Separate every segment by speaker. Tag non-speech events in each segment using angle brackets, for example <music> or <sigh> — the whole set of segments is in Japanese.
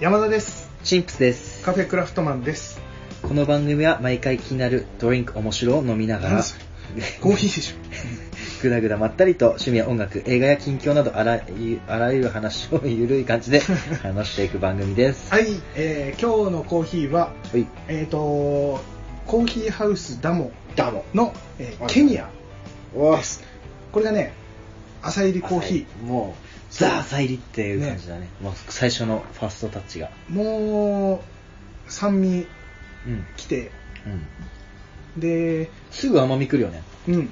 Speaker 1: 山田です
Speaker 2: シンプスです。
Speaker 1: カフェクラフトマンです
Speaker 2: この番組は毎回気になるドリンク面白を飲みなが
Speaker 1: 何
Speaker 2: ら、 <laughs>
Speaker 1: それコーヒーでし
Speaker 2: ぐだぐだまったりと趣味や音楽、映画や近況などあらゆあらゆる話をゆるい感
Speaker 1: <laughs>
Speaker 2: じで話していく番組です。
Speaker 1: ょはい、えー、今日のコーヒーは
Speaker 2: はい。
Speaker 1: えっ、ー、とコーヒーハウスダモ
Speaker 2: ダモ。
Speaker 1: の、えー
Speaker 2: はい
Speaker 1: ケニア
Speaker 2: お
Speaker 1: で。すこれがね朝入りコーヒ
Speaker 2: もう、ザーサイリっていう感じだね。もう最初のファーストタッチが。
Speaker 1: ーもう酸味
Speaker 2: うん。
Speaker 1: きて
Speaker 2: うん。
Speaker 1: です
Speaker 2: ぐ甘みくるよね。
Speaker 1: うん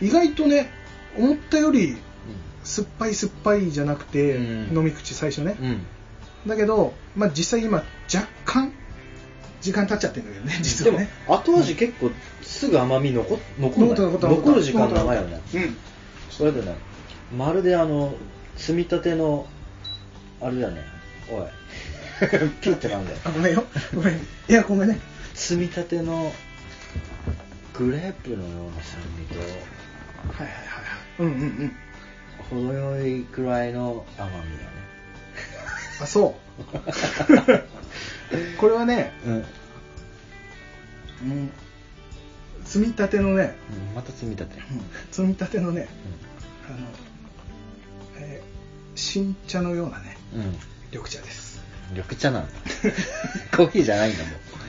Speaker 1: 意外とね思ったより
Speaker 2: う
Speaker 1: 酸っぱい酸っぱいじゃなくて、
Speaker 2: うん
Speaker 1: 飲み口最初ね、
Speaker 2: ん。うん。
Speaker 1: だけど、まあ、実際今若干時間経っちゃってるんだけどね実
Speaker 2: で
Speaker 1: は
Speaker 2: も
Speaker 1: ね、
Speaker 2: 後味結構すぐ甘み残、残
Speaker 1: 残
Speaker 2: る
Speaker 1: っ
Speaker 2: ね
Speaker 1: たこと
Speaker 2: 残る時間長いよね。
Speaker 1: うん
Speaker 2: それでね、まるであの、積み立ての、あれだよね、おい、 <laughs> ピュってなんだよ。
Speaker 1: あごめんよごめんいやごめんね
Speaker 2: 積み立ての、グレープのような酸味と、
Speaker 1: はいはいはいはいうんうんうん
Speaker 2: 程よいくらいの甘み
Speaker 1: あそう <laughs> これはね、
Speaker 2: だね。
Speaker 1: うん、積み立てのね、
Speaker 2: うん。また積み立て。
Speaker 1: 積み立てのね
Speaker 2: う
Speaker 1: あの、えー新茶のようなね
Speaker 2: ん。うん。
Speaker 1: 緑茶です
Speaker 2: 緑茶なんだ。 <laughs> コーヒーじゃないんだ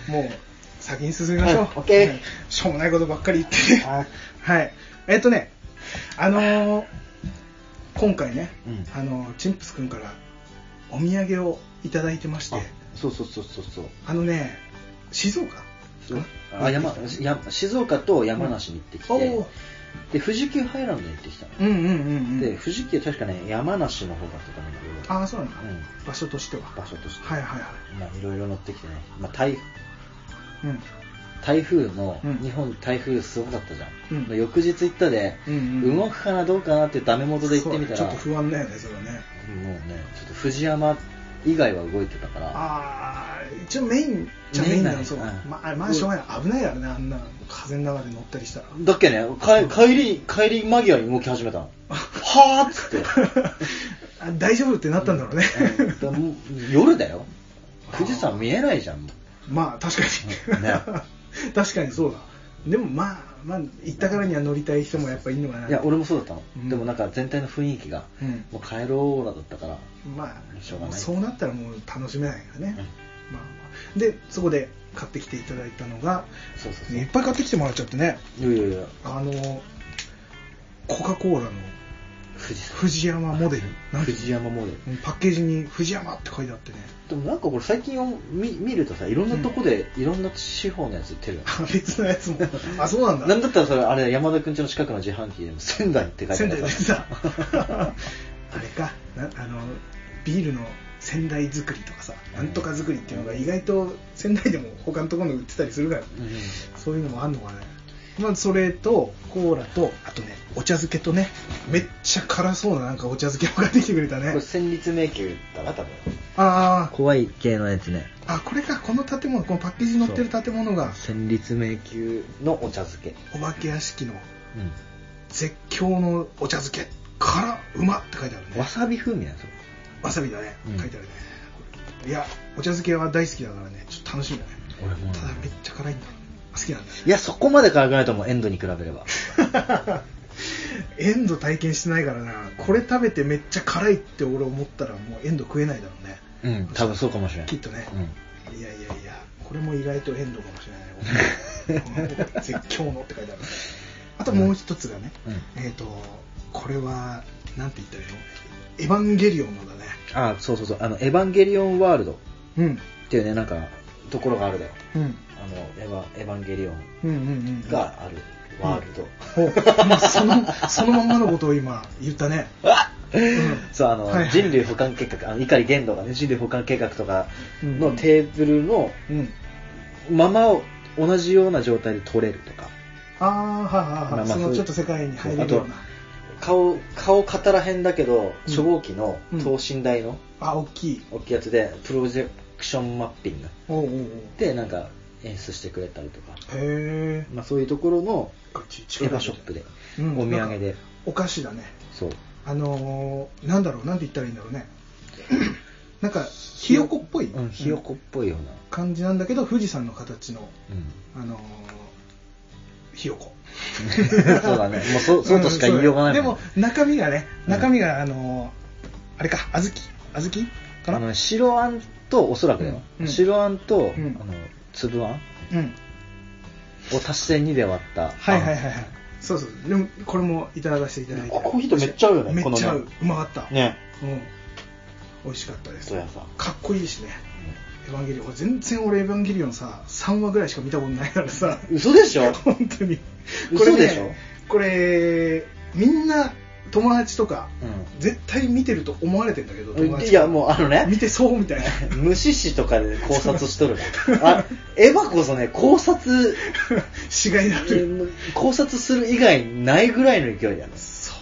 Speaker 2: もん。
Speaker 1: もう先に進みましょう、
Speaker 2: はいオッケー
Speaker 1: はいしょうもないことばっかり言ってね
Speaker 2: はい
Speaker 1: はいえっ、とねあのー今回ね、
Speaker 2: うん
Speaker 1: あのチンプス君からお土産をいただいてまして
Speaker 2: あそうそうそうそうそう。
Speaker 1: あのね静岡
Speaker 2: そうあ山や静岡と山梨に行ってきて、
Speaker 1: おー
Speaker 2: で富士急ハイランドに行ってきたの、
Speaker 1: うんうんうんうん
Speaker 2: で富士急確かね山梨の方だったと思うんだけど
Speaker 1: ああそうなんだ、
Speaker 2: うん
Speaker 1: 場所としては
Speaker 2: 場所として
Speaker 1: はいはいは
Speaker 2: まあいろいろ乗ってきてね、まあ、台
Speaker 1: いうん
Speaker 2: 台風の、
Speaker 1: うん
Speaker 2: 日本台風すごかったじゃん、
Speaker 1: うん
Speaker 2: で翌日行ったで、
Speaker 1: うんうん
Speaker 2: 動くかなどうかなってダメ元で行ってみたら
Speaker 1: そうちょっと不安だよねそれはね
Speaker 2: もうねちょっと藤山以外は動いてたから
Speaker 1: ああ一応メインじゃメインだね
Speaker 2: メインだね
Speaker 1: そう、
Speaker 2: うん
Speaker 1: まあまあしょうがない危ないやろねあんな風の中で乗ったりしたら
Speaker 2: だっけねか帰り帰り間際に動き始めたのはあっつって
Speaker 1: <laughs> あ大丈夫ってなったんだろうね、
Speaker 2: だもう夜だよ富士山見えないじゃんも
Speaker 1: <laughs>
Speaker 2: う
Speaker 1: まあ確かに、
Speaker 2: ね
Speaker 1: <laughs> 確かにそうだでもまあまあ行ったからには乗りたい人もやっぱいるのかない
Speaker 2: や俺もそうだったの、
Speaker 1: うん
Speaker 2: でもなんか全体の雰囲気が、
Speaker 1: うん
Speaker 2: もう帰ろうオーラだったから、
Speaker 1: ま
Speaker 2: しょう
Speaker 1: あ
Speaker 2: がない
Speaker 1: そうなったらもう楽しめないからね、
Speaker 2: うん
Speaker 1: まあまあ、でそこで買ってきていただいたのが
Speaker 2: そうそうそう
Speaker 1: いっぱい買ってきてもらっちゃってね
Speaker 2: いやいやいや
Speaker 1: あのコカ・コーラの
Speaker 2: 富士山
Speaker 1: 藤山モデルなんて
Speaker 2: 富士山モデル
Speaker 1: うんパッケージに藤山って書いてあってね <laughs>
Speaker 2: でもなんかこれ最近を見見るとさいろんなとこでいろんな地方のやつ売ってるよね、
Speaker 1: あ別のやつも <laughs> あそうなんだ
Speaker 2: なんだったらそれあれ山田くんちの近くの自販機でも仙台って書い
Speaker 1: 仙
Speaker 2: てあ
Speaker 1: 台
Speaker 2: る
Speaker 1: でさ <laughs> あれかなあのビールの仙台作りとかさなんとか作りっていうのが意外と仙台でも他のところで売ってたりするから、
Speaker 2: <laughs> うん
Speaker 1: そういうのもあんのかねまあそれとコーラとあとねお茶漬けとねめっちゃ辛そうななんかお茶漬けを買ってきてくれた
Speaker 2: こ
Speaker 1: ね
Speaker 2: れ戦慄迷宮だな多分
Speaker 1: あー
Speaker 2: 怖い系のやつね
Speaker 1: あこれかこの建物このパッケージに載ってる建物が
Speaker 2: 戦慄迷宮のお茶漬け
Speaker 1: お化け屋敷の
Speaker 2: う
Speaker 1: 絶叫のお茶漬け辛うまって書いてあるね
Speaker 2: わさび風味なんですよ
Speaker 1: わさびだね、
Speaker 2: うん
Speaker 1: 書いてあるねいやお茶漬けは大好きだからねちょっと楽しみだね
Speaker 2: 俺も
Speaker 1: ただめっちゃ辛いんだろうね好きなんだね
Speaker 2: いやそこまで辛くないと思うエンドに比べれば
Speaker 1: <laughs> エンド体験してないからなこれ食べてめっちゃ辛いって俺思ったらもうエンド食えないだろうね
Speaker 2: うん多分そうかもしれない
Speaker 1: きっとね、
Speaker 2: うん
Speaker 1: いやいやいやこれも意外とエンドかもしれないねうん絶叫のって書いてあるあともう一つがね、
Speaker 2: う
Speaker 1: えっ、とこれはなんて言ったらいいのエヴァンゲリオンのだね
Speaker 2: あそうそうそうあの「エヴァンゲリオンワールド」
Speaker 1: うん
Speaker 2: っていうねなんかところがあるだよ
Speaker 1: うん
Speaker 2: あのエヴァ「エヴァンゲリオン
Speaker 1: うんうんうん」
Speaker 2: があるワールド、
Speaker 1: お今その <laughs> そのまんまのことを今言ったねうん
Speaker 2: <laughs> そうあの、
Speaker 1: はいはい
Speaker 2: 人類保管計画あの碇玄度がね人類保管計画とか
Speaker 1: うん
Speaker 2: のテーブルの
Speaker 1: うん
Speaker 2: ままを同じような状態で取れるとか
Speaker 1: ああはいはい
Speaker 2: ま
Speaker 1: は
Speaker 2: あ
Speaker 1: い
Speaker 2: まあ
Speaker 1: そのちょっと世界に入れるような
Speaker 2: 顔顔肩らへんだけど
Speaker 1: うん
Speaker 2: 初号機の
Speaker 1: うん
Speaker 2: 等身大の
Speaker 1: あ大きい
Speaker 2: 大きいやつでプロジェクションマッピング
Speaker 1: おうおうおう
Speaker 2: でなんか演出してくれたりとか、
Speaker 1: へえ
Speaker 2: まあ、そういうところの
Speaker 1: ガチ
Speaker 2: エヴァショップで、
Speaker 1: うん
Speaker 2: お土産で
Speaker 1: お菓子だね
Speaker 2: そう
Speaker 3: <clears throat>
Speaker 1: あのー、なんだろうなんて言ったらいいんだろうねなんかひよこっぽい
Speaker 3: うん、ひよこっぽいような。
Speaker 1: 感じなんだけど富士山の形の、
Speaker 3: うん。
Speaker 1: あのーひよこ
Speaker 3: <laughs> そうだね。もうそ、
Speaker 1: <laughs>
Speaker 3: そうとしか言いようがない
Speaker 1: ん
Speaker 3: もん
Speaker 1: でも中身がね
Speaker 3: うん
Speaker 1: 中身があのーあれか小豆小豆かな
Speaker 3: あの、白あんと、おそらくだよ。
Speaker 1: うんうん
Speaker 3: 白あんと、
Speaker 1: ん
Speaker 3: あの、粒あんを
Speaker 1: うん
Speaker 3: 足して2で割った。
Speaker 1: はいはいはいはいそうそうでもこれもいただかせていただいて
Speaker 2: こコーヒーとめっちゃ合うよね
Speaker 1: め
Speaker 2: こ
Speaker 1: っ
Speaker 2: の
Speaker 1: ちゃ合う、
Speaker 2: ね
Speaker 1: うまかった、
Speaker 2: ね
Speaker 1: うん美味しかったです
Speaker 2: そうやさ
Speaker 1: かっこいいしねエヴァンゲリオン俺全然俺エヴァンゲリオンさ3話ぐらいしか見たことないからさ
Speaker 2: 嘘でしょ
Speaker 1: 本当に
Speaker 2: 嘘でしょ
Speaker 1: これみんな友達とか、
Speaker 3: う
Speaker 1: 絶対見てると思われてんだけど友達
Speaker 2: いやもうあのね
Speaker 1: 見てそうみたい
Speaker 2: <laughs>
Speaker 1: な
Speaker 2: 無視視とかで考察しと
Speaker 1: <laughs>
Speaker 2: るあエヴァこそね考察
Speaker 1: 死骸だる、
Speaker 2: 考察する以外ないぐらいの勢いだね
Speaker 1: そう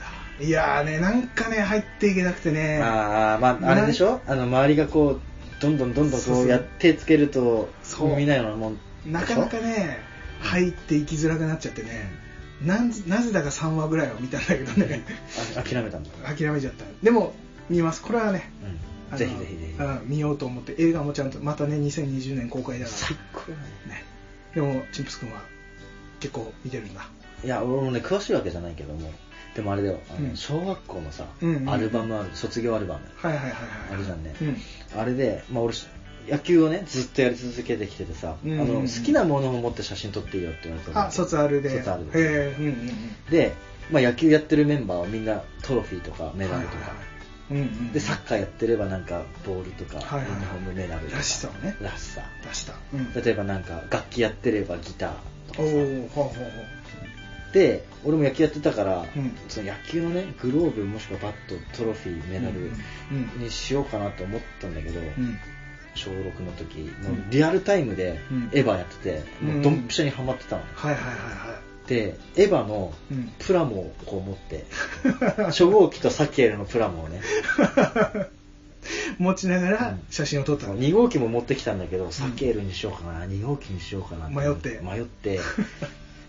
Speaker 1: なんだいやーねなんかね入っていけなくてね
Speaker 2: ああまああれでしょあの周りがこうどんどんどんどん
Speaker 1: そう
Speaker 2: こ
Speaker 1: そう
Speaker 2: うやってつけると
Speaker 1: そう
Speaker 2: 見ないようなもん
Speaker 1: なかなかね入っていきづらくなっちゃってねなんなぜだか3話ぐらいは見たんだけどね
Speaker 2: あ諦めたんだ、
Speaker 1: 諦めちゃったでも見ますこれはね
Speaker 2: う
Speaker 1: あの
Speaker 2: ん、ぜひぜひぜひ
Speaker 1: うん見ようと思って映画もちゃんとまたね2020年公開だか
Speaker 2: 最高だね
Speaker 1: らねでもチンプス君は結構見てるんだ
Speaker 2: いや俺もね詳しいわけじゃないけどもでもあれだよあの
Speaker 1: うん
Speaker 2: 小学校のさ、
Speaker 1: うんうん
Speaker 2: アルバムある卒業アルバム
Speaker 1: はいはいはいはい
Speaker 2: あるじゃんね
Speaker 1: うん
Speaker 2: あれで、まあ、俺野球をねずっとやり続けてきててさ、
Speaker 1: うんうんうん
Speaker 2: あの好きなものを持って写真撮っていいよって言われたの
Speaker 1: あ卒アルで
Speaker 2: 卒アルで
Speaker 1: へえうんうんうん
Speaker 2: で、まあ、野球やってるメンバーはみんなトロフィーとかメダルとか、
Speaker 1: はいはいはいうんうんうん
Speaker 2: でサッカーやってればなんかボールとかユニフ
Speaker 1: はいはい
Speaker 2: ォームメダルとから
Speaker 1: しさをね
Speaker 2: らしさ
Speaker 1: 出したうん
Speaker 2: 例えばなんか楽器やってればギターと
Speaker 1: お
Speaker 2: かさ
Speaker 1: おほうほうほう
Speaker 2: で俺も野球やってたから、
Speaker 1: うん
Speaker 2: その野球のねグローブもしくはバットトロフィーメダル
Speaker 1: うんうん
Speaker 2: にしようかなと思ったんだけど、
Speaker 1: うん
Speaker 2: 小6の時
Speaker 1: う
Speaker 2: も
Speaker 1: ん
Speaker 2: うリアルタイムで
Speaker 1: うん
Speaker 2: エヴァやってて、もうドンピシャにハマってたの、
Speaker 1: はいはいはいは
Speaker 2: でエヴァの
Speaker 1: いうん
Speaker 2: プラモをこう持って
Speaker 1: <laughs>
Speaker 2: <laughs> 初号機とサキエルのプラモをね
Speaker 1: <laughs> 持ちなが
Speaker 2: う
Speaker 1: ら
Speaker 2: ん
Speaker 1: 写真を撮ったの、
Speaker 2: 2号機も持ってきたんだけどサキエルにしようかな、2号機にしようかな
Speaker 1: 迷って <laughs>
Speaker 2: 迷って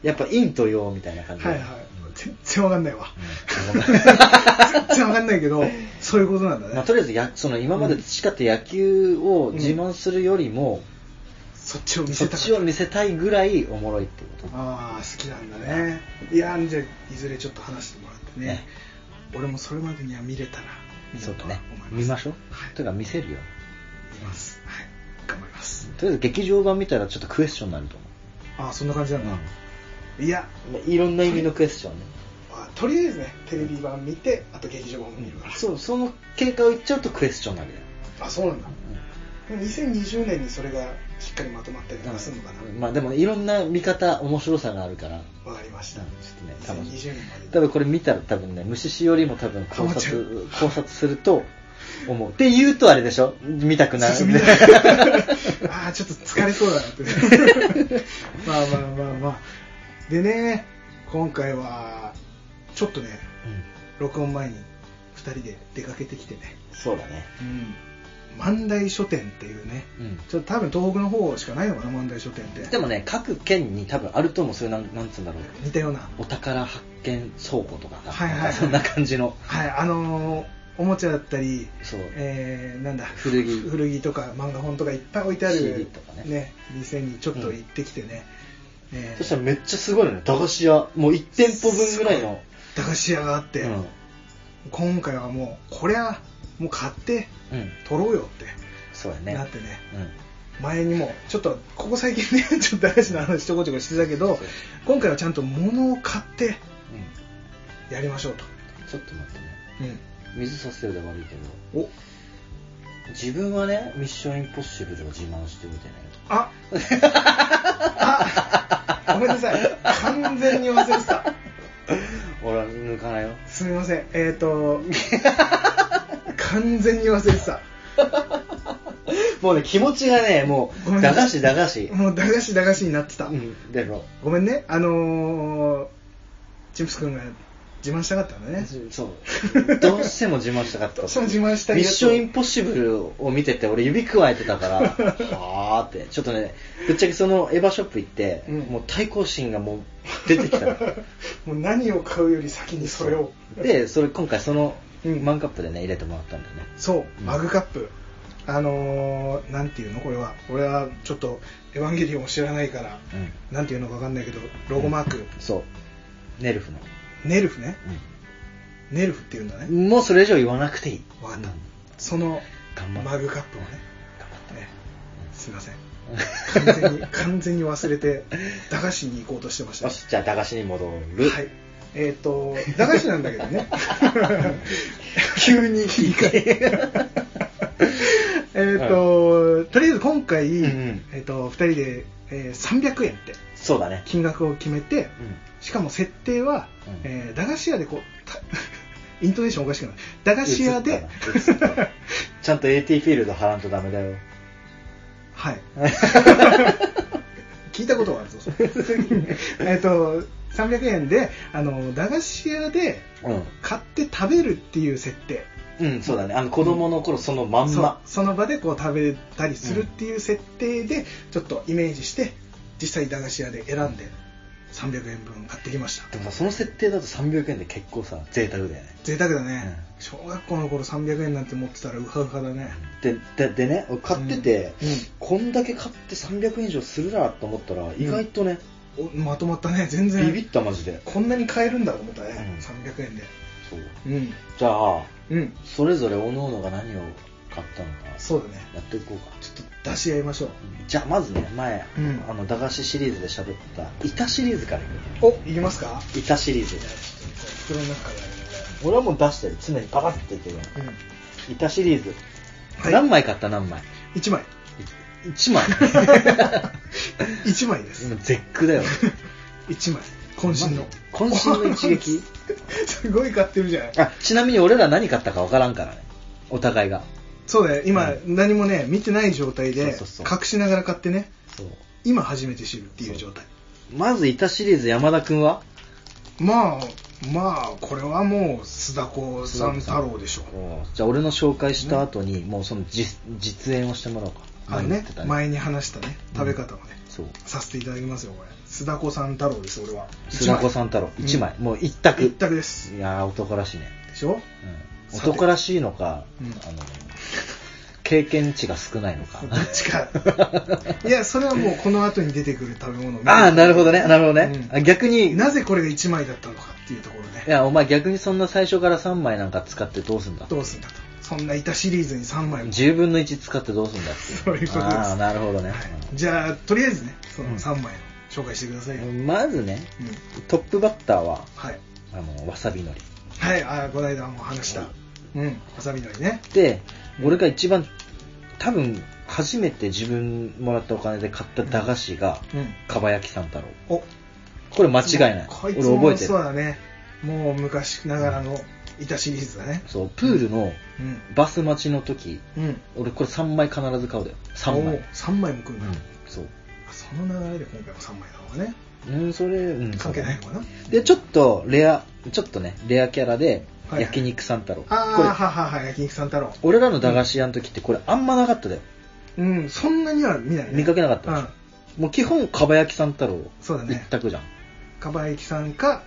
Speaker 2: やっぱ陰と陽みたいな感じで、
Speaker 1: はいはい全然わかんないわ
Speaker 2: うんわかんない
Speaker 1: 全然わかんないけどそういうことなんだね、
Speaker 2: まあ、とりあえずやその今まで培った野球を自慢するよりも、
Speaker 1: そっちを見
Speaker 2: そ
Speaker 1: せ
Speaker 2: った
Speaker 1: か
Speaker 2: ちを見せたいぐらいおもろいっていうこと
Speaker 1: ああ好きなんだねいやーじゃあいずれちょっと話してもらってね
Speaker 2: ね
Speaker 1: 俺もそれまでには見れたら見よ
Speaker 2: そう
Speaker 1: う
Speaker 2: だ
Speaker 1: と
Speaker 2: ね
Speaker 1: 思い
Speaker 2: 見
Speaker 1: ま
Speaker 2: ますしょう、
Speaker 1: はい
Speaker 2: というか見せるよ
Speaker 1: 見ますはい頑張ります
Speaker 2: とりあえず劇場版見たらちょっとクエスチョンになると思
Speaker 1: ああそんな感じなんだ
Speaker 2: う、、
Speaker 1: いや
Speaker 2: まあいろんな意味のクエスチョンね
Speaker 1: まあとりあえずねテレビ版見てあと劇場版も見るから
Speaker 2: そうその経過を言っちゃうとクエスチョンになるよ、
Speaker 1: あそうなんだでも2020年にそれがしっかりまとまったりとかするのかな
Speaker 2: まあでもいろんな見方面白さがあるから
Speaker 1: わかりました
Speaker 2: うんちょっとね楽し
Speaker 1: 2020年までに
Speaker 2: 多分これ見たら多分ね虫師よりも多分
Speaker 1: <laughs>
Speaker 2: 考
Speaker 1: ハマっちゃう
Speaker 2: 察考察すると思うって言うとあれでしょ見たくなる
Speaker 1: 進みたい <laughs> ああちょっと疲れそうだなって
Speaker 2: <laughs>
Speaker 1: ねまあまあまあまあでね今回はちょっとね
Speaker 2: うん
Speaker 1: 録音前に2人で出かけてきてね、
Speaker 2: そうだね
Speaker 1: うん、万代書店っていうね
Speaker 2: うん
Speaker 1: ちょっと多分東北の方しかないのかな万代書店って
Speaker 2: でもね各県に多分あると思うそういうなんなんつうんだろう
Speaker 1: 似たような
Speaker 2: お宝発見倉庫とかさ、
Speaker 1: はいはい
Speaker 2: なんかそんな感じの
Speaker 1: はいあのーおもちゃだったり
Speaker 2: そう
Speaker 1: えーなんだ
Speaker 2: 古着
Speaker 1: 古着とか漫画本とかいっぱい置いてあ
Speaker 2: CD
Speaker 1: る
Speaker 2: とかね
Speaker 1: 店にちょっと行ってきてね、えー
Speaker 2: そしたらめっちゃすごいのね駄菓子屋もう1店舗分ぐらいの
Speaker 1: 駄菓子屋があって、
Speaker 2: うん
Speaker 1: 今回はもうこりゃもう買って
Speaker 2: うん
Speaker 1: 取ろうよって
Speaker 2: そうやね
Speaker 1: なってね
Speaker 2: うん
Speaker 1: 前にもちょっとここ最近ね <laughs> ちょっと駄菓子の話ちょこちょこしてたけど
Speaker 2: そう
Speaker 1: 今回はちゃんと物を買ってやりましょうと、
Speaker 2: うんちょっと待ってね水させるで悪いけど
Speaker 1: お
Speaker 2: 自分はねミッションインポッシブルを自慢しておいてね <laughs>
Speaker 1: ああごめんなさい完全に忘れてた
Speaker 2: <laughs> 俺は抜かないよ
Speaker 1: すみませんえっ、ー、と完全に忘れてた
Speaker 2: もうね気持ちがねも
Speaker 1: ごめ
Speaker 2: うん
Speaker 1: な
Speaker 2: 駄
Speaker 1: さい
Speaker 2: 菓子駄菓子
Speaker 1: もう駄菓子駄菓子になってた、
Speaker 2: うんでも
Speaker 1: ごめんね、あのー、チンプス君が自慢したかったんだね。 <laughs>
Speaker 2: そう。どうしても自慢したかった。
Speaker 1: どうしても自慢したい
Speaker 2: ミッ
Speaker 1: やつ
Speaker 2: ションインポッシブルを見てて、俺指くわえて
Speaker 1: <laughs>
Speaker 2: たから、はーって。ちょっとね、ぶっちゃけそのエヴァショップ行って、
Speaker 1: うん
Speaker 2: もう対抗心がもう出てきたの。
Speaker 1: <laughs> もう何を買うより先にそれを。
Speaker 2: で、それ今回その
Speaker 1: うん
Speaker 2: マンカップでね入れてもらったんだよね
Speaker 1: そうう、
Speaker 2: ん
Speaker 1: マグカップ。あのー、なんていうのこれは。俺はちょっと、エヴァンゲリオンを知らないから、
Speaker 2: う
Speaker 1: なんていうのかわかんないけど、ロゴマーク。
Speaker 2: そうネルフの、
Speaker 1: ネルフね。ネルフっていうんだ
Speaker 2: う
Speaker 1: ね。
Speaker 2: ん、もうそれ以上言わなくていい
Speaker 1: わかった
Speaker 2: うん
Speaker 1: その
Speaker 2: 頑張っ
Speaker 1: マグカップをね。
Speaker 2: 頑張った
Speaker 1: ね
Speaker 2: うん
Speaker 1: すいません。完全に、完全に忘れて、駄菓子に行こうとしてました
Speaker 2: よ
Speaker 1: ね。
Speaker 2: しじゃあ駄菓子に戻る
Speaker 1: はい。 <laughs> えっ、と、駄菓子なんだけど
Speaker 2: <laughs>
Speaker 1: ね。
Speaker 2: 急に切り替え
Speaker 1: えっと、とりあえず今回、
Speaker 2: んうん
Speaker 1: えっと、2人で、えー300円って
Speaker 2: そうだね
Speaker 1: 金額を決めて、しかも設定は、
Speaker 2: うん
Speaker 1: えー駄菓子屋でこう、た <laughs> イントネーションおかしくない。駄菓子屋で、
Speaker 2: 映ったな映ったちゃんと AT フィールド貼らんとダメだよ
Speaker 1: <laughs> はい。聞いたことはあるぞ、それ <laughs> えっと、300円で、あの、駄菓子屋で
Speaker 2: うん
Speaker 1: 買って食べるっていう設定。
Speaker 2: うん、そうだね。あの子供の頃そのまん
Speaker 1: そう
Speaker 2: ま。
Speaker 1: その場でこう食べたりするっていう設定で、ちょっとイメージして実際駄菓子屋で選んで300円分買ってきました
Speaker 2: でもさ、その設定だと300円で結構さ、贅沢だよね。
Speaker 1: 贅沢だね、小学校の頃300円なんて持ってたらウハウハだね
Speaker 2: で、ででね、俺買ってて、
Speaker 1: うんうん
Speaker 2: こんだけ買って300円以上するなと思ったら、意外とね、
Speaker 1: おまとまったね全然
Speaker 2: ビビったマジで。
Speaker 1: こんなに買えるんだと思ったね、
Speaker 2: うん
Speaker 1: 300円で
Speaker 2: そう。
Speaker 1: うん
Speaker 2: じゃあ、
Speaker 1: うん
Speaker 2: それぞれ各々が何を買ったのか、
Speaker 1: そうだね
Speaker 2: やっていこうか。
Speaker 1: ちょっと出し合いましょう
Speaker 2: じゃあまずね、前、
Speaker 1: うん
Speaker 2: あの、駄菓子シリーズで喋った、板シリーズからい
Speaker 1: おいきますか
Speaker 2: く。板シリーズ。
Speaker 1: 袋の中で
Speaker 2: 俺はもう出してる。常にパカッていってるから。
Speaker 1: あるね
Speaker 2: 板シリーズ。
Speaker 1: うん
Speaker 2: 何枚買った何枚
Speaker 1: 1枚
Speaker 2: <laughs>
Speaker 1: <laughs>
Speaker 2: ?1 枚。
Speaker 1: 1枚です
Speaker 2: 今絶句だよ
Speaker 1: 一枚渾身の
Speaker 2: 渾身の一撃
Speaker 1: <laughs> すごい買ってるじゃない
Speaker 2: あちなみに俺ら何買ったか分からんからねお互いが
Speaker 1: そうだよ今、何もね見てない状態で
Speaker 2: そうそうそう
Speaker 1: 隠しながら買ってね
Speaker 2: そう
Speaker 1: 今初めて知るっていう状態
Speaker 2: まずいたシリーズ山田君は
Speaker 1: まあまあこれはもう須田子さん太郎でしょう
Speaker 2: じゃあ俺の紹介した後に、もうその実実演をしてもらおうか
Speaker 1: あの
Speaker 2: 前に言っ
Speaker 1: ね
Speaker 2: てたね
Speaker 1: 前に話したね
Speaker 2: うん
Speaker 1: 食べ方をね、
Speaker 2: そう
Speaker 1: させていただきますよこれ須田子さん太郎です俺は
Speaker 2: 須田子さん太郎1枚、もう一択
Speaker 1: 一択です
Speaker 2: いやー男らしいね、
Speaker 1: でしょ
Speaker 2: うん、男らしいのか、
Speaker 1: うん
Speaker 2: あの経験値が少ないのか
Speaker 1: どっち
Speaker 2: <laughs>
Speaker 1: かいやそれはもうこの後に出てくる食べ物を見て
Speaker 2: ああなるほどねなるほどね、
Speaker 1: うん
Speaker 2: あ逆に
Speaker 1: なぜこれが1枚だったのかっていうところ
Speaker 2: い
Speaker 1: ね
Speaker 2: や、お前逆にそんな最初から3枚なんか使ってどうすんだ
Speaker 1: どうすんだとそんな板シリーズに3枚も
Speaker 2: 10分の1使ってどうすんだっていう。
Speaker 1: そういうことです
Speaker 2: ああ、なるほどね
Speaker 1: は。い、じゃあとりあえずねその
Speaker 2: うん
Speaker 1: 3枚を紹介してくださいよ、
Speaker 2: う
Speaker 1: うん
Speaker 2: んまずね、トップバッターは、
Speaker 1: はい
Speaker 2: あの、わさびのり。
Speaker 1: はいあーこの間も話したうんわさびのりね
Speaker 2: で、俺が一番、多分、初めて自分もらったお金で買った駄菓子が、
Speaker 1: うん
Speaker 2: かば焼き三太郎。
Speaker 1: お
Speaker 2: これ間違いない。
Speaker 1: こい
Speaker 2: 俺
Speaker 1: つも
Speaker 2: 覚えて
Speaker 1: そう
Speaker 2: る。
Speaker 1: だねもう昔ながらの板シリーズだね
Speaker 2: そう、プールの
Speaker 1: うん
Speaker 2: バス待ちの時、
Speaker 1: うん
Speaker 2: 俺これ3枚必ず買うだよ。3枚。
Speaker 1: 3枚も来るん
Speaker 2: う
Speaker 1: だ、
Speaker 2: ん、そう。
Speaker 1: その流れで今回も3枚なのかね
Speaker 2: うん、それ、うん。
Speaker 1: 関係ないのかな
Speaker 2: で、ちょっとレア、ちょっとね、レアキャラで、
Speaker 1: はい
Speaker 2: 焼肉三太郎。
Speaker 1: ああ
Speaker 2: こ
Speaker 1: は
Speaker 2: れ、
Speaker 1: はは焼肉さん太郎
Speaker 2: 俺らの駄菓子屋の時ってこれあんまなかっただよ。
Speaker 1: うんそんなには見ない、ね、
Speaker 2: 見かけなかった
Speaker 1: う
Speaker 2: でし
Speaker 1: ん
Speaker 2: ょ。もう基本、かば焼き三太郎
Speaker 1: そうだ
Speaker 2: 一
Speaker 1: ね
Speaker 2: 択じゃん。
Speaker 1: かば焼きさんか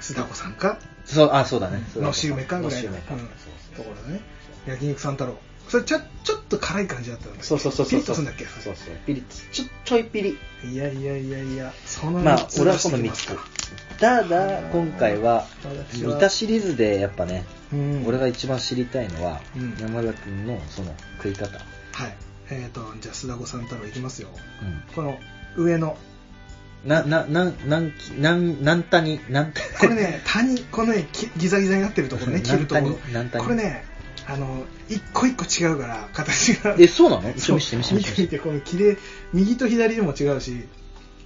Speaker 1: 須田子さんか
Speaker 2: そう、あ、そうだね。そうだ
Speaker 1: のし梅かぐらい
Speaker 2: の
Speaker 1: の
Speaker 2: し梅か
Speaker 1: うん
Speaker 2: そう
Speaker 1: と
Speaker 2: そう
Speaker 1: ころだね焼肉さん太郎それちょちょっと辛い感じだったんだっけ
Speaker 2: そうそうそうそう。
Speaker 1: ピリッとするんだっけ
Speaker 2: そうそう。ピリッと。ちょ、ちょいピリ。
Speaker 1: いやいやいやいやその
Speaker 2: まあ、俺はこの
Speaker 1: 三
Speaker 2: 3
Speaker 1: つ
Speaker 2: つ
Speaker 1: 出してきま。
Speaker 2: ただ、今回は、
Speaker 1: 私は
Speaker 2: 三田シリーズでやっぱね、
Speaker 1: すかうん
Speaker 2: 俺が一番知りたいのは
Speaker 1: うん、
Speaker 2: 山田君のその食い方。
Speaker 1: はいえーとじゃあ須田子さん太郎いきますよ
Speaker 2: うん。
Speaker 1: この上の
Speaker 2: な、な、な、なん、なん、なんたに、なんた
Speaker 1: これね谷このねきギザギザになってるところね切るところ
Speaker 2: 何谷
Speaker 1: これねあの一個一個違うから形が
Speaker 2: <laughs> え、そうなのち
Speaker 1: そ
Speaker 2: ょ、
Speaker 1: う
Speaker 2: 見せて見せて見
Speaker 1: 見
Speaker 2: せ
Speaker 1: て
Speaker 2: て
Speaker 1: みてこの切れ右と左でも違うし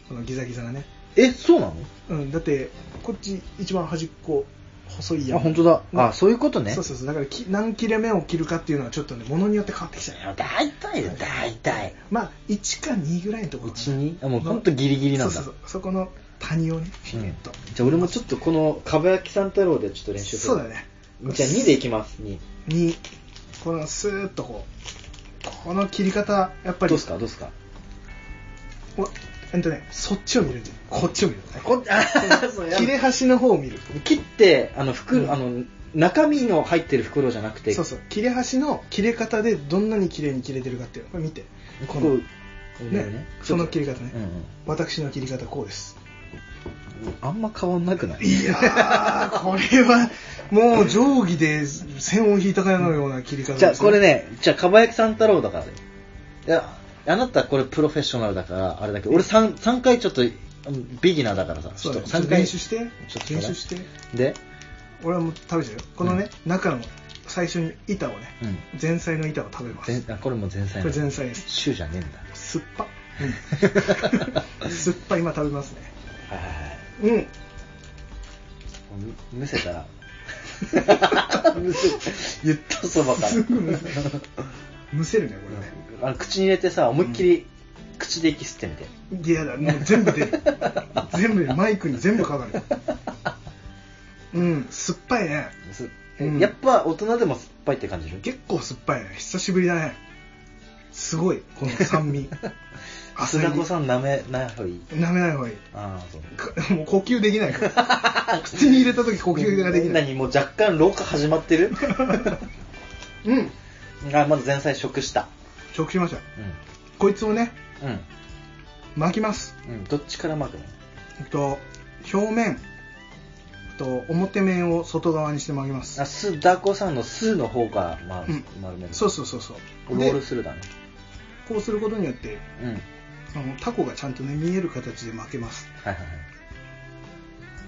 Speaker 1: このギザギザがね
Speaker 2: え、そうなの
Speaker 1: うん、だってこっち一番端っこ細いや
Speaker 2: あ、
Speaker 1: ん
Speaker 2: 本当だ。
Speaker 1: うん
Speaker 2: あ、そういうことね。
Speaker 1: そうそうそうだからき何切れ目を切るかっていうのはちょっとねものによって変わってきちゃう
Speaker 2: いや大体だよ、大体。
Speaker 1: まあ1か2ぐらいのところ
Speaker 2: 1、2? あ、もうほんとギリギリなんだ。
Speaker 1: そうそうそうそこの谷をねひ
Speaker 2: うん
Speaker 1: ねっと、
Speaker 2: じゃあ俺もちょっとこの、かば焼き三太郎でちょっと練習す
Speaker 1: そ
Speaker 2: る。
Speaker 1: うだ。ね
Speaker 2: じゃあ2でいきます、2。
Speaker 1: 2このスーッとこうこの切り方やっぱ
Speaker 2: ど
Speaker 1: り
Speaker 2: うすか、どうすか。
Speaker 1: うわえっとねそっちを見るんじゃないこっちを見る
Speaker 2: <laughs> こ、あ、そうや
Speaker 1: 切れ端の方を見る
Speaker 2: 切って、あの、袋、
Speaker 1: うん
Speaker 2: あの、中身の入ってる袋じゃなくて
Speaker 1: そうそう切れ端の切れ方でどんなに綺麗に切れてるかっていうのこれ見て
Speaker 2: こ
Speaker 1: こ
Speaker 2: こ
Speaker 1: の
Speaker 2: ね
Speaker 1: ねその切り方ね、
Speaker 2: うん
Speaker 1: 私の切り方こうです
Speaker 2: うんあんま変わんなくない
Speaker 1: いやーこれはもう定規で線を引いたかのような切り方です
Speaker 2: じゃあこれねじゃあかばやきさん太郎だからねいやあなたこれプロフェッショナルだからあれだけど俺 3, 三回ちょっとうんビギナーだからさ
Speaker 1: そうだねちょっ
Speaker 2: 三
Speaker 1: と
Speaker 2: 回
Speaker 1: 練習して
Speaker 2: ちょっと
Speaker 1: 練習して
Speaker 2: で
Speaker 1: 俺はもう食べちゃうよこのね、中の最初に板をね、前菜の板を食べます
Speaker 2: 全あこれも前菜な
Speaker 1: こ
Speaker 2: の
Speaker 1: れ前菜です
Speaker 2: シューじゃねえんだ
Speaker 1: 酸っぱ、 <laughs> うん、酸っぱ今食べますね
Speaker 2: はいはいはい
Speaker 1: うん
Speaker 2: むむせ
Speaker 1: <laughs>
Speaker 2: たらむせ言ったそばから
Speaker 1: すぐむせるむせるねこれね
Speaker 2: あの口に入れてさ思いっきり口で息吸ってみて、
Speaker 1: いやだもう全部出る全部出るマイクに全部かかるうん酸っぱいね
Speaker 2: す
Speaker 1: うん
Speaker 2: やっぱ大人でも酸っぱいって感じる
Speaker 1: 結構酸っぱいね久しぶりだねすごいこの酸
Speaker 2: <laughs>
Speaker 1: 味
Speaker 2: 須田子
Speaker 1: ん
Speaker 2: さん舐めない方がいい
Speaker 1: 舐めない方がいい
Speaker 2: ああそう
Speaker 1: かもう呼吸できないから口に入れた時呼吸ができない
Speaker 2: 何もう若干老化始まってる
Speaker 1: うん
Speaker 2: あまず前菜食した
Speaker 1: 食しました
Speaker 2: う
Speaker 1: こいつをね
Speaker 2: ん
Speaker 1: 巻きます
Speaker 2: うん、うん、どっちから巻くの
Speaker 1: えっと表面えっと表面を外側にして巻きま
Speaker 2: あ
Speaker 1: す
Speaker 2: 須田子さんの「す」の方から、まあ
Speaker 1: うん
Speaker 2: 丸める
Speaker 1: そうそうそうそう
Speaker 2: ロ
Speaker 1: で
Speaker 2: ールするだね
Speaker 1: こうすることによって
Speaker 2: うん
Speaker 1: あのタコがちゃんとね見える形で巻けます
Speaker 2: はいはいはい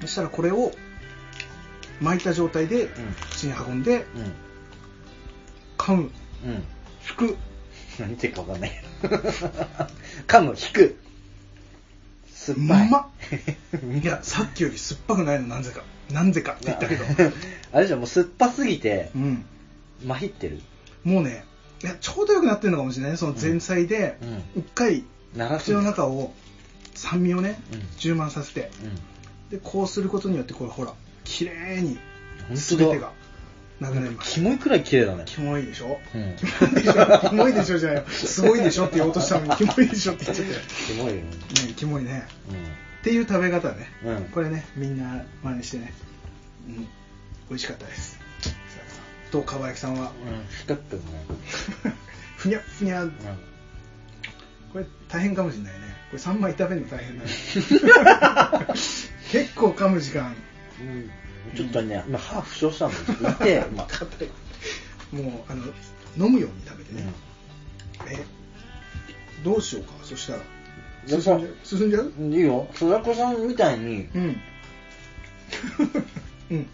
Speaker 1: そしたらこれを巻いた状態で
Speaker 2: うん
Speaker 1: 口に運んで
Speaker 2: う
Speaker 1: 噛む
Speaker 2: んうん
Speaker 1: 引く
Speaker 2: 何言ってるか分かんない噛む引く酸っぱい、
Speaker 1: うまっいやさっきよ <laughs> り酸っぱくないのなぜかなぜかって言ったけど
Speaker 2: あれじゃんもう酸っぱすぎて
Speaker 1: うん
Speaker 2: まひってる
Speaker 1: もうねいやちょうどよくなってるのかもしれないねその前菜で
Speaker 2: うん
Speaker 1: 一回
Speaker 2: 鳴らす
Speaker 1: 口の中を酸味をね
Speaker 2: うん
Speaker 1: 充満させて
Speaker 2: うん
Speaker 1: でこうすることによってこれほら綺麗に
Speaker 2: 本
Speaker 1: 全
Speaker 2: 当
Speaker 1: て
Speaker 2: だ
Speaker 1: がなくなります
Speaker 2: キモいくらい綺麗だね
Speaker 1: キモいでしょ
Speaker 2: うん
Speaker 1: キモいでしょキモいでしょじゃない
Speaker 2: <laughs>
Speaker 1: よすごいでしょって言おうとしたのにキモいでしょって言っちゃったよ
Speaker 2: キモいよね
Speaker 1: ねキモいねっていう食べ方ね、
Speaker 2: うん
Speaker 1: これねみんな真似してね、うん、美味しかったですとかばやきさんは
Speaker 2: うんうん太くんね
Speaker 1: ふにゃふにゃ
Speaker 2: う
Speaker 1: これ大変かもしれないねこれ3枚食べるの大変だね結構噛む時間
Speaker 2: んうんちょっとね、今歯負傷したのちょっと
Speaker 1: <laughs>
Speaker 2: 見て、まあ、
Speaker 1: 硬い <laughs> もうあの飲むように食べてね、えどうしようかそしたら進んじゃう進んじゃう
Speaker 2: うんいいよ、須田子さんみた
Speaker 1: <laughs>
Speaker 2: いに、
Speaker 1: うんうん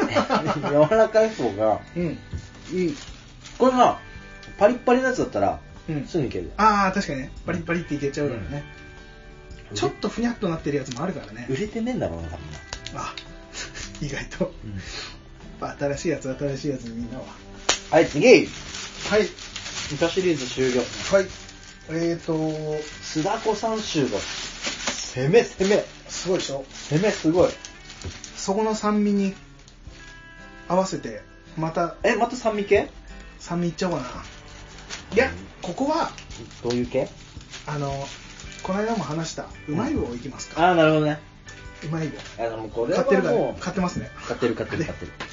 Speaker 2: 柔らかい方が
Speaker 1: うん
Speaker 2: いい。これさ、パリッパリのやつだったら、
Speaker 1: うん
Speaker 2: すぐいけるよ。
Speaker 1: ああ確かにねバリッバリっていけちゃうからね、ちょっとふにゃっとなってるやつもあるからね
Speaker 2: 売れてねえんだろうな、多分な。
Speaker 1: あ <laughs> 意外と
Speaker 2: うん
Speaker 1: やっぱ新しいやつ新しいやつにみんなは
Speaker 2: はい、次
Speaker 1: はい
Speaker 2: 歌シリーズ終了。
Speaker 1: はいえーと
Speaker 2: 須田子さん集合。攻め、攻め。
Speaker 1: すごいでしょ
Speaker 2: 攻め、すごい。
Speaker 1: そこの酸味に合わせてまた
Speaker 2: え、また酸味系
Speaker 1: 酸味いっちゃおうかないやここは
Speaker 2: どういう系
Speaker 1: あのこの間も話したうまい棒いきますか、
Speaker 2: あー、なるほどね。
Speaker 1: うまい棒
Speaker 2: あの、もうこれ
Speaker 1: 買
Speaker 2: は
Speaker 1: ってるから
Speaker 2: もう、
Speaker 1: 買ってますね
Speaker 2: 買ってる、買ってる、買ってる
Speaker 1: で。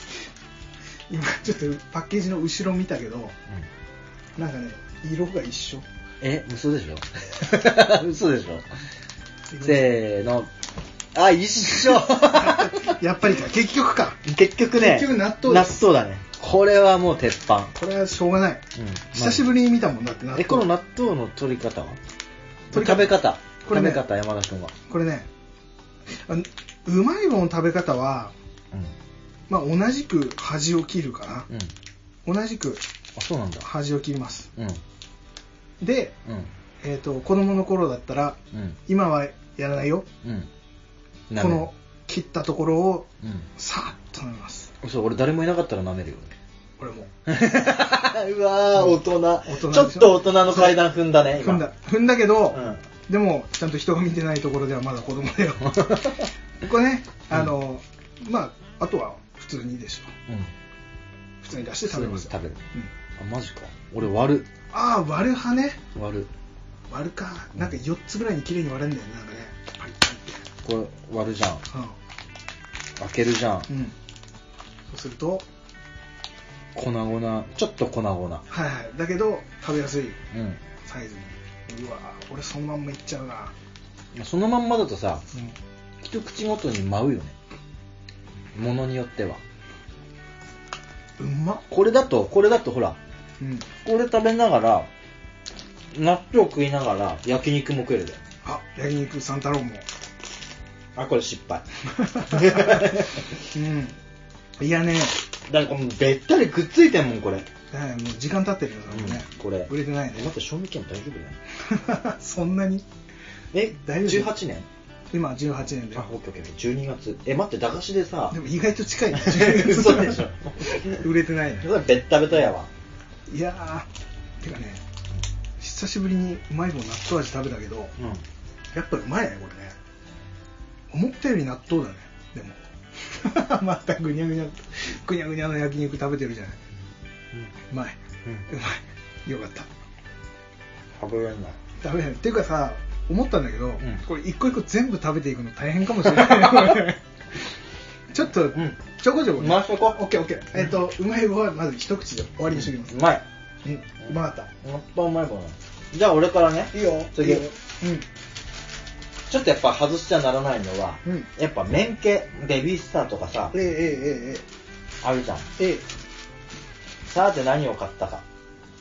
Speaker 1: 今ちょっとパッケージの後ろ見たけど
Speaker 2: うん
Speaker 1: なんかね色が一緒
Speaker 2: え、嘘でし <laughs> ょ嘘でしょせーの。あ、一 <laughs> 緒
Speaker 1: <laughs> やっぱりか結局か
Speaker 2: 結局ね、
Speaker 1: 結局納豆です
Speaker 2: 納豆だね。これはもう鉄板。
Speaker 1: これはしょうがない、
Speaker 2: うん
Speaker 1: 久しぶりに見たもんだって
Speaker 2: え、この
Speaker 1: な
Speaker 2: 納豆の取り方は
Speaker 1: 取り方
Speaker 2: 食べ方。
Speaker 1: これね
Speaker 2: 食べ方、山田君は。
Speaker 1: これねあのうまい棒の食べ方は、
Speaker 2: う
Speaker 1: まあ、同じく端を切るかな、
Speaker 2: ん。うん。
Speaker 1: 同じく
Speaker 2: あ、そうなんだ。
Speaker 1: 端を切ります
Speaker 2: うん。うん。
Speaker 1: で、えー、と子供の頃だったら
Speaker 2: うん。
Speaker 1: 今はやらないよ
Speaker 2: うん。舐め
Speaker 1: この切ったところを
Speaker 2: う
Speaker 1: さーっと飲みます
Speaker 2: ん。そう、俺誰もいなかったら舐めるよ。
Speaker 1: これもう
Speaker 2: <laughs> うわー、大人。
Speaker 1: 大人で
Speaker 2: ち
Speaker 1: し
Speaker 2: ょ
Speaker 1: ょ
Speaker 2: っと大人の階段踏んだね、今。
Speaker 1: 踏んだ。踏んだけど、
Speaker 2: うん。
Speaker 1: でもちゃんと人が見てないところではまだ子供
Speaker 2: <laughs>
Speaker 1: だよこれねあの、まああとは普通にですよ
Speaker 2: うん。
Speaker 1: 普通に出して食べますよ
Speaker 2: 食べる。
Speaker 1: うん
Speaker 2: あ、マジか。俺割る。
Speaker 1: ああ割る派ね
Speaker 2: 割る。
Speaker 1: 割るかなんか4つぐらいに綺麗に割れるんだよねなんかねパリパリって
Speaker 2: これ割るじゃん。開けるじゃん。
Speaker 1: うん、うん、そうすると
Speaker 2: 粉々、ちょっと粉々。
Speaker 1: はいはいだけど食べやすい
Speaker 2: うん。
Speaker 1: サイズにうわ俺そのまんまいっちゃうな
Speaker 2: そのまんまだとさ、
Speaker 1: うん
Speaker 2: 一口ごとに舞うよね。ものによっては。
Speaker 1: うんまっ
Speaker 2: これだと、これだとほら、
Speaker 1: うん
Speaker 2: これ食べながら、納豆食いながら焼肉も食えるだよ。
Speaker 1: あ焼肉三太郎も
Speaker 2: あ、これ失敗。
Speaker 1: うんいやね
Speaker 2: だからこのべったりくっついてんもん、これ。
Speaker 1: はいもう時間経ってるよ
Speaker 2: うん
Speaker 1: ね、
Speaker 2: これ
Speaker 1: 売れてないね
Speaker 2: <laughs> 待って、賞味期限大丈夫だよ。
Speaker 1: そんなに
Speaker 2: え、
Speaker 1: 大丈夫
Speaker 2: 18年
Speaker 1: 今18年で
Speaker 2: あ、オッケーオッケー。12月。え、待って、駄菓子でさ <laughs>
Speaker 1: で、も意外と近いね
Speaker 2: 嘘でしょ
Speaker 1: 売れてないね
Speaker 2: それべったべたやわ。
Speaker 1: いやーてかね久しぶりにうまい棒納豆味食べたけど
Speaker 2: うん。
Speaker 1: やっぱうまいねこれね思ったより納豆だねでも <laughs> またぐにゃぐにゃぐにゃぐにゃの焼肉食べてるじゃないうまい、
Speaker 2: う
Speaker 1: うんまいよかった
Speaker 2: 食べられない。
Speaker 1: 食べないっていうかさ思ったんだけど、
Speaker 2: ん
Speaker 1: これ一個一個全部食べていくの大変かもしれない
Speaker 2: <laughs>
Speaker 1: ちょっと、
Speaker 2: ん
Speaker 1: ちょこちょこ、
Speaker 2: 回しとこう
Speaker 1: オッケーオッケーえっ、とうまい棒はまず一口で終わりにしときます、
Speaker 2: うまい。
Speaker 1: うんうまかっ
Speaker 2: やっぱうまいかな。じゃあ俺からね
Speaker 1: たいいよい
Speaker 2: 次
Speaker 1: いよ
Speaker 2: ちょっとやっぱ外しちゃならないのは、
Speaker 1: うん
Speaker 2: やっぱ麺系、ベビースターとかさ
Speaker 1: うん、えええ
Speaker 2: あるじゃん。
Speaker 1: えええええ
Speaker 2: さて何を買ったか。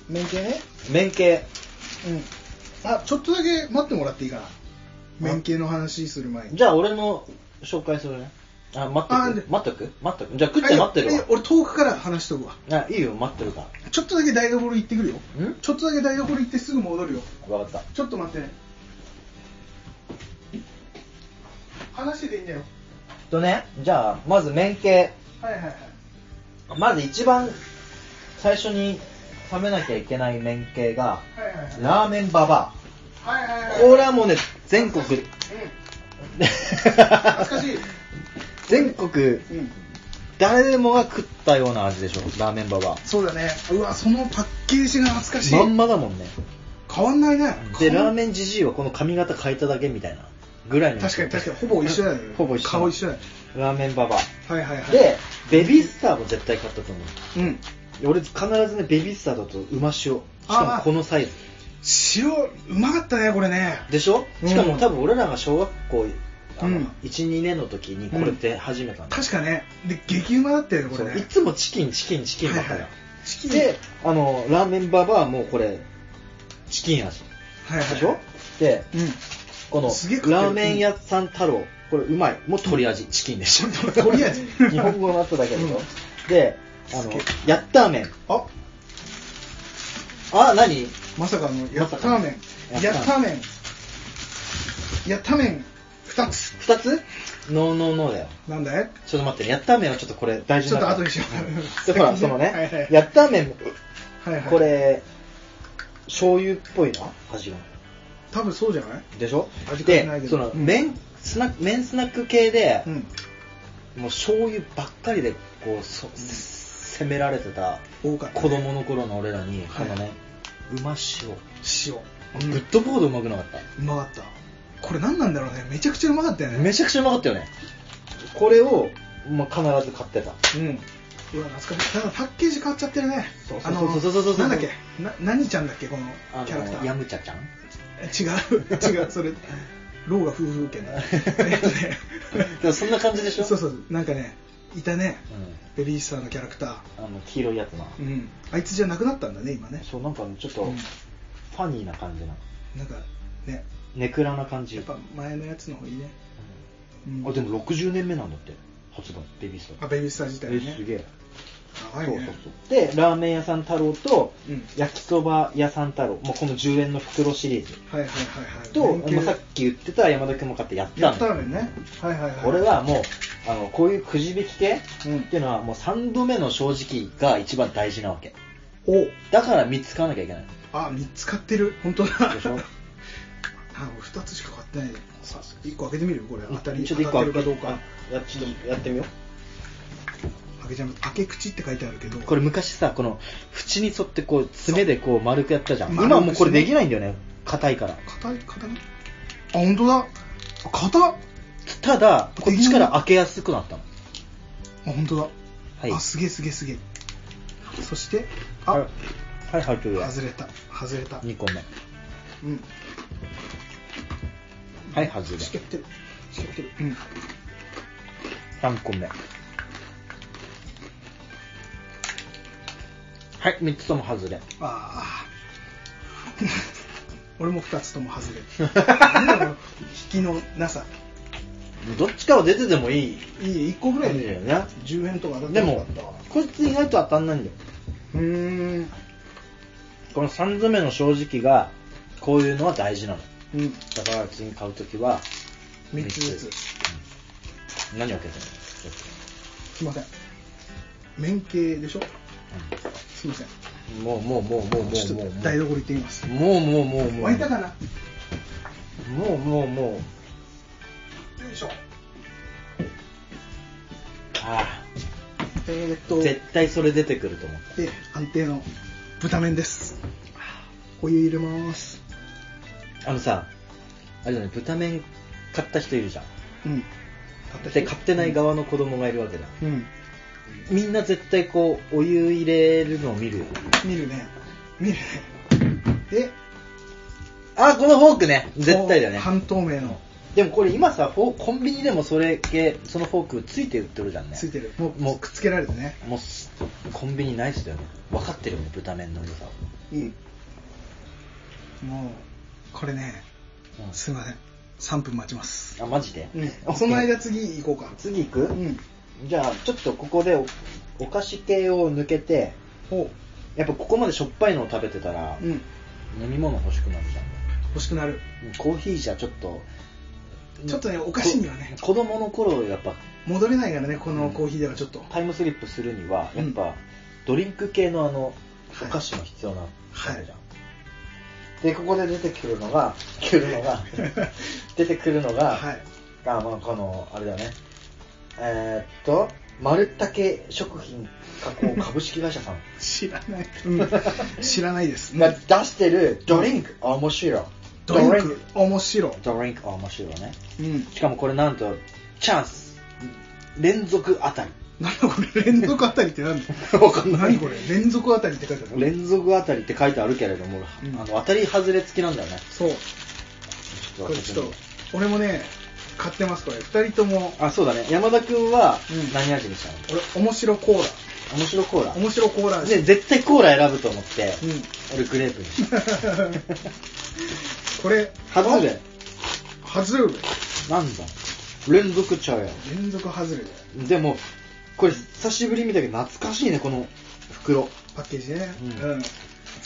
Speaker 1: 麺系ね
Speaker 2: 麺系。
Speaker 1: うんあちょっとだけ待ってもらっていいかな麺系の話する前に
Speaker 2: じゃあ俺の紹介するね。あ、待
Speaker 1: あ
Speaker 2: っ
Speaker 1: で
Speaker 2: てく待っとく待っとくじゃあ食って待って
Speaker 1: あいい
Speaker 2: る
Speaker 1: よ俺遠くから話しとくわ
Speaker 2: わ。あ、いいよ、待ってるか
Speaker 1: ちょっとだけ台所行ってくるよ
Speaker 2: ら。ん
Speaker 1: ちょっとだけ台所行ってすぐ戻るよ
Speaker 2: わかっ
Speaker 1: ちょっと待ってね話してていいんだよ
Speaker 2: た。とね、じゃあ、まず麺系。
Speaker 1: はいはいはい
Speaker 2: まず一番最初に食べなきゃいけない麺系が、
Speaker 1: はいはいはい
Speaker 2: ラーメンババ
Speaker 1: はいはい
Speaker 2: ア。
Speaker 1: はい
Speaker 2: これはもうね、全国、
Speaker 1: 懐
Speaker 2: 懐
Speaker 1: かしい
Speaker 2: 全国、
Speaker 1: うん、うん、
Speaker 2: 誰でもが食ったような味でしょ、ラーメンババ
Speaker 1: そうだねうわそのパッケージが懐かしい
Speaker 2: ア。まんまだもんね。
Speaker 1: 変わんないね
Speaker 2: で、
Speaker 1: 変わ
Speaker 2: ラー
Speaker 1: ん
Speaker 2: メンじじいはこの髪型変えただけみたいな。ぐらいの。
Speaker 1: 確かに確かにほぼ一緒だよね
Speaker 2: <laughs> ほぼ一緒。
Speaker 1: 顔一緒だよ
Speaker 2: ラーメンババ
Speaker 1: はいはい
Speaker 2: ア。
Speaker 1: はい
Speaker 2: で、ベビースターも絶対買ったと思う。
Speaker 1: うん
Speaker 2: 俺必ずね、ベビースターだとうま塩。しかもこのサイズ。
Speaker 1: 塩うまかったねこれね
Speaker 2: でしょ
Speaker 1: うん
Speaker 2: しかも多分俺らが小学校、あの
Speaker 1: うん
Speaker 2: 1、2年の時にこれって始めたんだ。
Speaker 1: 確かねで激うまだったよねこ
Speaker 2: そ
Speaker 1: れ
Speaker 2: うい
Speaker 1: ね
Speaker 2: つもチキン、チキン、チキンばっか
Speaker 1: はい
Speaker 2: り
Speaker 1: はい。チキン
Speaker 2: で、あの、ラーメンババアもこれ、チキン味。
Speaker 1: はいはい
Speaker 2: でしょで、
Speaker 1: うん
Speaker 2: この、ラ
Speaker 1: すげえ食ってる
Speaker 2: ーメン屋さん太郎、これうまい。もう鳥味、チキンでしょ。
Speaker 1: 鳥味
Speaker 2: <laughs> 日本語になっただけでし
Speaker 1: う
Speaker 2: ょ
Speaker 1: ん。
Speaker 2: で、あ
Speaker 1: す
Speaker 2: の
Speaker 1: げえ、
Speaker 2: やったーめん。
Speaker 1: あ
Speaker 2: あ、何
Speaker 1: まさかのやったーメ
Speaker 2: ま
Speaker 1: ン
Speaker 2: さ
Speaker 1: やったー
Speaker 2: か
Speaker 1: メンやったーメン2つ
Speaker 2: 二つノーノーノーだよ。
Speaker 1: なんだい
Speaker 2: ちょっと待ってね、やったーめんはちょっとこれ大事
Speaker 1: ちょ
Speaker 2: な
Speaker 1: っと後にしよう
Speaker 2: で、ほら、その
Speaker 1: はいは
Speaker 2: ね
Speaker 1: い、
Speaker 2: やったーめん、
Speaker 1: はいはい
Speaker 2: これ、醤油っぽいな、味が。
Speaker 1: 多分そうじゃない
Speaker 2: でしょ
Speaker 1: 味変えない
Speaker 2: で、
Speaker 1: け
Speaker 2: そ
Speaker 1: ど
Speaker 2: の、
Speaker 1: うん
Speaker 2: 麺、スナック、麺スナック系で
Speaker 1: う、ん
Speaker 2: もう醤油ばっかりで、こう、そ、責められてた、
Speaker 1: 多かった
Speaker 2: 子供の頃の俺らに、こ
Speaker 1: はい
Speaker 2: のね、うま
Speaker 1: 塩
Speaker 2: 塩。グッドボードうまくなかった。
Speaker 1: うまかったこれ何なんだろうねめちゃくちゃうまかったよね
Speaker 2: めちゃくちゃうまかったよね。これを、まあ、必ず買ってた。
Speaker 1: うん。うわ、懐かしい。ただパッケージ変わっちゃってるね。
Speaker 2: そうそう
Speaker 1: あの
Speaker 2: そうそうそうそう
Speaker 1: なんだっけな、何ちゃんだっけこの
Speaker 2: あ
Speaker 1: キャラクタ
Speaker 2: の、
Speaker 1: ー。
Speaker 2: ヤムチャち
Speaker 1: <laughs>
Speaker 2: ゃん
Speaker 1: 違う、違う、 <laughs> それ、ローが夫婦権だ。 <laughs> えっとね
Speaker 2: でもそんな <laughs> 感じでしょ
Speaker 1: そうそう、なんかね、いたね。
Speaker 2: う
Speaker 1: ベビースターのキャラクタ
Speaker 2: ん。あの、黄色いやつな。
Speaker 1: ー。うん。あいつじゃなくなったんだね、今ね。
Speaker 2: そう、なんかちょっと、
Speaker 1: う
Speaker 2: フ
Speaker 1: ん
Speaker 2: ァニーな感じな。
Speaker 1: なんか、ね、
Speaker 2: ネクラな感じ。
Speaker 1: やっぱ前のやつの方がいいね。うん
Speaker 2: あ、でも60年目なんだって。発売、ベビースタ
Speaker 1: あ、
Speaker 2: ー。
Speaker 1: ベビースター自体
Speaker 2: え、
Speaker 1: ね。
Speaker 2: すげえ。
Speaker 1: 長いね。
Speaker 2: そうそうそう。で、ラーメン屋さん太郎と、
Speaker 1: うん
Speaker 2: 焼きそば屋さん太郎。もうこの10円の袋シリーズ。
Speaker 1: はいはいはいはい。
Speaker 2: と、
Speaker 1: 連携
Speaker 2: まあ、さっき言ってた山田君も買ってやった
Speaker 1: や
Speaker 2: の
Speaker 1: ったらね。はいはいはい。
Speaker 2: 俺、はもう、あの、こういうくじ引き系
Speaker 1: うん
Speaker 2: っていうのは、もう3度目の正直が一番大事なわけ。
Speaker 1: お
Speaker 2: だから3つ買わなきゃいけない。
Speaker 1: あ、3つ買ってる。本当だ。
Speaker 2: で
Speaker 1: <laughs>
Speaker 2: しょ
Speaker 1: あ俺2つしか買ってないさ1個開けてみるこれ当たり
Speaker 2: ち
Speaker 1: 当
Speaker 2: ょっと一
Speaker 1: た
Speaker 2: 個
Speaker 1: ってるかどうか
Speaker 2: やちょっとやってみよう。
Speaker 1: 開けちゃう開け口って書いてあるけど
Speaker 2: これ昔さ、この、縁に沿ってこう、爪でこう丸くやったじゃん。
Speaker 1: そう
Speaker 2: 今はもうこれできないんだよね。硬いから。
Speaker 1: 硬い硬いあ本当だあ硬った
Speaker 2: だ、こっちから開けやすくなったの。
Speaker 1: あ本当だ
Speaker 3: はい
Speaker 1: あすげえすげえすげえそしてあ、
Speaker 3: はいはい入ってるよ
Speaker 1: 外れた外れた
Speaker 2: 2個目
Speaker 1: うん
Speaker 2: はい外れ
Speaker 1: しけってるしけってるうん
Speaker 2: 3個目はい3つとも外れ
Speaker 1: ああ <laughs> 俺も2つとも外れ
Speaker 2: <laughs>
Speaker 1: るなんだろう引きのなさ
Speaker 2: どっちかは出ててもいい
Speaker 1: いい1個ぐらいで
Speaker 2: 感じだよね
Speaker 1: 10円とか当たってな
Speaker 2: で
Speaker 1: か
Speaker 2: も
Speaker 1: ったわ
Speaker 2: こいつ意外と当たんないんだよ
Speaker 1: うーん
Speaker 2: この3度目の正直がこういうのは大事なの
Speaker 1: うん
Speaker 2: だから次買うときは
Speaker 1: 3つずつ
Speaker 2: 何を受けて
Speaker 1: すいません面形でしょすいません
Speaker 2: るのもうもうもうもうも
Speaker 1: ち
Speaker 2: う
Speaker 1: ょっ
Speaker 2: もう
Speaker 1: と台所行ってみます
Speaker 2: もうもうもうもう
Speaker 1: 沸いたかなよ
Speaker 2: もうもうもう
Speaker 1: いしょ
Speaker 2: あ
Speaker 1: えー、っ
Speaker 2: あ
Speaker 1: と
Speaker 2: 絶対それ出てくると思っ
Speaker 1: で安定の豚麺ですお湯入れます
Speaker 2: たあのさあれだね豚麺買った人いるじゃん
Speaker 1: うん
Speaker 2: で買ってない側の子供がいるわけだ、
Speaker 1: うん
Speaker 2: みんな絶対こうお湯入れるのを見るよね
Speaker 1: 見るね見るねで
Speaker 2: あこのフォークね絶対だね
Speaker 1: 半透明の
Speaker 2: でもこれ今さフォーコンビニでもそれ系そのフォークついて売ってるじゃんね
Speaker 1: ついてるもう
Speaker 2: も
Speaker 1: も
Speaker 2: う
Speaker 1: うくっつけられてね
Speaker 2: もうすコンビニナイスだよね分かってるよね豚麺の良さを
Speaker 1: うんもうこれねすいません3分待ちます
Speaker 2: あマジで、
Speaker 1: うんその間次行こうか
Speaker 2: 次行く、
Speaker 1: うん
Speaker 2: じゃあちょっとここでおお菓子系を抜けて
Speaker 1: おう
Speaker 2: やっぱここまでしょっぱいのを食べてたら、
Speaker 1: うん
Speaker 2: 飲み物欲しくなるじゃん
Speaker 1: 欲しくなる
Speaker 2: コーヒーじゃちょっと
Speaker 1: ちょっとねお菓子にはね
Speaker 2: こ子供の頃やっぱ
Speaker 1: 戻れないからねこのコーヒーではちょっと
Speaker 2: タイムスリップするには
Speaker 1: うん
Speaker 2: やっぱ、ドリンク系のあの
Speaker 1: はい
Speaker 2: お菓子も必要なわ
Speaker 1: はい
Speaker 2: けじゃん、でここで出てくるのがくるのが
Speaker 1: <laughs>
Speaker 2: 出てくるのが、
Speaker 1: はい
Speaker 2: あまあこのあれだねえーっと丸竹食品加工株式会社さん
Speaker 1: 知らない、うん、知らない <laughs> です、
Speaker 2: が出してるドリンク面白い
Speaker 1: ドリンク面白い
Speaker 2: ドリンク面白いね
Speaker 1: うん
Speaker 2: しかもこれなんとチャンス連続当たり
Speaker 1: なんだこれ連続あたりって何だ <laughs>
Speaker 2: わかんない
Speaker 1: 何これ連続あたりって書いてある
Speaker 2: 連続当たりって書いてあるけれども、
Speaker 1: うん
Speaker 2: あの当たり外れ付きなんだよね
Speaker 1: そう
Speaker 2: ちょ
Speaker 1: こと
Speaker 2: っ
Speaker 1: れ
Speaker 2: 当て
Speaker 1: ち
Speaker 2: て
Speaker 1: ょ
Speaker 2: み
Speaker 1: っ
Speaker 2: よ
Speaker 1: と俺もね買ってますこれ2人とも
Speaker 2: うあそうだね山田君は
Speaker 1: うん
Speaker 2: 何味にしたの、
Speaker 1: 俺面白コー
Speaker 2: 面白コー
Speaker 1: ラ
Speaker 2: ラ
Speaker 1: 面白コーラ
Speaker 2: で
Speaker 1: 味
Speaker 2: 絶対コーラ選ぶと思って、
Speaker 1: うん
Speaker 2: 俺グレープにし
Speaker 1: <laughs>
Speaker 2: た
Speaker 1: これ
Speaker 2: 外れ
Speaker 1: あ外れ
Speaker 2: なんだ連続ちゃうや
Speaker 1: 連続外れだよ
Speaker 2: んでもこれ久しぶりに見たけど懐かしいねこの袋
Speaker 1: パッケージね、
Speaker 2: う
Speaker 1: うんん懐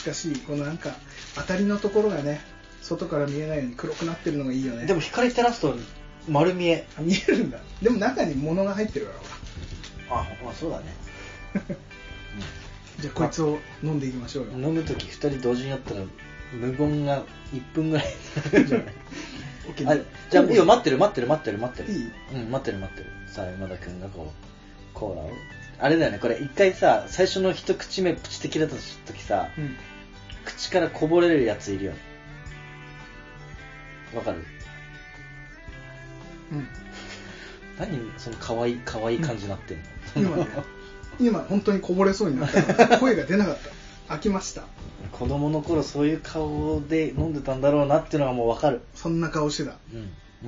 Speaker 1: かしいこのなんか当たりのところがね外から見えないように黒くなってるのがいいよね
Speaker 2: でも光照らすと丸見え
Speaker 1: あ見えるんだでも中に物が入ってるからほ
Speaker 2: あまあそうだね
Speaker 1: らじゃあこいつを飲んでいきましょうよ
Speaker 2: 飲む時2人同時にやったら無言が1分ぐらいじゃ <laughs> ない
Speaker 1: OK
Speaker 2: あじゃあいいよ待ってる待ってる待ってる待ってる
Speaker 1: いい
Speaker 2: うん待ってる待ってるさあ山田君がこうコーラをあれだよねこれ一回さ最初の一口目プチって切れた時さ、
Speaker 1: うん
Speaker 2: 口からこぼれるやついるよねわかる
Speaker 1: うん
Speaker 2: 何その可愛い可愛い感じになってんの、
Speaker 1: 今
Speaker 2: <laughs>
Speaker 1: ね今本当にこぼれそうになったから声が出なかった飽きました
Speaker 2: 子供の頃そういう顔で飲んでたんだろうなっていうのがもうわかる
Speaker 1: そんな顔してた
Speaker 2: う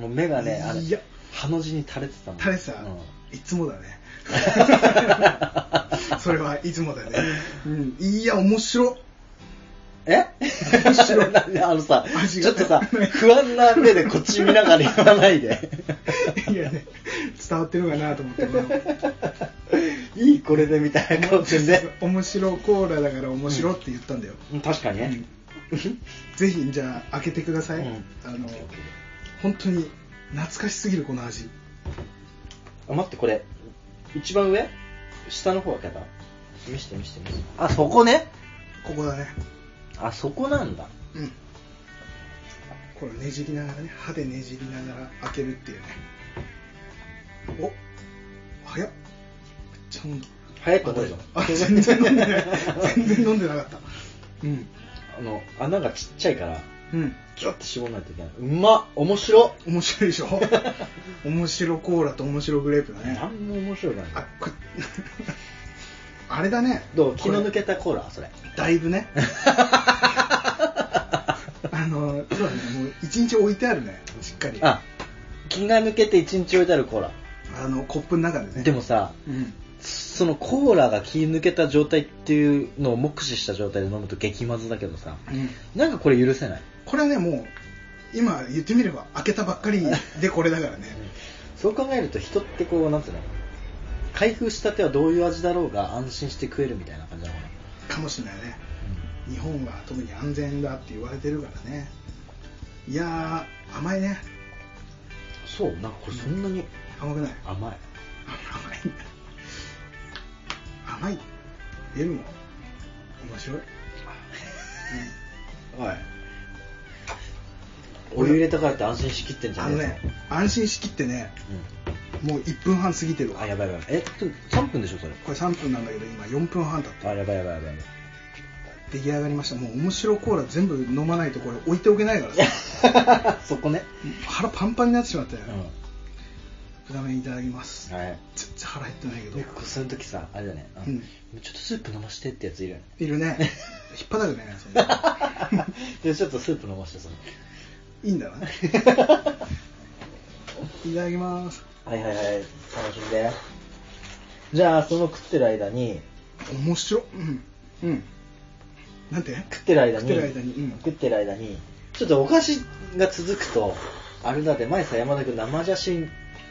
Speaker 2: んもう目がねあれ
Speaker 1: いや
Speaker 2: ハの字に垂れてたもん
Speaker 1: 垂れてた
Speaker 2: うん
Speaker 1: いつもだね <laughs> それはいつもだね、うん、いや面白
Speaker 2: え <laughs> あのさ、
Speaker 1: 味
Speaker 2: ち
Speaker 1: が
Speaker 2: ょっとさ、不安な目でこっち見ながら言わない <laughs> で。
Speaker 1: いやね伝わってるかなと思って
Speaker 2: いい、これでみたいな顔してんで。
Speaker 1: 面白コーラだから面白って言ったんだよ、
Speaker 2: うん確かに
Speaker 1: う
Speaker 2: ね
Speaker 1: ん。ぜひじゃあ開けてください、
Speaker 2: うん
Speaker 1: あの本当に懐かしすぎるこの味
Speaker 2: あ、待って、これ、一番上下の方開けた見して見して見して。あ、そこね。
Speaker 1: ここだね
Speaker 2: あ、そこなんだ。
Speaker 1: うんこれねじりながらね歯でねじりながら開けるっていうねお早っめっちゃ飲んだ
Speaker 2: 早く覚えろ。
Speaker 1: あ全然飲んでない全然飲んでなかったうん
Speaker 2: あの、穴がちっちゃいから、
Speaker 1: うん
Speaker 2: キュッて絞らないといけない。うまっ面白
Speaker 1: 面白い
Speaker 2: <laughs>
Speaker 1: でしょ面白コーラと面白グレープだ
Speaker 2: っ
Speaker 1: ね
Speaker 2: なんも面白くない。
Speaker 1: あこ <laughs> あれだね
Speaker 2: どう気の
Speaker 1: これ
Speaker 2: 抜けたコーラそれ
Speaker 1: だいぶ
Speaker 2: <laughs>
Speaker 1: ねあのそうだねもう一日置いてあるねしっかりあ
Speaker 2: あ気が抜けて一日置いてあるコーラ
Speaker 1: のコップの中でね
Speaker 2: でもさ
Speaker 1: うん
Speaker 2: そのコーラが気抜けた状態っていうのを目視した状態で飲むと激まずだけどさ
Speaker 1: うん
Speaker 2: なんかこれ許せない
Speaker 1: これねもう今言ってみれば開けたばっかりでこれだからね
Speaker 2: そう考えると人ってこうなんつうの開封したてはどういう味だろうが安心して食えるみたいな感じなのかな
Speaker 1: かもしれないね日本は特に安全だって言われてるからねいやー甘いね
Speaker 2: そうなんかこれそんなに
Speaker 1: 甘くない甘
Speaker 2: 甘い
Speaker 1: いんだ甘いでも面白い、ね、
Speaker 2: はいお湯入れたからって安心しきってんじゃ
Speaker 1: あ
Speaker 2: ね
Speaker 1: の
Speaker 2: え
Speaker 1: ね安心しきってねもう1分半過ぎてる
Speaker 2: うん、
Speaker 1: わ
Speaker 2: あやばいやばいえちょっと3分でしょそれ
Speaker 1: これ3分なんだけど今4分半だった
Speaker 2: あやばいやばいやばいやばい
Speaker 1: 出来上がりましたもう面白コーラ全部飲まないとこれ置いておけないからさ <laughs>
Speaker 2: そこね、
Speaker 1: 腹パンパンになってしまったよ、
Speaker 2: う
Speaker 1: ラーメンいただきます
Speaker 2: ん、はい
Speaker 1: 全然腹減ってないけど
Speaker 2: でこうその時さあれだよね、あの
Speaker 1: うん
Speaker 2: ちょっとスープ飲ましてってやつい
Speaker 1: <laughs>
Speaker 2: るよね
Speaker 1: いる
Speaker 2: <laughs>
Speaker 1: ね引っ張られるねそんな
Speaker 2: でちょっとスープ飲まして
Speaker 1: <laughs>
Speaker 2: その
Speaker 1: いいんだないただきます
Speaker 2: はいはいはい楽しんでじゃあその食ってる間に
Speaker 1: 面白っうんうんなんて
Speaker 2: 食ってる間に
Speaker 1: 食ってる間にうん
Speaker 2: 食ってる間にちょっとお菓子が続くとあれだって前さ山田君生写真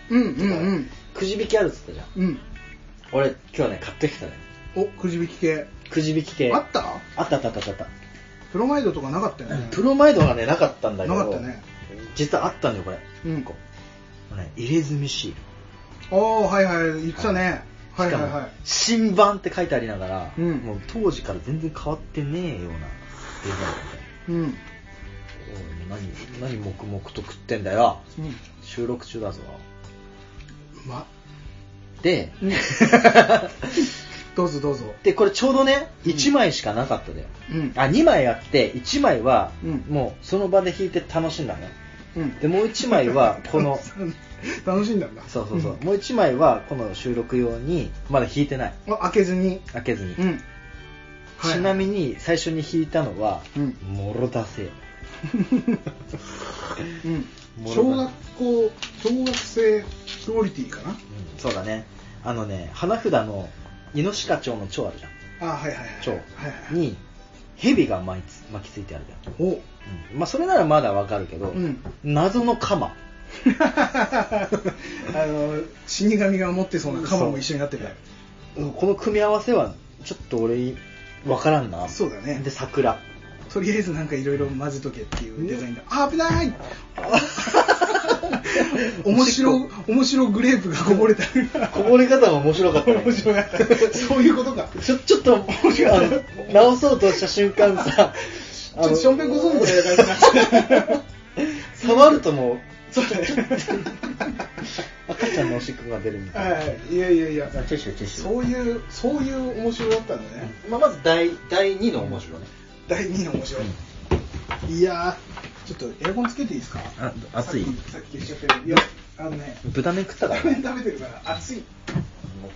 Speaker 1: うんうんうん
Speaker 2: くじ引きあるっつったじゃん
Speaker 1: うん
Speaker 2: 俺今日ね買ってきたね
Speaker 1: おくじ引き系
Speaker 2: くじ引き系
Speaker 1: あった
Speaker 2: あったあったあったあった
Speaker 1: プロマイドとかなかったよね
Speaker 2: プロマイドがねなかったんだけど
Speaker 1: なかったね
Speaker 2: 実はあったんだよこれ
Speaker 1: うん
Speaker 2: こうね入れ墨シール
Speaker 1: おおはいはい言ってたね
Speaker 2: し
Speaker 1: はい
Speaker 2: か
Speaker 1: はい
Speaker 2: も
Speaker 1: はい
Speaker 2: 新版って書いてありながら、
Speaker 1: うん
Speaker 2: もう当時から全然変わってねえようなデザイン
Speaker 1: うん
Speaker 2: みたいなおい何何黙々と食ってんだよ
Speaker 1: うん
Speaker 2: 収録中だぞ
Speaker 1: うまっ
Speaker 2: で、
Speaker 1: うんどうぞどうぞ
Speaker 2: <laughs> でこれちょうどね
Speaker 1: うん
Speaker 2: 1枚しかなかったで、
Speaker 1: うん
Speaker 2: あ2枚あって1枚は
Speaker 1: うん
Speaker 2: もうその場で弾いて楽しんだね、
Speaker 1: うん
Speaker 2: でもう1枚は
Speaker 1: <laughs>
Speaker 2: この
Speaker 1: 楽しんだんだ
Speaker 2: そうそうそう、
Speaker 1: ん
Speaker 2: もう1枚はこの収録用にまだ弾いてない
Speaker 1: あ開けずに
Speaker 2: 開けずに、
Speaker 1: うんはい
Speaker 2: ちなみに最初に弾いたのは
Speaker 1: うん
Speaker 2: 「もろ出せよ」
Speaker 1: <laughs> うん
Speaker 2: もろ
Speaker 1: 小
Speaker 2: だ
Speaker 1: 学校小学生クオリティかな
Speaker 2: うんそうだねあのね花札の猪鹿町の蝶あるじゃん
Speaker 1: あはいはいはい
Speaker 2: 蝶
Speaker 1: はいはい
Speaker 2: に蛇が巻きつ巻きついてあるじゃん
Speaker 1: お
Speaker 2: うんまあ、それならまだわかるけど、
Speaker 1: うん
Speaker 2: 謎の
Speaker 1: <laughs>
Speaker 2: 鎌
Speaker 1: あの死神が持ってそうなカバも一緒になってる
Speaker 2: うんこの組み合わせはちょっと俺わからんな
Speaker 1: そうだね <laughs>
Speaker 2: で桜
Speaker 1: とりあえずなんかいろいろ混ぜとけっていうデザインだ、あ危ない
Speaker 2: <laughs>
Speaker 1: 面白面白グレープがこぼれた
Speaker 2: こぼれ方が面白かったね
Speaker 1: 面白かった <laughs> そういうことか
Speaker 2: ちょちょっとあの直そうとした瞬間さ
Speaker 1: <laughs> ちょっとしょんべんこそんみたいな感じになって
Speaker 2: 触るともう
Speaker 1: そうだね <laughs>
Speaker 2: 赤ちゃんのおしっこが出るみたいな
Speaker 1: はいいやいやいや
Speaker 2: ティッシュティッシュ
Speaker 1: そういうそういう面白だったんだね、
Speaker 2: まあ、まず第第2の面白ね
Speaker 1: 第2の面白い、いやーちょっとエアコンつけていいですか
Speaker 2: あ暑い
Speaker 1: さっきさっき言っちゃったよいやあのね
Speaker 2: 豚麺食ったから
Speaker 1: ラーメン
Speaker 2: ね
Speaker 1: 食べてるから暑い
Speaker 2: <laughs> もう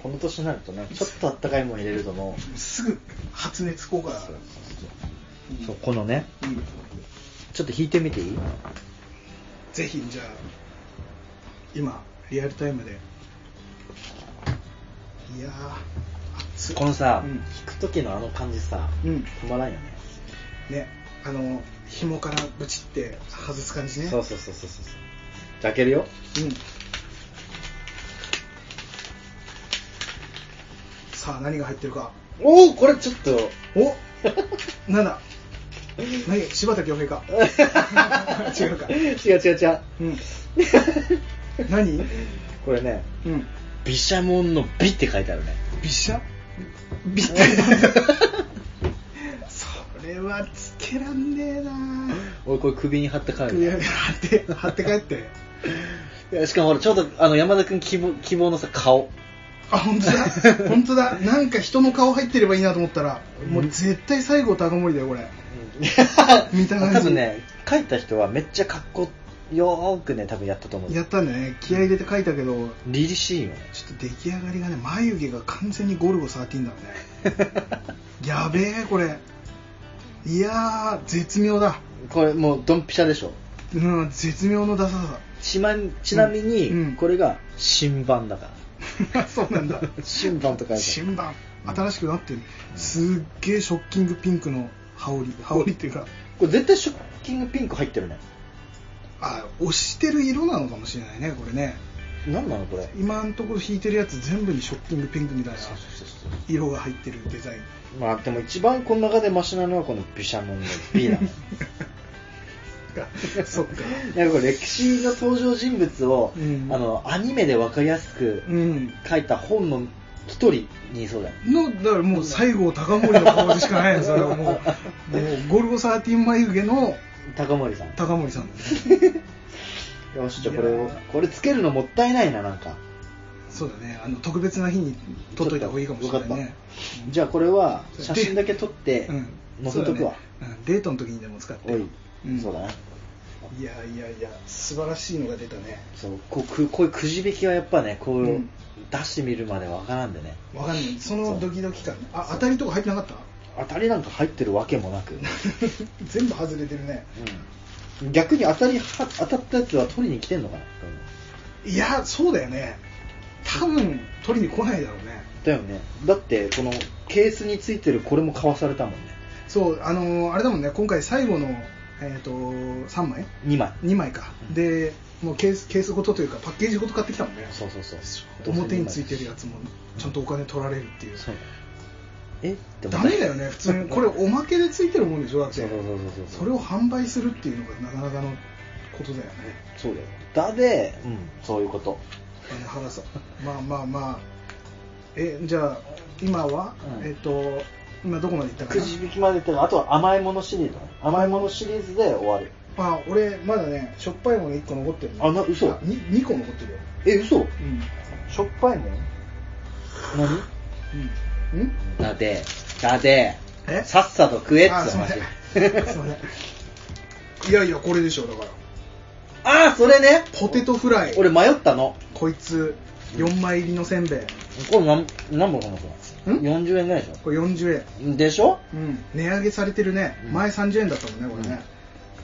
Speaker 2: この年になるとねちょっとあったかいもん入れるとも
Speaker 1: すぐ発熱効果が
Speaker 2: うそうこのね
Speaker 1: うん
Speaker 2: ちょっと引いてみていい
Speaker 1: ぜひじゃあ今リアルタイムでいやー暑い
Speaker 2: このさ、
Speaker 1: うん
Speaker 2: 引く時のあの感じさ、
Speaker 1: うん
Speaker 2: 止まらんよね
Speaker 1: ねあの紐からブチって外す感じね
Speaker 2: そうそうそうそうそうじゃあ開けるよ
Speaker 1: うんさあ何が入ってるか
Speaker 2: おおこれちょっと
Speaker 1: おなんだ何柴田恭平か違うか
Speaker 2: <laughs> 違う違う違う
Speaker 1: うん何
Speaker 2: <laughs> これね
Speaker 1: うん
Speaker 2: 「毘沙門の美」って書いてあるね
Speaker 1: ビシャビシャ <laughs> それはつけらんねえな
Speaker 2: 俺これ首に貼って帰
Speaker 1: 首上げ
Speaker 2: る
Speaker 1: ら貼って貼って帰って
Speaker 2: いやしかもほらちょうどあの山田君希望希望のさ顔
Speaker 1: あ本当 <laughs> だ本当だなんか人の顔入ってればいいなと思ったらもう絶対西郷隆盛だよこれ見た感じ
Speaker 2: 多分ね書いた人はめっちゃ格好よーくね多分やったと思う
Speaker 1: やったんだね気合い入れて書いたけど、
Speaker 2: 凛々しいよね
Speaker 1: ちょっと出来上がりがね眉毛が完全にゴルゴ13だねやべえこれいやー絶妙だ
Speaker 2: <laughs> これもうドンピシャでしょ
Speaker 1: うん絶妙のダサさ
Speaker 2: ちまちなみ
Speaker 1: うんう
Speaker 2: に
Speaker 1: ん
Speaker 2: これが新版だから
Speaker 1: だ <laughs> そうなんだ
Speaker 2: 新版とか
Speaker 1: 新版新しくなってるすっげえショッキングピンクの羽織羽織っていうか
Speaker 2: これ絶対ショッキングピンク入ってるね
Speaker 1: あ押してる色なのかもしれないねこれね
Speaker 2: 何なのこれ
Speaker 1: 今のところ弾いてるやつ全部にショッキングピンクみたいな
Speaker 2: そうそうそう
Speaker 1: 色が入ってるデザイン
Speaker 2: そうまあでも一番この中でマシなのはこのビシャモンの B <laughs> だね
Speaker 1: <laughs> そっか
Speaker 2: なんかこれ歴史の登場人物を、
Speaker 1: うん
Speaker 2: あのアニメで分かりやすく
Speaker 1: うん
Speaker 2: 書いた本の一人にいそうだよね
Speaker 1: のだからもう西郷隆盛の顔でしかないよそれはもうもうゴルゴ13眉毛の
Speaker 2: 高森さん
Speaker 1: 高森さんだね
Speaker 2: <laughs> よしじゃあこれ
Speaker 1: い
Speaker 2: を
Speaker 1: やー
Speaker 2: これつけるのもったいないななんか
Speaker 1: そうだねあの特別な日に撮っといた方がいいかもしれない
Speaker 2: わか
Speaker 1: ね
Speaker 2: ったじゃあこれは写真だけ撮って
Speaker 1: うん
Speaker 2: 載せとくわ、
Speaker 1: そうだねうんデートの時にでも使って
Speaker 2: おい、
Speaker 1: うん
Speaker 2: そうだない
Speaker 1: やいやいや素晴らしいのが出たね
Speaker 2: そうこうくこういうくじ引きはやっぱねこう、
Speaker 1: うん
Speaker 2: 出してみるまでわからんでね
Speaker 1: わかんないそのドキドキ感あ当たりとか入ってなかった
Speaker 2: <laughs> 当たりなんか入ってるわけもな
Speaker 1: <laughs>
Speaker 2: く、
Speaker 1: 全部外れてるね
Speaker 2: うん、逆に当たりは当たったやつは取りに来てんのかな多分
Speaker 1: いやそうだよね多分取りに来ないだろうね
Speaker 2: だよねだってこのケースについてるこれも買わされたもんね
Speaker 1: そうあのーあれだもんね今回最後のえっ、と3枚
Speaker 2: 2枚
Speaker 1: 2枚か、
Speaker 2: うん
Speaker 1: でもうケースケースごとというかパッケージごと買ってきたもんね
Speaker 2: そうそうそう
Speaker 1: 表についてるや
Speaker 2: つ
Speaker 1: つもちゃんとお金取られるっていう
Speaker 2: そうえっ
Speaker 1: ダメだよね普通にこれおまけでついてるもんでしょだって
Speaker 2: そうそうそうそう
Speaker 1: それを販売するっていうのがなかなかのことだよね
Speaker 2: そうだよだで、うん、そういうこと
Speaker 1: 金原さんまあまあまあえじゃあ今は、
Speaker 2: うん
Speaker 1: えっと今どこまで行ったか
Speaker 2: く
Speaker 1: な
Speaker 2: じ引きまでいったらあとは甘いものシリーズだね甘いものシリーズで終わる
Speaker 1: あ俺まだねしょっぱいもの1個残ってる
Speaker 2: あな嘘
Speaker 1: 2, 2個残ってるよ
Speaker 2: え嘘
Speaker 1: うん
Speaker 2: しょっぱいもん何
Speaker 1: うんうん
Speaker 2: だでだで
Speaker 1: え
Speaker 2: さっさと食えっつう
Speaker 1: あすいま
Speaker 2: 話
Speaker 1: せんすいませんいやいやこれでしょだから
Speaker 2: <laughs> ああそれね
Speaker 1: ポテトフライ
Speaker 2: 俺迷ったの
Speaker 1: こいつ4枚入りのせんべい
Speaker 2: これ何何本かなこれ
Speaker 1: ん
Speaker 2: 40円ぐらいでし
Speaker 1: これ40円
Speaker 2: ょでしょ
Speaker 1: うん値上げされてるね、
Speaker 2: うん
Speaker 1: 前30円だったもんねこれね、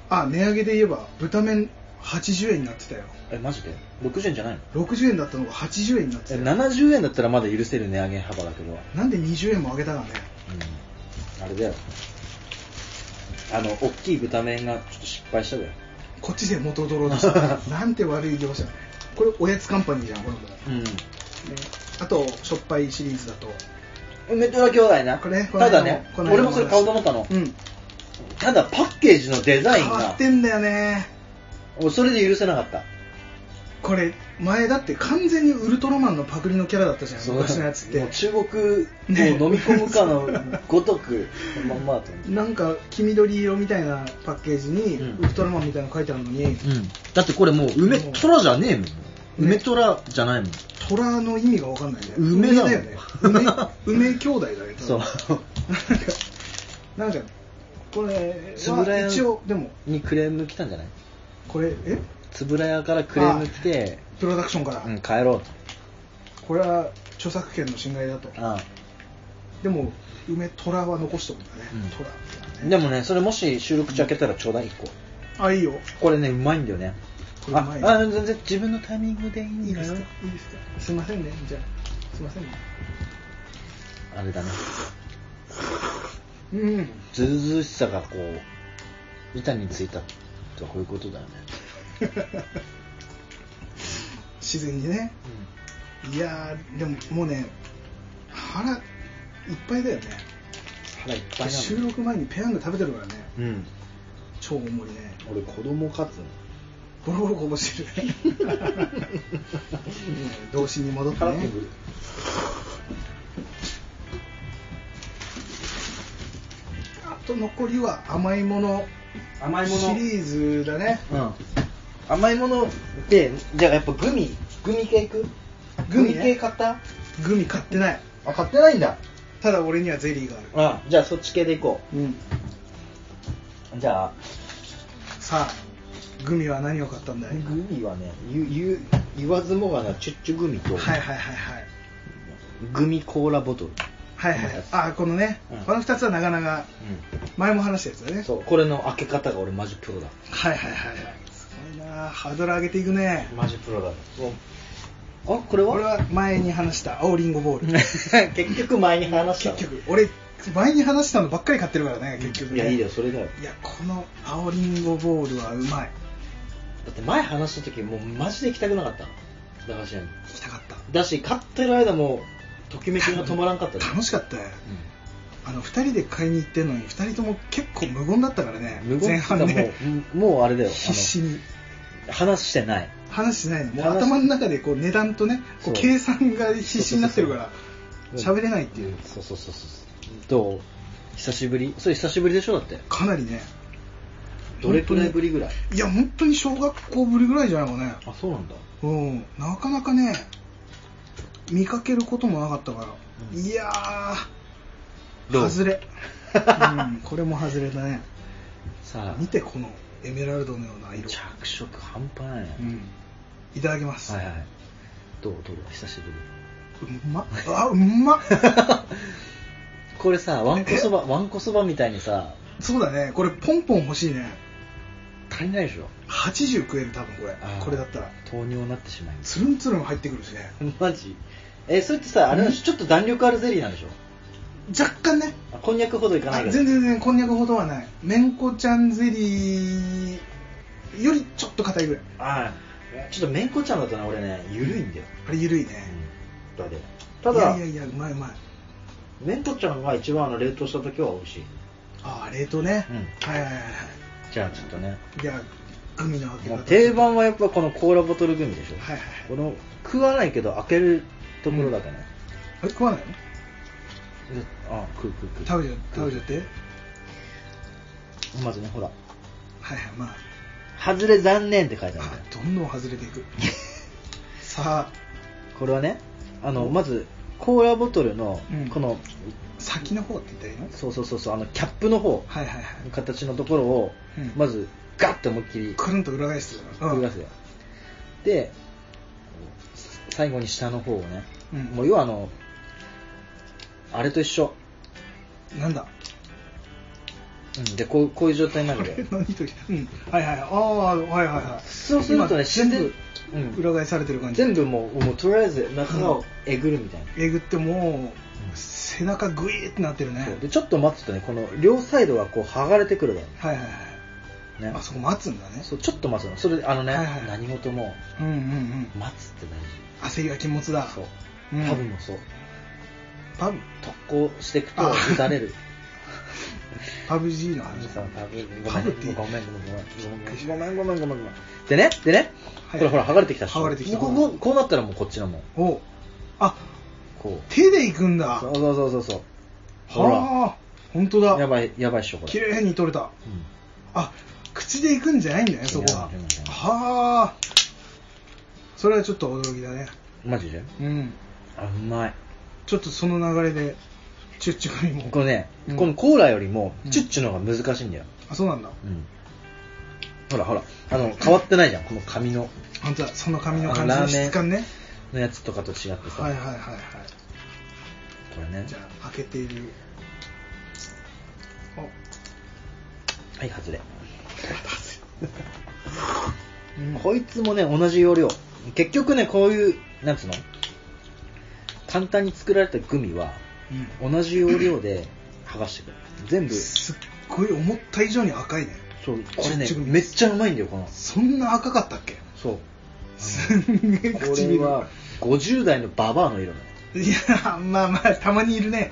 Speaker 1: あ値上げで言えば豚麺80円になってたよ
Speaker 2: えマジで60円じゃないの
Speaker 1: 60円だったのが80円になってた
Speaker 2: え
Speaker 1: よ
Speaker 2: 70円だったらまだ許せる値上げ幅だけど、うん、
Speaker 1: なんで20円も上げたかね
Speaker 2: あれだよあの大きい豚麺がちょっと失敗しただよ
Speaker 1: こっちで元取ろうとした
Speaker 2: <laughs>
Speaker 1: なんて悪い業者これおやつカンパニーじゃんこれも、ね、
Speaker 2: う
Speaker 1: あとしょっぱいシリーズだと
Speaker 2: んメトロ兄弟な
Speaker 1: これねこれ
Speaker 2: ただね
Speaker 1: この間
Speaker 2: 俺もそれ買おうと思ったの、
Speaker 1: うん
Speaker 2: ただパッケージのデザイン
Speaker 1: 変わ
Speaker 2: が
Speaker 1: ってんだよね
Speaker 2: 俺それで許せなかった
Speaker 1: これ前だって完全にウルトラマンのパクリのキャラだったじゃん昔のやつっ
Speaker 2: も
Speaker 1: て
Speaker 2: う中国
Speaker 1: ね
Speaker 2: を飲み込むかのごとくまんまだと思う
Speaker 1: なんか黄緑色みたいなパッケージに
Speaker 2: うん
Speaker 1: ウルトラマンみたいなの書いてあるのに、
Speaker 4: うん。だってこれもう、梅虎じゃねえもん。梅虎じゃないもん。
Speaker 1: 虎の意味が分かんないね
Speaker 4: 梅だもん
Speaker 1: だよね梅梅兄弟だね
Speaker 2: そう
Speaker 1: 多分なんかこれ
Speaker 2: つぶら
Speaker 1: は
Speaker 2: や
Speaker 1: 一応でも
Speaker 2: にクレーム来たんじゃない
Speaker 1: これえ
Speaker 2: つぶらやからクレーム来て、
Speaker 1: プロダクションから、
Speaker 2: うん、帰ろうと
Speaker 1: これは著作権の侵害だと
Speaker 2: あ
Speaker 1: でも梅虎は残しとくんだね、
Speaker 2: うん
Speaker 1: 虎
Speaker 2: あでもねそれもし収録中開けたらちょうだい1個
Speaker 1: あいいよ
Speaker 2: これねうまいんだよね
Speaker 1: これう
Speaker 2: あ
Speaker 1: まいよ
Speaker 2: あ全然自分のタイミングでいい
Speaker 1: いい
Speaker 2: ん
Speaker 1: で
Speaker 2: だ
Speaker 1: す
Speaker 2: よ
Speaker 1: かいいですかすいませんねじゃあすいませ
Speaker 2: <laughs>
Speaker 1: んね
Speaker 2: あれだね
Speaker 1: うん
Speaker 2: ずうずうしさがこう板についたとはこういうことだよね、
Speaker 1: 自然にねいやーでももうね腹いっぱいだよね
Speaker 2: 腹いっぱいな
Speaker 1: 収録前にペヤング食べてるからね
Speaker 2: うん
Speaker 1: 超大盛りね
Speaker 2: 俺子供勝つの
Speaker 1: ボロボロこぼ
Speaker 2: <laughs>
Speaker 1: してるうん童心に戻ってねあと残りは甘いもの
Speaker 2: 甘いもの
Speaker 1: シリーズだね
Speaker 2: うん甘いものでじゃあやっぱグミグミ系いく
Speaker 1: グ
Speaker 2: グ
Speaker 1: ミ
Speaker 2: ミ
Speaker 1: ね
Speaker 2: 系買った
Speaker 1: グミ買ってない
Speaker 2: あ買ってないんだ
Speaker 1: ただ俺にはゼリーがある
Speaker 2: あじゃあそっち系でいこ
Speaker 1: うん
Speaker 2: うじゃあ
Speaker 1: さあグミは何を買ったんだい
Speaker 3: グミはね言う言う言わずもがなチュッチュグミと、
Speaker 1: はいはいはいはい
Speaker 2: グミコーラボトル。
Speaker 1: はいはいあこのね、
Speaker 3: うん
Speaker 1: この2つはなかなか前も話したやつだね、
Speaker 3: そうこれの開け方が俺マジプロだ
Speaker 1: はいはいはいはいすごいなハードル上げていくね
Speaker 3: マジプロだも
Speaker 2: あ、これは
Speaker 1: これは前に話した青りんごボール
Speaker 3: う <laughs>
Speaker 2: <laughs>
Speaker 3: 結局前に話した
Speaker 1: 結局俺前に話したのばっかり買ってるからね結局
Speaker 3: い
Speaker 1: ね
Speaker 3: やいいよそれだよ
Speaker 1: いやこの青りんごボールはうまい
Speaker 3: だって前話した時もうマジで行きたくなかった駄菓子屋に
Speaker 1: 行きたかった
Speaker 3: だし買ってる間もときめきが止まらんかったで
Speaker 1: 楽しかったよあの2人で買いに行ってんのに2人とも結構無言だったからね
Speaker 2: 無
Speaker 1: 前
Speaker 2: 言
Speaker 1: 半ね
Speaker 2: もう、もうあれだよ。
Speaker 1: 必死に
Speaker 2: あの話してない。
Speaker 1: 話してないのもう
Speaker 2: 話し
Speaker 1: 頭の中でこう値段とねこ
Speaker 2: そうう
Speaker 1: 計算が必死になってるから
Speaker 2: そうそうそう
Speaker 1: 喋れないっていう
Speaker 2: そうそうそうそう。どう久しぶりそれ久しぶりでしょだって。
Speaker 1: かなりね
Speaker 3: どれくらいぶりぐらい
Speaker 1: いや本当に小学校ぶりぐらいじゃないかね
Speaker 3: あそうなんだ
Speaker 1: うんなかなかね見かけることもなかったから、
Speaker 3: うん
Speaker 1: いや
Speaker 2: ど
Speaker 1: ー
Speaker 2: う
Speaker 1: 外
Speaker 2: <laughs>
Speaker 1: れ、うん、これも外れだね
Speaker 2: さ
Speaker 1: 見てこのエメラルドのような色、
Speaker 2: 着色半端ないね。
Speaker 1: うん、いただきます、
Speaker 2: はいはい。どうどう久しぶり。 <laughs>
Speaker 1: うまっあうまっ
Speaker 2: これさ、わんこそば、わんこそばみたいにさ、
Speaker 1: そうだねこれポンポン欲しいね
Speaker 2: 足りないでしょ
Speaker 1: 80食える多分これ
Speaker 2: あー
Speaker 1: これだったら
Speaker 2: 糖尿になってしまいます。
Speaker 1: つるんつるん入ってくるしね
Speaker 2: <laughs> マジえ、それってさ、あれなんでしょちょっと弾力あるゼリーなんでしょ
Speaker 1: 若干ね
Speaker 2: あこんにゃくほどいかない
Speaker 1: あ
Speaker 2: けど。
Speaker 1: 全然全然こんにゃくほどはないめんこちゃんゼリーよりちょっと硬いぐらい
Speaker 3: ああ
Speaker 2: ちょっとめんこちゃんだとな、俺ね、ゆるいんだよ。
Speaker 1: あれ緩いね、
Speaker 3: だでただ
Speaker 1: いやいやいやうまいうまい
Speaker 3: めんこちゃんが一番あの冷凍した時は美味しい
Speaker 1: ああ冷凍ね、
Speaker 2: う
Speaker 1: はいはいはいは
Speaker 2: じゃあちょっとね。
Speaker 1: いいやグミの開け
Speaker 2: まあ
Speaker 1: 方
Speaker 2: 定番はやっぱこのコーラボトルグミでしょ。
Speaker 1: はいはいはい
Speaker 2: この、食わないけど開けるところだけね。
Speaker 1: え食わないの
Speaker 2: あ、食う食う食う。
Speaker 1: 食べちゃ食べちゃってはい
Speaker 2: まずね、ほら。
Speaker 1: はいまあ
Speaker 2: 外れ残念って書いてあるんだ
Speaker 1: あ
Speaker 2: よ。
Speaker 1: どんどん外れてい
Speaker 2: <laughs>
Speaker 1: くさあ
Speaker 2: これはね、あの、まず、コーラボトルの
Speaker 1: うん、
Speaker 2: この、
Speaker 1: 先の方って言ったらいいの
Speaker 2: そうそうそうそう、あの、キャップの方、
Speaker 1: はいはいはい
Speaker 2: 形のところを
Speaker 1: うん、
Speaker 2: まず、ガッて思いっきり、
Speaker 1: くるんと裏返す
Speaker 2: 動かす
Speaker 1: うん
Speaker 2: よ。で、最後に下の方をね、
Speaker 1: うん
Speaker 2: もう要はあの、あれと一緒。
Speaker 1: なんだ
Speaker 2: うん、で、こうこういう状態になるんだよ。
Speaker 1: <laughs> 何とうんはいはいああはいはいはい
Speaker 2: そうすると
Speaker 1: 今
Speaker 2: ね、
Speaker 1: 全
Speaker 2: 全
Speaker 1: 部
Speaker 2: 部、うん
Speaker 1: 裏返されてる感じ
Speaker 2: 全部もう、もうとりあえず中をえぐるみたいな。
Speaker 1: えぐってもう背中グイーってなってるね
Speaker 2: そうで、ちょっと待つとね、この両サイドがこう剥がれてくるだろ
Speaker 1: はいはいは
Speaker 2: う
Speaker 1: い、
Speaker 2: ね。
Speaker 1: あそこ待つんだね
Speaker 2: そう、ちょっと待つの。それで、あのね、
Speaker 1: はいはい
Speaker 2: 何事も、
Speaker 1: うんうんうん
Speaker 2: 待つって
Speaker 1: 焦りが禁物だ
Speaker 2: 大事。そう。
Speaker 1: うん
Speaker 2: パブもそう。
Speaker 1: パブ
Speaker 2: 特攻していくと
Speaker 1: あ、
Speaker 2: 打た
Speaker 1: <laughs>
Speaker 2: れる。
Speaker 1: パブ G の話だパブって
Speaker 2: ごめんごめんごめんごめんごめんごめんごめんごめんごめんでねでね
Speaker 1: は
Speaker 2: ほ
Speaker 1: い
Speaker 2: らほら剥がれてきたっしょ
Speaker 1: 剥がれてきた
Speaker 2: こうこうこうなったらもうこっちのもん
Speaker 1: おあ
Speaker 2: こう
Speaker 1: 手で行くんだ
Speaker 2: そ
Speaker 1: は
Speaker 2: うそうそうそうそうほら
Speaker 1: あ本当だ
Speaker 2: やばいやばいっしょこ
Speaker 1: 綺
Speaker 2: れ
Speaker 1: 麗に取れた
Speaker 2: うん
Speaker 1: あ口で行くんじゃないんだねそこは
Speaker 2: 違う違う違う
Speaker 1: はあそれはちょっと驚きだね
Speaker 2: マジで
Speaker 1: うん
Speaker 2: あうまい
Speaker 1: ちょっとその流れでチュッチュ組も
Speaker 2: これね
Speaker 1: うん
Speaker 2: このコーラよりも
Speaker 1: うん
Speaker 2: チュッチュの方が難しいんだよ
Speaker 1: あそうなんだ
Speaker 2: うんほらほらあの変わってないじゃんこの紙の
Speaker 1: 本当だその髪の
Speaker 2: あ
Speaker 1: 感じ
Speaker 2: ラ
Speaker 1: の
Speaker 2: ーメン
Speaker 1: 質感ね
Speaker 2: のやつとかと違ってさ
Speaker 1: はいはいはいは
Speaker 2: これね
Speaker 1: いじゃあ開けているお
Speaker 2: はい外れ
Speaker 1: うん
Speaker 2: こいつもね、同じ要領。結局ね、こういう、なんつうの簡単に作られたグミは、
Speaker 1: う
Speaker 2: 同じ要領で剥がしてくる。全部、
Speaker 1: ん、す
Speaker 2: そ
Speaker 1: っごい思った以上に赤いね
Speaker 2: う、これね
Speaker 1: ちっちゃく、
Speaker 2: めっちゃうまいんだよ、この。
Speaker 1: そんな赤かったっけ
Speaker 2: そう。
Speaker 1: すんげえ
Speaker 2: これ
Speaker 1: 唇
Speaker 2: は、50代のババアの色だね。
Speaker 1: いやまあまあたまにいるね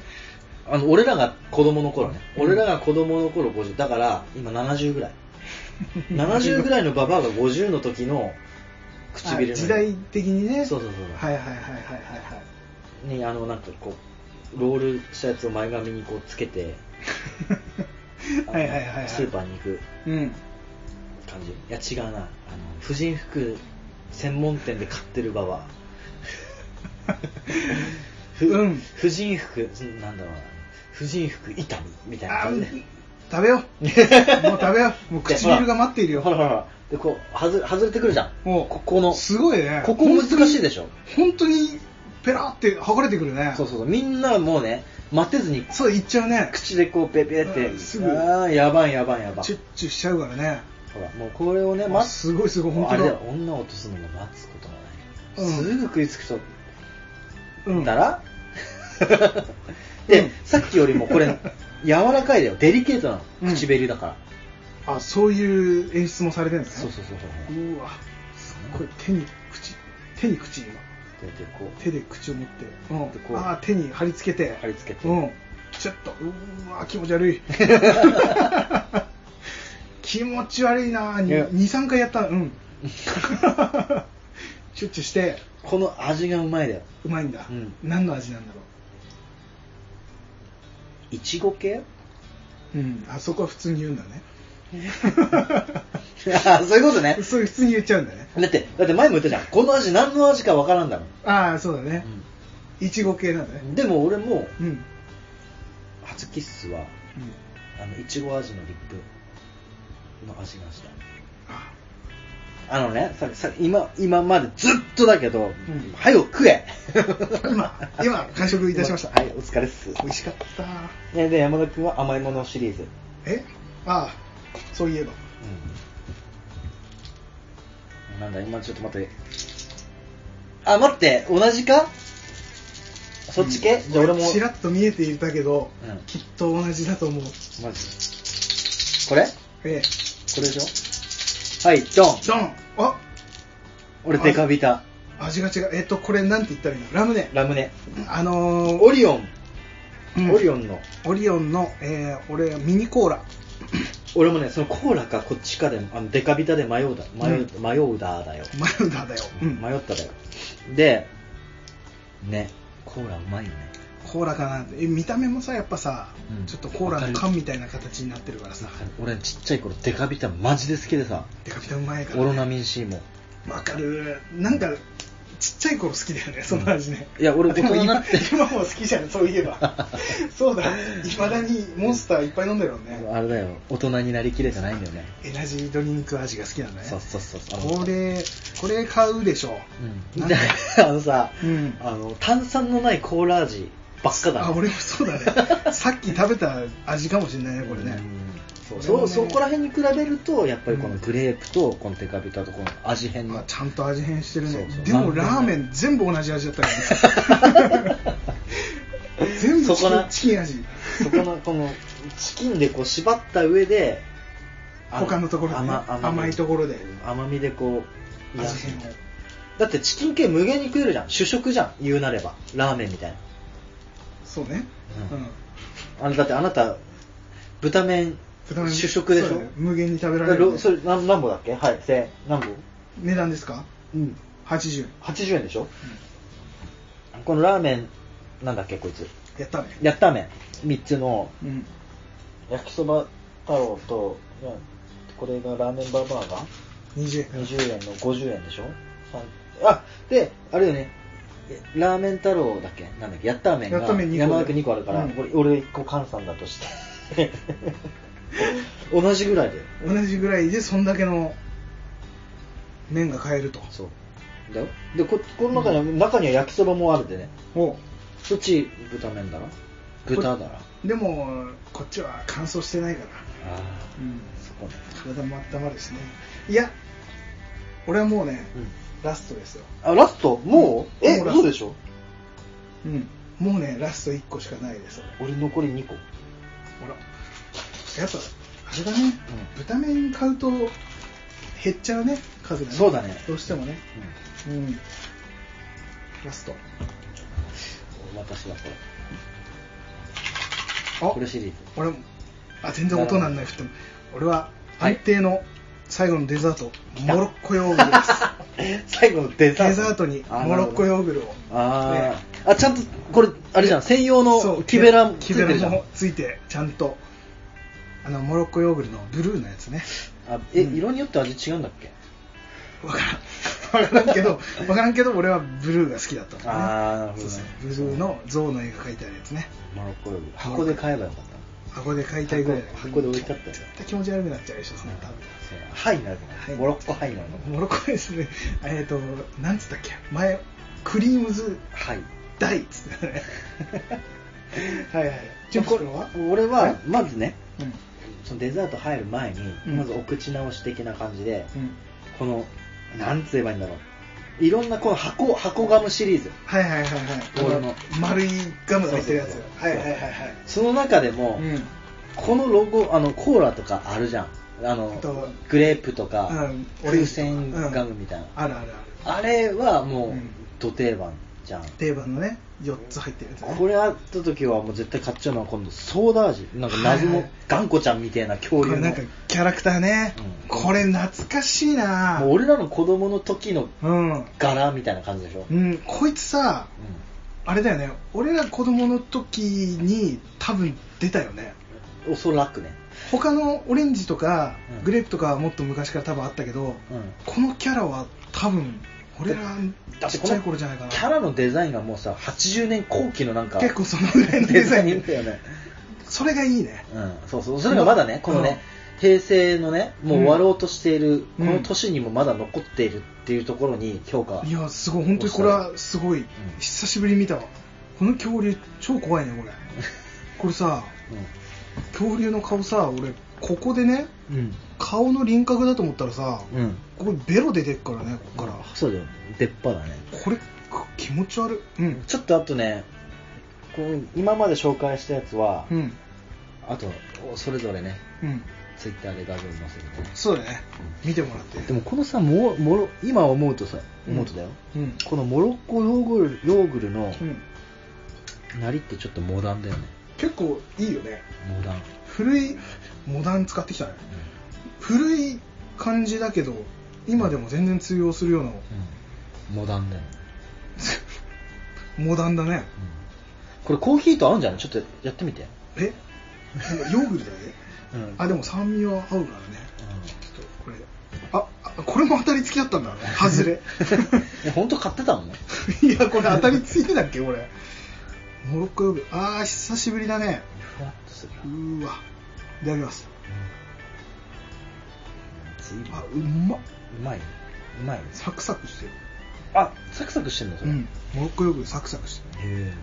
Speaker 2: あの、俺らが子供の頃ね。
Speaker 1: うん
Speaker 2: 俺らが子供の頃50、だから、今70ぐらい。70ぐらいのババアが50の時の唇の色
Speaker 1: あ時代的にね
Speaker 2: そうそうそうそう
Speaker 1: はいはいはいはいはいはい
Speaker 2: に、あの、なんかこう、ロールしたやつを前髪にこうつけて、あ
Speaker 1: は
Speaker 2: の
Speaker 1: いはいはいはい
Speaker 2: スーパーに行く
Speaker 1: うん
Speaker 2: 感じいや違うなあの婦人服専門店で買ってる場はふ
Speaker 1: うん
Speaker 2: 婦人服んなんだろうな婦人服痛みみたいな
Speaker 1: あ
Speaker 2: 感じ
Speaker 1: ー
Speaker 2: で
Speaker 1: 食べようもう食べようもう唇が待っているよ
Speaker 2: ほらほらほらでこう外れ外れてくるじゃん
Speaker 1: もう
Speaker 2: ここの
Speaker 1: すごいね
Speaker 2: ここ難しいでしょ
Speaker 1: 本当にペラーって剥がれてくるね
Speaker 2: そうそうそうみんなもうね待てずに
Speaker 1: そういっちゃうね
Speaker 2: 口でこうペペって、
Speaker 1: うんすぐ
Speaker 2: ああやばいやばいやばい
Speaker 1: チュッチュしちゃうからね
Speaker 2: ほらもうこれをね
Speaker 1: あ
Speaker 2: 待つ
Speaker 1: すごいすごい本
Speaker 2: あ
Speaker 1: 当
Speaker 2: れだ
Speaker 1: だ
Speaker 2: よ女を落とすのも待つことがない、
Speaker 1: うん
Speaker 2: すぐ食いつく人
Speaker 1: うん
Speaker 2: たら、で、
Speaker 1: うん
Speaker 2: さっきよりもこれ柔らかいだよデリケートな
Speaker 1: うん
Speaker 2: の唇だから、
Speaker 1: あそういう演出もされてるんです
Speaker 2: そう
Speaker 1: ね
Speaker 2: そうそうそう
Speaker 1: うわすっごい手に口手に口今
Speaker 2: こうやってこう
Speaker 1: 手で口を持って、うん
Speaker 2: でこう
Speaker 1: ああ手に貼り付けて
Speaker 2: 貼り付けて
Speaker 1: うんちょっとうわ気持ち悪
Speaker 2: <laughs>
Speaker 1: い気持ち悪いな
Speaker 2: ね
Speaker 1: 23回やったうん <laughs> チュッチュして
Speaker 2: この味がうまいだよ
Speaker 1: うまいんだ、
Speaker 2: うん
Speaker 1: 何の味なんだろ
Speaker 2: いちご系
Speaker 1: う、うん、あそこは普通に言うんだ
Speaker 2: <laughs>
Speaker 1: ね
Speaker 2: ああそういうことね
Speaker 1: そう普通に言っちゃうんだね
Speaker 2: だってだって前も言ったじゃんこの味何の味かわからんだろ、
Speaker 1: ああそうだねいちご系なんだね
Speaker 2: でも俺も
Speaker 1: うん、うん
Speaker 2: 初キッスはあのいちご味のリップの味がした
Speaker 1: あ
Speaker 2: あのねささ今今までずっとだけど、
Speaker 1: ん
Speaker 2: はよ食え
Speaker 1: <laughs> 今今完食いたしました
Speaker 2: はいお疲れっす
Speaker 1: 美味しかった
Speaker 2: えで山田君は甘いものシリーズ、
Speaker 1: えああそういえば
Speaker 2: うん、なんだ今ちょっと待ってあ待って同じかそっち系、じゃあ俺も
Speaker 1: ちらっと見えていたけど、
Speaker 2: うん
Speaker 1: きっと同じだと思う
Speaker 2: マジこれこ
Speaker 1: ええ
Speaker 2: れでしょはいドン
Speaker 1: ドンあ
Speaker 2: 俺デカビタ
Speaker 1: 味が違うえっとこれなんて言ったらいいのラムネ
Speaker 2: ラムネ
Speaker 1: あのー
Speaker 2: オリオン、
Speaker 1: うん
Speaker 2: オリオンの
Speaker 1: オリオンの、えー、俺ミニコーラ
Speaker 2: 俺もねそのコーラかこっちかであのデカビタで迷うだ迷う,、
Speaker 1: う
Speaker 2: 迷うだだよ、
Speaker 1: マルダだよ、うん、
Speaker 2: 迷っただよでねコーラうまいよね
Speaker 1: コーラかなえ見た目もさやっぱさ、
Speaker 2: うん
Speaker 1: ちょっとコーラの缶みたいな形になってるからさ
Speaker 2: 俺ちっちゃい頃デカビタマジで好きでさ
Speaker 1: デカビタうまいか
Speaker 2: オ
Speaker 1: ら
Speaker 2: ロナミン C も
Speaker 1: わかるなんかちっちゃい頃好きだよねその味ね、
Speaker 2: うんいや俺
Speaker 1: でも
Speaker 2: 大人にな
Speaker 1: 今
Speaker 2: って
Speaker 1: 今も好きじゃんそういえば
Speaker 2: <laughs>
Speaker 1: そうだいまだにモンスターいっぱい飲んでるもんね
Speaker 2: あれだよ大人になりきれてないんだよね
Speaker 1: エナジードリンク味が好きなんだね
Speaker 2: そうそうそうそう
Speaker 1: これこれ買うでしょ
Speaker 2: うん
Speaker 1: なん
Speaker 2: で
Speaker 1: で
Speaker 2: <laughs> あのさ、
Speaker 1: うん
Speaker 2: あの炭酸のないコーラ味ばっかだね
Speaker 1: あ俺もそう
Speaker 2: <laughs>
Speaker 1: だねさっき食べた味かもしれないねこれね
Speaker 2: そう
Speaker 1: 俺も
Speaker 2: そ
Speaker 1: ね
Speaker 2: うそこら辺に比べるとやっぱりこのグレープとこのデカビタとこの味変
Speaker 1: まあ
Speaker 2: の、
Speaker 1: ちゃんと味変してる
Speaker 2: そう
Speaker 1: ね
Speaker 2: そう
Speaker 1: でも
Speaker 2: まあ
Speaker 1: ラーメン全部同じ味だったから
Speaker 2: <laughs>
Speaker 1: ね全部
Speaker 2: そ
Speaker 1: チ
Speaker 2: こ
Speaker 1: キ
Speaker 2: な
Speaker 1: ンチキン味
Speaker 2: そこのこのチキンでこう縛った上であ
Speaker 1: 他のところでね
Speaker 2: 甘み
Speaker 1: 甘いところで
Speaker 2: 甘みでこう
Speaker 1: 味変を
Speaker 2: だってチキン系無限に食えるじゃん主食じゃん言うなればラーメンみたいな
Speaker 1: そうね
Speaker 2: う
Speaker 1: うんん
Speaker 2: あのだってあなた豚麺
Speaker 1: 豚麺
Speaker 2: 主食でし
Speaker 1: そ
Speaker 2: ょ、
Speaker 1: うだね無限に食べられ
Speaker 2: だか
Speaker 1: る
Speaker 2: ら
Speaker 1: ね
Speaker 2: それ何何本だっけはいせ何本
Speaker 1: 値段ですか
Speaker 2: うん
Speaker 1: 80
Speaker 2: 80円でしょ、このラーメンなんだっけこいつ
Speaker 1: やったね
Speaker 2: やった麺3つの
Speaker 1: うん
Speaker 2: 焼きそば太郎といやこれがラーメンバーバーガー
Speaker 1: 20円
Speaker 2: 20円の50円でしょさんあであれよねえラーメン太郎だっけなんだっけやった麺が
Speaker 1: やった麺二個
Speaker 2: 山田君2個あるから、
Speaker 1: うん
Speaker 2: これ俺1個換算だとして <laughs> 同じぐらいで
Speaker 1: 同じぐらいでそんだけの麺が買えると
Speaker 2: そうだよでここの中には、中には焼きそばもあるでね
Speaker 1: おう
Speaker 2: そっち豚麺だろ豚だろあ
Speaker 1: でもこっちは乾燥してないから、
Speaker 2: あ
Speaker 1: うん、
Speaker 2: そこね
Speaker 1: 体も温まるしねいや俺はもうね、ラストですよ
Speaker 2: あラストもう、
Speaker 1: うん
Speaker 2: え
Speaker 1: もうラス
Speaker 2: そ
Speaker 1: ト
Speaker 2: うでしょ
Speaker 1: うんもうねラスト1個しかないです俺
Speaker 2: 俺残り2個
Speaker 1: ほらやっぱあれだね、豚麺買うと減っちゃうね数がね
Speaker 2: そうだね
Speaker 1: どうしてもねうんラスト
Speaker 2: 私はこれ
Speaker 1: あ
Speaker 2: これシリーズ
Speaker 1: 俺もあ全然音なんないふっても俺は安定の最後のデザート、
Speaker 2: 来た
Speaker 1: モロッコヨーグルです <laughs>
Speaker 2: 最後の <laughs> デザ
Speaker 1: デ
Speaker 2: ート
Speaker 1: ザートにモロッコヨーグルを
Speaker 2: あー、
Speaker 1: ね
Speaker 2: あちゃんとこれあれじゃん専用
Speaker 1: そ
Speaker 2: の
Speaker 1: う
Speaker 2: 木べらつ
Speaker 1: 木
Speaker 2: い
Speaker 1: べ
Speaker 2: て
Speaker 1: ら
Speaker 2: るじゃん
Speaker 1: もついてちゃんとあのモロッコヨーグルのブルーのやつね
Speaker 2: あえ、
Speaker 1: うん
Speaker 2: 色によって味違うんだっけ
Speaker 1: わからんわからんけどわからんけど俺はブルーが好きだったもんね
Speaker 2: あーなるほどね
Speaker 1: そうそうブルーの象の絵が描いてあるやつね
Speaker 2: モロッコより箱で買えばよかった
Speaker 1: 箱で買いたいぐらいだけど
Speaker 2: 箱箱で置いてあったよ
Speaker 1: 絶対気持ち悪くなっちゃうでしょそんなの食べたら
Speaker 2: そうハイになるか
Speaker 1: は
Speaker 2: ら
Speaker 1: い
Speaker 2: モロッコハイになるのか
Speaker 1: モロッコですね、えっ、と、なんつったっけ、前、クリームズ
Speaker 2: ハイ
Speaker 1: 大っつってたね。はいはい。ジュンコのは
Speaker 2: 俺はまずね
Speaker 1: うん。
Speaker 2: そのデザート入る前に、
Speaker 1: うん
Speaker 2: まずお口直し的な感じで、
Speaker 1: うん。
Speaker 2: このなんつ言えばいいんだろういろんなこの箱箱ガムシリーズ
Speaker 1: はいはいはいはい。
Speaker 2: ボールの
Speaker 1: 丸いガムが入ってるやつ
Speaker 2: そうそう。そう
Speaker 1: はいはいはいはい。
Speaker 2: その中でも、
Speaker 1: うん。
Speaker 2: このロゴあのコーラとかあるじゃんあの
Speaker 1: あと
Speaker 2: グレープとか、
Speaker 1: うん
Speaker 2: 風船ガムみたいな、
Speaker 1: あるあるある。
Speaker 2: あれはもう、
Speaker 1: うん
Speaker 2: ど定番じゃん
Speaker 1: 定番のね、4つ入ってるやつね。
Speaker 2: これあった時はもう絶対買っちゃうのは今度ソーダ味なんか
Speaker 1: は
Speaker 2: 謎
Speaker 1: い
Speaker 2: の
Speaker 1: はい
Speaker 2: 頑固ちゃんみたいな恐
Speaker 1: こ
Speaker 2: 竜
Speaker 1: れ
Speaker 2: の
Speaker 1: なんかキャラクターね、
Speaker 2: うん
Speaker 1: これ懐かしいな
Speaker 2: もう俺らの子供の時の
Speaker 1: うん、
Speaker 2: 柄みたいな感じでしょ、
Speaker 1: うん、こいつさ
Speaker 2: う
Speaker 1: あれだよね俺ら子供の時に多分出たよね
Speaker 2: んおそらくね、
Speaker 1: 他のオレンジとか
Speaker 2: うん
Speaker 1: グレープとかはもっと昔から多分あったけど、
Speaker 2: うん、
Speaker 1: このキャラは多分俺ら
Speaker 2: だっ
Speaker 1: ち
Speaker 2: て
Speaker 1: っ
Speaker 2: こ
Speaker 1: ちゃい
Speaker 2: の
Speaker 1: 頃じゃないかな
Speaker 2: キャラのデザインがもうさ80年後期のなんか
Speaker 1: 結構そのぐらいのデ
Speaker 2: <laughs> デ
Speaker 1: ザ
Speaker 2: ザ
Speaker 1: イ
Speaker 2: イ
Speaker 1: ン
Speaker 2: ンだよね
Speaker 1: それがいいね
Speaker 2: うんそうそうそれがまだねこのね、平成のねもう終わろうとしている、
Speaker 1: うん
Speaker 2: この年にもまだ残っているっていうところに評価
Speaker 1: いやすごい本当にこれはすごい、久しぶりに見たわこの恐竜超怖いねこれこれさ恐竜の顔さ俺ここでね
Speaker 2: うんうん
Speaker 1: 顔の輪郭だと思ったらさ、
Speaker 2: うん
Speaker 1: ここにベロ出てっからねここから、
Speaker 2: そうだよ出っ歯だね
Speaker 1: これく気持ち悪いうん
Speaker 2: ちょっとあとねこの今まで紹介したやつは、
Speaker 1: うん
Speaker 2: あとおそれぞれね
Speaker 1: うん
Speaker 2: ツイッターで画像載せるね
Speaker 1: そうだね見てもらって
Speaker 2: でもこのさももろ今思うとさ思うとだよ、
Speaker 1: うん
Speaker 2: このモロッコヨーグルヨーグルの
Speaker 1: うん、
Speaker 2: なりってちょっとモダンだよね
Speaker 1: 結構いいよね
Speaker 2: モダン、
Speaker 1: 古いモダン使ってきたね古い感じだけど今でも全然通用するような
Speaker 2: うん、モダンだよね、
Speaker 1: <laughs> モダンだね
Speaker 2: うん、これコーヒーと合うんじゃないちょっとやってみ <laughs> て
Speaker 1: えヨーグルトだね
Speaker 2: うん
Speaker 1: あでも酸味は合うからね
Speaker 2: う
Speaker 1: ちょっとこれああこれも当たり付きだったんだ外れ
Speaker 2: ん、本当買ってたもんね
Speaker 1: <laughs> いやこれ当たり付いてたっけこれモロッコヨーグルトあー久しぶりだね
Speaker 2: ふわっとする
Speaker 1: うーわいただきます
Speaker 2: ずいぶん
Speaker 1: あうまっ
Speaker 2: うまいねうまいね
Speaker 1: サクサクしてる
Speaker 2: あサクサクしてんのそれ、
Speaker 1: うんモロッコヨーグルトサクサクして
Speaker 2: へ
Speaker 1: る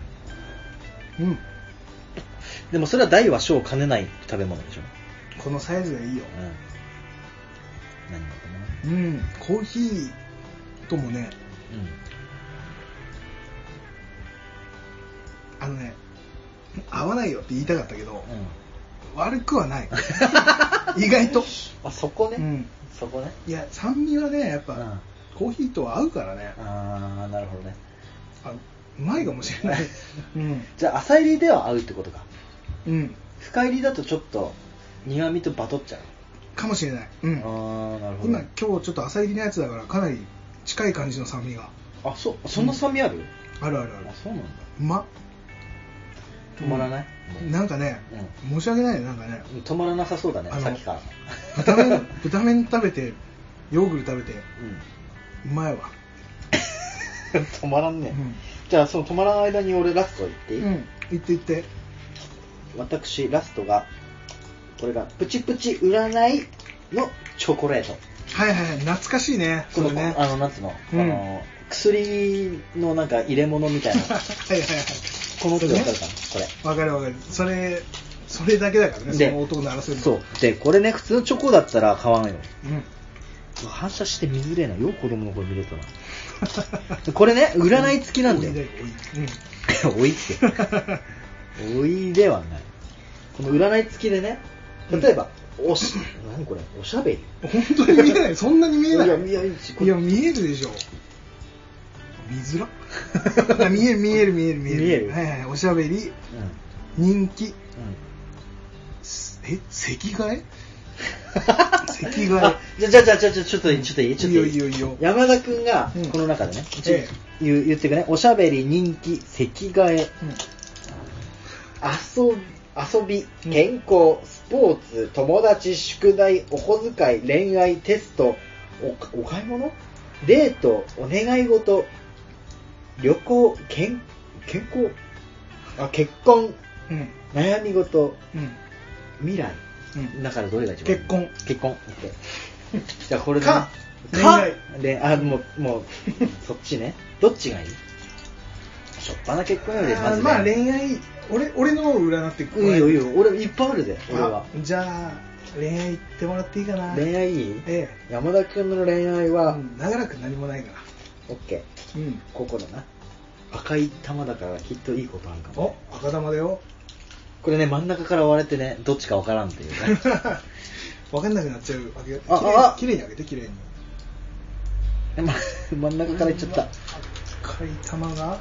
Speaker 1: うん
Speaker 2: えでもそれは大は小を兼ねない食べ物でしょ、
Speaker 1: このサイズがいいよ
Speaker 2: うん、何だかな
Speaker 1: うんコーヒーともねあのね合わないよって言いたかったけど、
Speaker 2: うん、うん、
Speaker 1: 悪くはない
Speaker 2: <laughs>
Speaker 1: 意外と
Speaker 2: あそこね、
Speaker 1: うん
Speaker 2: そこね
Speaker 1: いや酸味はねやっぱ、
Speaker 2: うん
Speaker 1: コーヒーとは合うからね
Speaker 2: ああなるほどね
Speaker 1: あうまいかもし
Speaker 2: <laughs>
Speaker 1: れないうん
Speaker 2: じゃあ浅入りでは合うってことか
Speaker 1: うん
Speaker 2: 深入りだとちょっと苦味とバトっちゃう、
Speaker 1: かもしれない、うん、
Speaker 2: ああなるほど
Speaker 1: 今今日ちょっと浅入りのやつだからかなり近い感じの酸味が
Speaker 2: あそうそんな酸味ある、
Speaker 1: あるあるある
Speaker 2: あそうなんだ
Speaker 1: うまっ
Speaker 2: 止まらない、
Speaker 1: なんかね、申し訳ないねなんかね
Speaker 2: うん止まらなさそうだね
Speaker 1: あの
Speaker 2: さっきから
Speaker 1: 豚
Speaker 2: <laughs>
Speaker 1: 麺豚麺食べてヨーグルト食べて
Speaker 2: う
Speaker 1: うまいわ
Speaker 2: ん止まらんね、
Speaker 1: うん
Speaker 2: じゃあその止まらない間に俺ラスト言って
Speaker 1: う
Speaker 2: いい、
Speaker 1: んいっていって
Speaker 2: 私ラストがこれがプチプチ占いのチョコレート
Speaker 1: はいはいはい懐かしいね
Speaker 2: こ
Speaker 1: そ
Speaker 2: の
Speaker 1: れね
Speaker 2: あ
Speaker 1: は
Speaker 2: のなんつうの,、
Speaker 1: うん
Speaker 2: あの薬のなんか入れ物みたいない
Speaker 1: <laughs> はいはい
Speaker 2: この音が分かるかなこれ
Speaker 1: わかるわかるそれそれだけだからね
Speaker 2: で
Speaker 1: その音を鳴らせるの
Speaker 2: そうでこれね普通のチョコだったら買わないの <laughs>
Speaker 1: うん
Speaker 2: 反射して見づれえなよ子供の頃見れたなこれね占い付きなんだよ
Speaker 1: 多い多い
Speaker 2: <laughs> おいっておいではないこの占い付きでね例えば、おし何これおしゃべり
Speaker 1: うん <laughs> 本当に見えないそんなに見えない
Speaker 2: いやいやいやこれ
Speaker 1: いや見えるでしょ見づ
Speaker 2: <laughs>
Speaker 1: らいや見える見える見える見える
Speaker 2: 見える
Speaker 1: はいはいおしゃべり
Speaker 2: うん、うん、
Speaker 1: 人気すえ席替え席替え
Speaker 2: あじゃじゃじゃじゃじゃちょっといいちょっといいちょっと
Speaker 1: いいよいいよいいよ
Speaker 2: 山田君が
Speaker 1: うん
Speaker 2: この中でね、ちょ
Speaker 1: え
Speaker 2: 言う言ってくねおしゃべり人気席替え
Speaker 1: うん
Speaker 2: 遊び遊び、健康、スポーツ、友達、宿題、お小遣い、恋愛、テスト、おお買い物デート、お願い事、旅行、健健康あ、結婚、
Speaker 1: うん
Speaker 2: 悩み事、
Speaker 1: うん
Speaker 3: 未来
Speaker 1: うん
Speaker 2: だからどれが一番いい
Speaker 1: 結婚
Speaker 2: 結婚 OK <laughs> じゃあこれ
Speaker 1: か
Speaker 2: ね
Speaker 1: 恋愛
Speaker 2: であもう
Speaker 1: <laughs>
Speaker 2: もうそっちねどっちがいいしょっぱな結婚よりまず、ね、
Speaker 1: まあ恋愛俺俺のを占って
Speaker 2: うんいいよいいよ俺いっぱいあるで
Speaker 1: あ
Speaker 2: 俺は
Speaker 1: じゃあ恋愛言ってもらっていいかな
Speaker 2: 恋愛いい
Speaker 1: え
Speaker 2: 山田君の恋愛
Speaker 1: え、う
Speaker 2: は、
Speaker 1: ん、長らく何もないから
Speaker 2: OK
Speaker 1: うん
Speaker 2: ここだな赤い玉だからきっといいことあるかも
Speaker 1: お赤玉だよ
Speaker 2: これね真ん中から割れてねどっちかわからん
Speaker 1: <laughs>
Speaker 2: っていうね
Speaker 1: わかんなくなっちゃうわけよ
Speaker 2: ああ
Speaker 1: きれいにあげてきれいに
Speaker 2: えま真ん中からいっちゃった
Speaker 1: 赤い玉が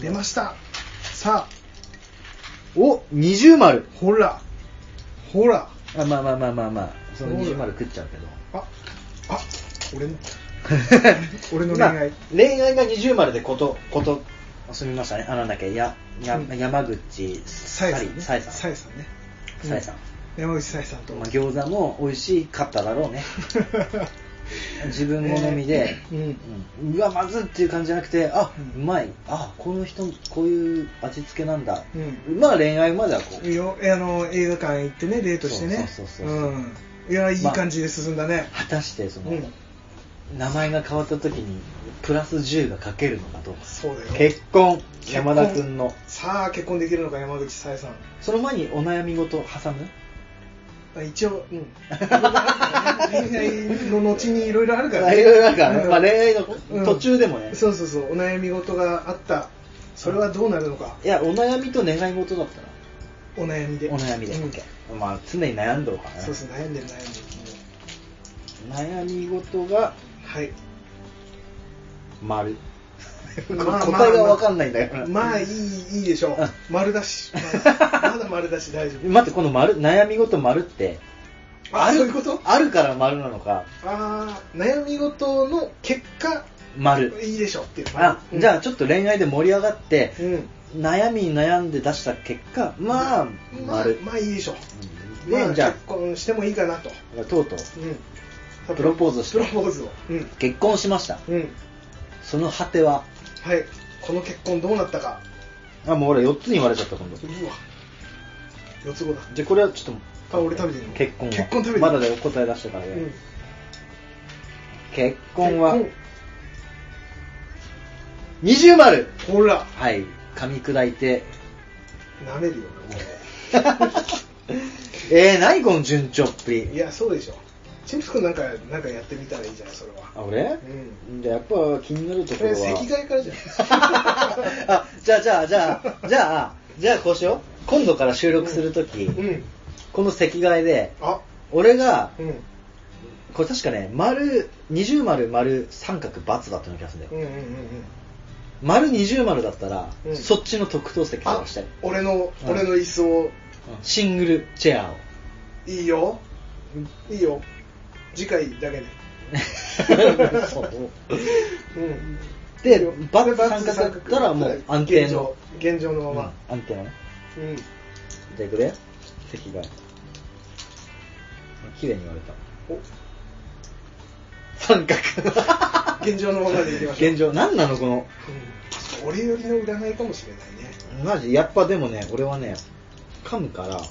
Speaker 1: 出ましたさあ
Speaker 2: お二重丸
Speaker 1: ほらほら
Speaker 2: あまあまあまあまあまあその
Speaker 1: そうだ
Speaker 2: 二重丸食っちゃうけど
Speaker 1: ああ俺の <laughs> 俺の恋愛、
Speaker 2: まあ恋愛が二重丸でことことすみましたねあなんだっけやや、
Speaker 1: うん
Speaker 2: 山口さ
Speaker 1: さえさんね。
Speaker 2: さえさん
Speaker 1: さえさんね。
Speaker 2: さえさん
Speaker 1: うん。山口さえさんと。
Speaker 2: まあ、餃子も美味しかっただろ
Speaker 1: <laughs>
Speaker 2: うね自分好みで、
Speaker 1: ねうん
Speaker 2: うんうわまずいっていう感じじゃなくてあ、
Speaker 1: う
Speaker 2: うんまいあこの人こういう味付けなんだ、
Speaker 1: う
Speaker 2: まあ恋愛まではこう
Speaker 1: いいよえあの映画館行ってねデートしてね
Speaker 2: そうそうそうそうん
Speaker 1: いやいい感じで進んだね、
Speaker 2: 果たしてその、
Speaker 1: うん
Speaker 2: 名前が変わった時にプラス10が書けるのかどうか
Speaker 1: そうだよ
Speaker 2: 結婚
Speaker 1: 結婚
Speaker 2: 山田君の
Speaker 1: さあ結婚できるのか山口さえさん
Speaker 2: その前にお悩み事を挟む
Speaker 1: あ一応、うん、恋愛の後にいろいろあるから
Speaker 2: <laughs> いろいろあるからね
Speaker 1: うん
Speaker 2: まあ恋愛の
Speaker 1: うん
Speaker 2: 途中でもね
Speaker 1: そうそうそうお悩み事があったそれはどうなるのか
Speaker 2: いやお悩みと願い事だったら
Speaker 1: お悩みで
Speaker 2: お悩みで、
Speaker 1: うん
Speaker 2: OK まあ常に悩んどるからね
Speaker 1: そうそう悩んでる悩んでる
Speaker 2: 悩み事が
Speaker 1: はい
Speaker 2: 丸
Speaker 1: <laughs> まあ
Speaker 2: 答えがわかんないんだよな、
Speaker 1: まあいいいいでしょう
Speaker 2: うん
Speaker 1: 丸だしま
Speaker 2: <laughs>
Speaker 1: だまだ丸だし大丈夫
Speaker 2: 待ってこの丸悩み事丸って
Speaker 1: あそういうこと
Speaker 2: あるから丸なのか
Speaker 1: ああ悩み事の結果
Speaker 2: 丸
Speaker 1: いいでしょうっていう
Speaker 2: あじゃあ
Speaker 1: ち
Speaker 2: ちょっと恋愛で盛り上がって、
Speaker 1: うん
Speaker 2: 悩みに悩んで出した結果まあ
Speaker 1: まあ
Speaker 2: 丸、
Speaker 1: まあいいでしょう
Speaker 2: うん
Speaker 1: まあ
Speaker 2: でじゃ
Speaker 1: 結婚してもいいかなと
Speaker 2: あとうとう
Speaker 1: うん
Speaker 2: プロポーズして
Speaker 1: プロポーズをうん
Speaker 2: 結婚しました
Speaker 1: うん
Speaker 2: その果ては
Speaker 1: はいこの結婚どうなったか
Speaker 2: あもう俺4つに割れちゃった今度
Speaker 1: うわ四つ子だ
Speaker 2: じゃあこれはちょっ
Speaker 1: あ俺食べてる
Speaker 2: と
Speaker 1: の
Speaker 2: 結婚は
Speaker 1: 結婚食べてる
Speaker 2: まだだよ答え出してからね、
Speaker 1: うん
Speaker 2: 結婚は
Speaker 1: 結
Speaker 2: 二重丸
Speaker 1: 婚ほら
Speaker 2: はい噛み砕い
Speaker 1: <laughs>
Speaker 2: て
Speaker 1: 舐めるよ
Speaker 2: えー、何この順調っぷり
Speaker 1: いやそうでしょチンプス君なんかなんかやってみたらいいじゃんそれは
Speaker 2: あ俺じゃあやっぱ気になると
Speaker 1: そ
Speaker 2: ころ
Speaker 1: れ
Speaker 2: は
Speaker 1: 赤外からじゃん
Speaker 2: <laughs> あじゃあじゃあじゃあじゃあじゃあこうしよう今度から収録するとき、
Speaker 1: うん
Speaker 2: この赤外で
Speaker 1: あ
Speaker 2: 俺が
Speaker 1: うん
Speaker 2: これ確かね丸二重丸丸三角×だったような気がするんだ
Speaker 1: うん
Speaker 2: よ、
Speaker 1: うんうんうん
Speaker 2: 丸二重丸だったら、
Speaker 1: うん
Speaker 2: そっちの特等席
Speaker 1: あ
Speaker 2: 探したい
Speaker 1: 俺の
Speaker 2: うん
Speaker 1: 俺の椅子を
Speaker 2: シングルチェアを
Speaker 1: いいよいいよ次回だけで
Speaker 2: <laughs> そう
Speaker 1: うん
Speaker 2: で
Speaker 1: いいよ
Speaker 2: バツ
Speaker 1: でバ
Speaker 2: 三角だったらもう安定の
Speaker 1: 現状現状のまま
Speaker 2: うん安定のね
Speaker 1: うん
Speaker 2: じゃあいくで赤外綺麗に割れた
Speaker 1: お
Speaker 2: 三角
Speaker 1: 現状のままでいきましょう
Speaker 2: 現状何なのこの
Speaker 1: うん俺よりの占いかもしれないね
Speaker 2: マジやっぱでもね俺はね噛むから
Speaker 1: うん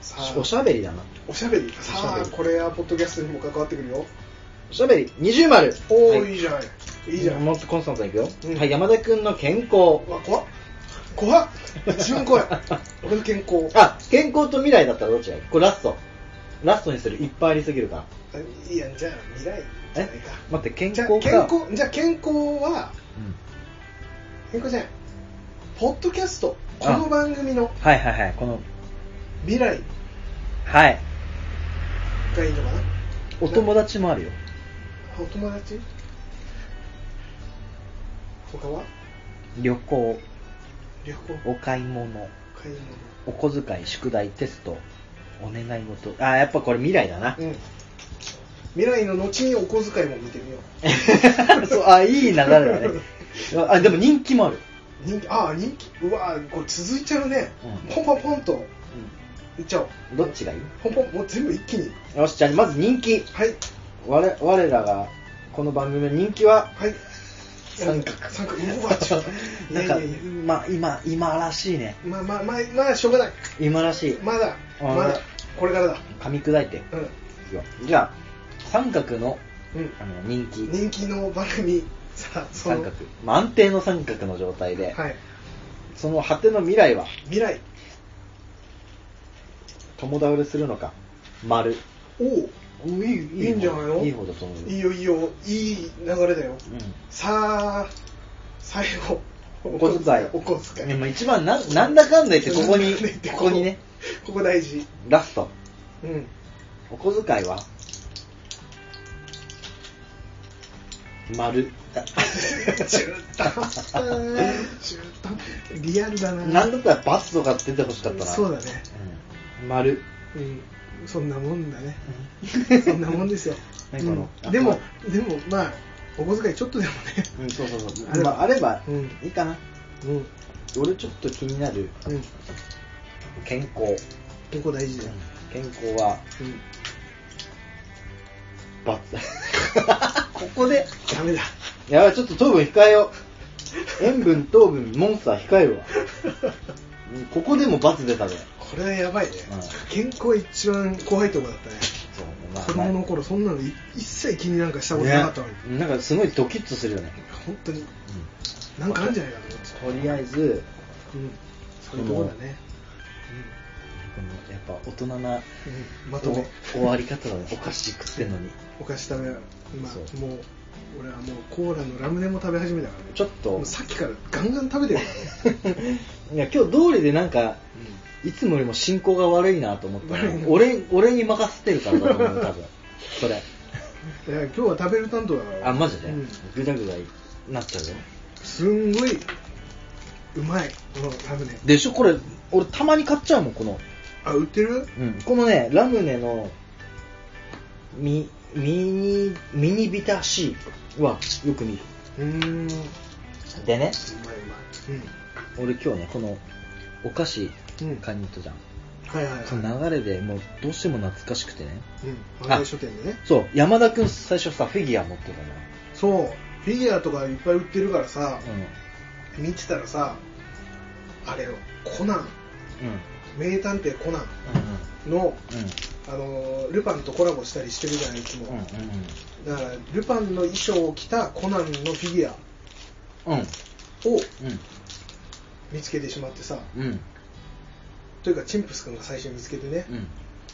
Speaker 1: さあ
Speaker 2: おしゃべりだな
Speaker 1: おしゃべり
Speaker 2: おし
Speaker 1: さ
Speaker 2: ゃ
Speaker 1: あ
Speaker 2: べり
Speaker 1: これはポッドキャストにも関わってくるよ
Speaker 2: おしゃべり二重丸
Speaker 1: おお、、
Speaker 2: はい
Speaker 1: いじゃないいいじゃん
Speaker 2: もっとコンスタントにいくよ、
Speaker 1: うん
Speaker 2: はい山田君の健康
Speaker 1: うわ怖っ怖っ一番怖い俺の健康
Speaker 2: あ健康と未来だったらどっちがいいこれラストラストにするいっぱいありすぎるから
Speaker 1: あいいやじゃあ未来じゃ
Speaker 2: え
Speaker 1: ないか
Speaker 2: 待って健
Speaker 1: じゃ
Speaker 2: 康
Speaker 1: あ
Speaker 2: か
Speaker 1: 健康じゃあ健康は
Speaker 2: うん
Speaker 1: 健康じゃないポッドキャストこの番組の
Speaker 2: はいはいはいこの
Speaker 1: 未来
Speaker 2: はい
Speaker 1: がいいのかな
Speaker 2: お友達もあるよ
Speaker 1: あお友達他は
Speaker 2: 旅行
Speaker 1: 旅行
Speaker 2: お買い物
Speaker 1: 買い
Speaker 2: お小遣い宿題テストお願い事あやっぱこれ未来だな、
Speaker 1: 物うん未来の後にお小遣いも見てみよう
Speaker 2: <laughs> そうあいい流れだねあでも人気もある、
Speaker 1: 人気ああ人気うわーこれ続いちゃうね、
Speaker 2: う
Speaker 1: ポ
Speaker 2: ん
Speaker 1: ンポンポンといっちゃおう
Speaker 2: どっちがいい
Speaker 1: ポンポンもう全部一気に
Speaker 2: よしじゃあまず人気
Speaker 1: はい
Speaker 2: 我我らがこの番組の人気は
Speaker 1: はい
Speaker 2: 三角
Speaker 1: 三角うわちょっとい
Speaker 2: <laughs> な
Speaker 1: や
Speaker 2: ん
Speaker 1: い
Speaker 2: か
Speaker 1: やいや
Speaker 2: まあ今今らしいね
Speaker 1: まあまあまあまあしょうがない
Speaker 2: 今らしい
Speaker 1: まだ
Speaker 2: あ
Speaker 1: まだこれからだ
Speaker 2: 噛み砕いて
Speaker 1: うん
Speaker 2: いくよじゃあ三角の
Speaker 1: うん
Speaker 2: あの人気
Speaker 1: 人気の番組さあその
Speaker 2: 三角、まあ、安定の三角の状態で、
Speaker 1: はい
Speaker 2: その果ての未来は
Speaker 1: 未来
Speaker 2: 共倒れするのか丸
Speaker 1: おおいいいいんじゃないの
Speaker 2: いい方だと思う
Speaker 1: いいよいいよいい流れだよさあ最後
Speaker 2: お小遣い
Speaker 1: お小遣い
Speaker 2: でも一番なんなんだかんだ言ってこ
Speaker 1: <laughs>
Speaker 2: こに
Speaker 1: なんだかんだ言って
Speaker 2: ここにね
Speaker 1: ここ大事
Speaker 2: ラスト
Speaker 1: うん
Speaker 2: お小遣いは
Speaker 1: <laughs>
Speaker 2: 丸
Speaker 1: 中途半端中途半端リアルだな
Speaker 2: なんだったらバスとか出てほしかったな
Speaker 1: そうだね
Speaker 2: うん丸
Speaker 1: うんそんなもんだ
Speaker 2: <laughs>
Speaker 1: ねそんなもんですよ
Speaker 2: 何この
Speaker 1: うんでもでもまあお小遣いちょっとでもね
Speaker 2: うんそうそうそう
Speaker 1: あれば
Speaker 2: まああれば
Speaker 1: うん
Speaker 2: いいかな
Speaker 1: うん
Speaker 2: 俺ちょっと気になる
Speaker 1: うん
Speaker 2: 健康
Speaker 1: ここ大事だよ
Speaker 2: 健康は
Speaker 1: うん
Speaker 2: バツ
Speaker 1: <laughs>
Speaker 2: ここで
Speaker 1: ダメだ
Speaker 2: やばいちょっと糖分控えよ
Speaker 1: <laughs>
Speaker 2: う塩分糖分モンスター控えるわうんここでもバツ出たで
Speaker 1: これはやばいね、
Speaker 2: うん
Speaker 1: 健康は一番怖いとこだったね
Speaker 2: そう
Speaker 1: 子供の頃そんなのい一切気になんかしたことなかったのに、
Speaker 2: ねなんかすごいドキッとするよね、
Speaker 1: 本当になんかあるんじゃないかと思って
Speaker 2: とりあえず
Speaker 1: うんそういうとこだね
Speaker 2: このやっぱ大人な
Speaker 1: うん、うん、まとめ
Speaker 2: お終わり方だねお菓子食ってんのに
Speaker 1: お菓子食べ今
Speaker 2: そう
Speaker 1: もう俺はもうコーラのラムネも食べ始めたからね
Speaker 2: ちょっと
Speaker 1: もうさっきからガンガン食べてるからね
Speaker 2: <laughs> いや今日通りでなんかいつもよりも進行が悪いなと思ったら
Speaker 1: 悪いね
Speaker 2: 俺俺に任せてるからだと思う多
Speaker 1: <laughs>
Speaker 2: 分そ
Speaker 1: い
Speaker 2: れ
Speaker 1: や今日は食べる担当だから
Speaker 2: あマジで
Speaker 1: うん
Speaker 2: ぐだぐだなっちゃうよ
Speaker 1: すんごいうまいこのラムネ
Speaker 2: でしょこれ俺たまに買っちゃうもんこの、
Speaker 1: あ売ってる
Speaker 2: このねラムネのミミニミニビタ C はよく見る
Speaker 1: うーんうまいう
Speaker 2: でね
Speaker 1: まい
Speaker 2: 俺今日ねこのお菓子
Speaker 1: うん
Speaker 2: 買いに行ったじゃん、
Speaker 1: うんはいはいはい
Speaker 2: その流れでもうどうしても懐かしくてね
Speaker 1: うん和田書店でね
Speaker 2: そう山田君最初さフィギュア持ってたのよ
Speaker 1: そうフィギュアとかいっぱい売ってるからさ、
Speaker 2: う
Speaker 1: 見てたらさあれよコナン
Speaker 2: んうん
Speaker 1: 名探偵コナンの、あのールパンとコラボしたりしてるじゃないいつも、
Speaker 2: うんうん
Speaker 1: だからルパンの衣装を着たコナンのフィギュア
Speaker 2: うんうん
Speaker 1: を
Speaker 2: うん
Speaker 1: 見つけてしまってさ
Speaker 2: うん
Speaker 1: というかチンプス君が最初に見つけてね、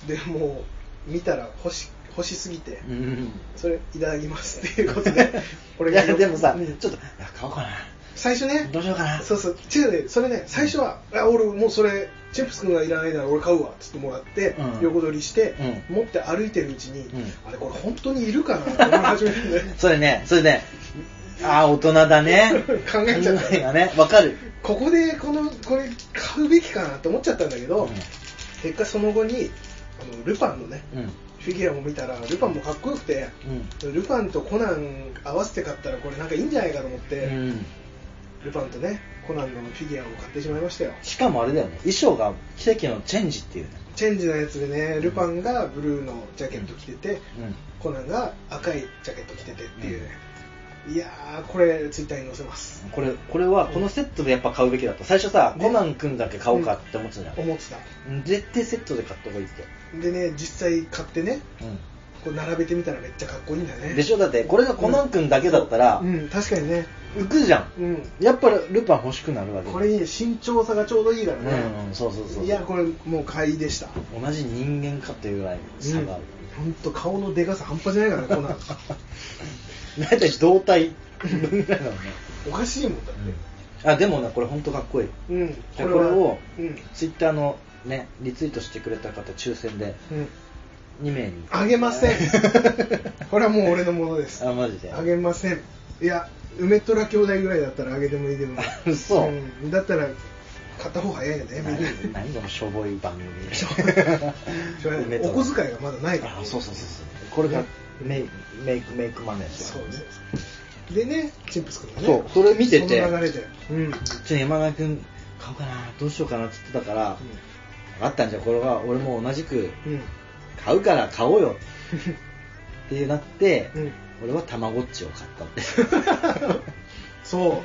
Speaker 1: でもう見たら欲し欲しすぎて、
Speaker 2: うんうん
Speaker 1: それいただきますっていうことで俺が
Speaker 2: <laughs> いやでもさ、
Speaker 1: うん
Speaker 2: ちょっといや買おうかな
Speaker 1: 最初ね
Speaker 2: どうしようかな
Speaker 1: そうそう違うねそれね最初は「あ俺もうそれチップス君がいらないなら俺買うわ」っつってもらって、
Speaker 2: うん
Speaker 1: 横取りして、
Speaker 2: う
Speaker 1: 持って歩いてるうちに、
Speaker 2: うん
Speaker 1: あれこれ本当にいるかなって思い始めるんだよ
Speaker 2: <laughs> それねそれねああ大人だね
Speaker 1: 考えちゃった
Speaker 2: 考がねわかる
Speaker 1: ここでこのこれ買うべきかなって思っちゃったんだけど、結果その後にあのルパンのね
Speaker 2: うんうん
Speaker 1: フィギュアも見たらルパンもかっこよくて
Speaker 2: うん
Speaker 1: ルパンとコナン合わせて買ったらこれなんかいいんじゃないかと思って、
Speaker 2: うん
Speaker 1: ルパンとねコナンのフィギュアを買ってしまいましたよ
Speaker 2: しかもあれだよね衣装が奇跡のチェンジっていうね
Speaker 1: チェンジのやつでねルパンがブルーのジャケット着てて、コナンが赤いジャケット着ててっていうね、いやーこれツイッターに載せます
Speaker 2: これこれはこのセットでやっぱ買うべきだった最初さ、
Speaker 1: ね
Speaker 2: コナン君だけ買おうかって思ってたじゃん、
Speaker 1: 思ってた
Speaker 2: うん絶対セットで買った方がいいって、
Speaker 1: でね実際買ってねこう並べてみたらめっちゃかっこいいんだね
Speaker 2: でしょだってこれがコナン君だけだったら、
Speaker 1: うん確かにね
Speaker 2: 浮くじゃ
Speaker 1: う
Speaker 2: ん
Speaker 1: ん
Speaker 2: やっぱりルパン欲しくなるわけ
Speaker 1: これいいね身長差がちょうどいいから
Speaker 2: うん、
Speaker 1: ね、
Speaker 2: うん、そうそうそうそう
Speaker 1: いやこれもう買いでした
Speaker 2: 同じ人間かというぐらい差がある、
Speaker 1: 本当顔のでかさ半端じゃないからねコナン
Speaker 2: <laughs> 大体胴体分ぐらいだもんね、
Speaker 1: おかしいもんだって
Speaker 2: あでもねこれ本当かっこいい
Speaker 1: うん、
Speaker 2: じゃあこれを
Speaker 1: うん、
Speaker 2: ツイッターのねリツイートしてくれた方抽選で
Speaker 1: うん、
Speaker 2: 2名に
Speaker 1: あげま
Speaker 2: <laughs>
Speaker 1: せんこれはもう俺のものです
Speaker 2: あマジで
Speaker 1: あげませんいや梅虎兄弟ぐらいだったらあげてもいいけど
Speaker 2: 嘘
Speaker 1: ん、だったら買った方が早いよねみんな
Speaker 2: 何何このしょぼい番組
Speaker 1: <laughs> それ
Speaker 2: 梅と
Speaker 1: お小遣いがまだないから
Speaker 2: あそうそうそうそうこれがメイメイクメイクマネーです
Speaker 1: そう
Speaker 2: よ
Speaker 1: ねでねチンプス君がね
Speaker 2: そうそれ見てて
Speaker 1: その流れでうん
Speaker 2: ちょっと山田君買おうかなどうしようかなって言ってたから、あったんじゃんこれは俺も同じく <laughs>
Speaker 1: うん
Speaker 2: 買うから買おうよっていうなって、
Speaker 1: うん
Speaker 2: 俺はたまごっちを買ったって
Speaker 1: そ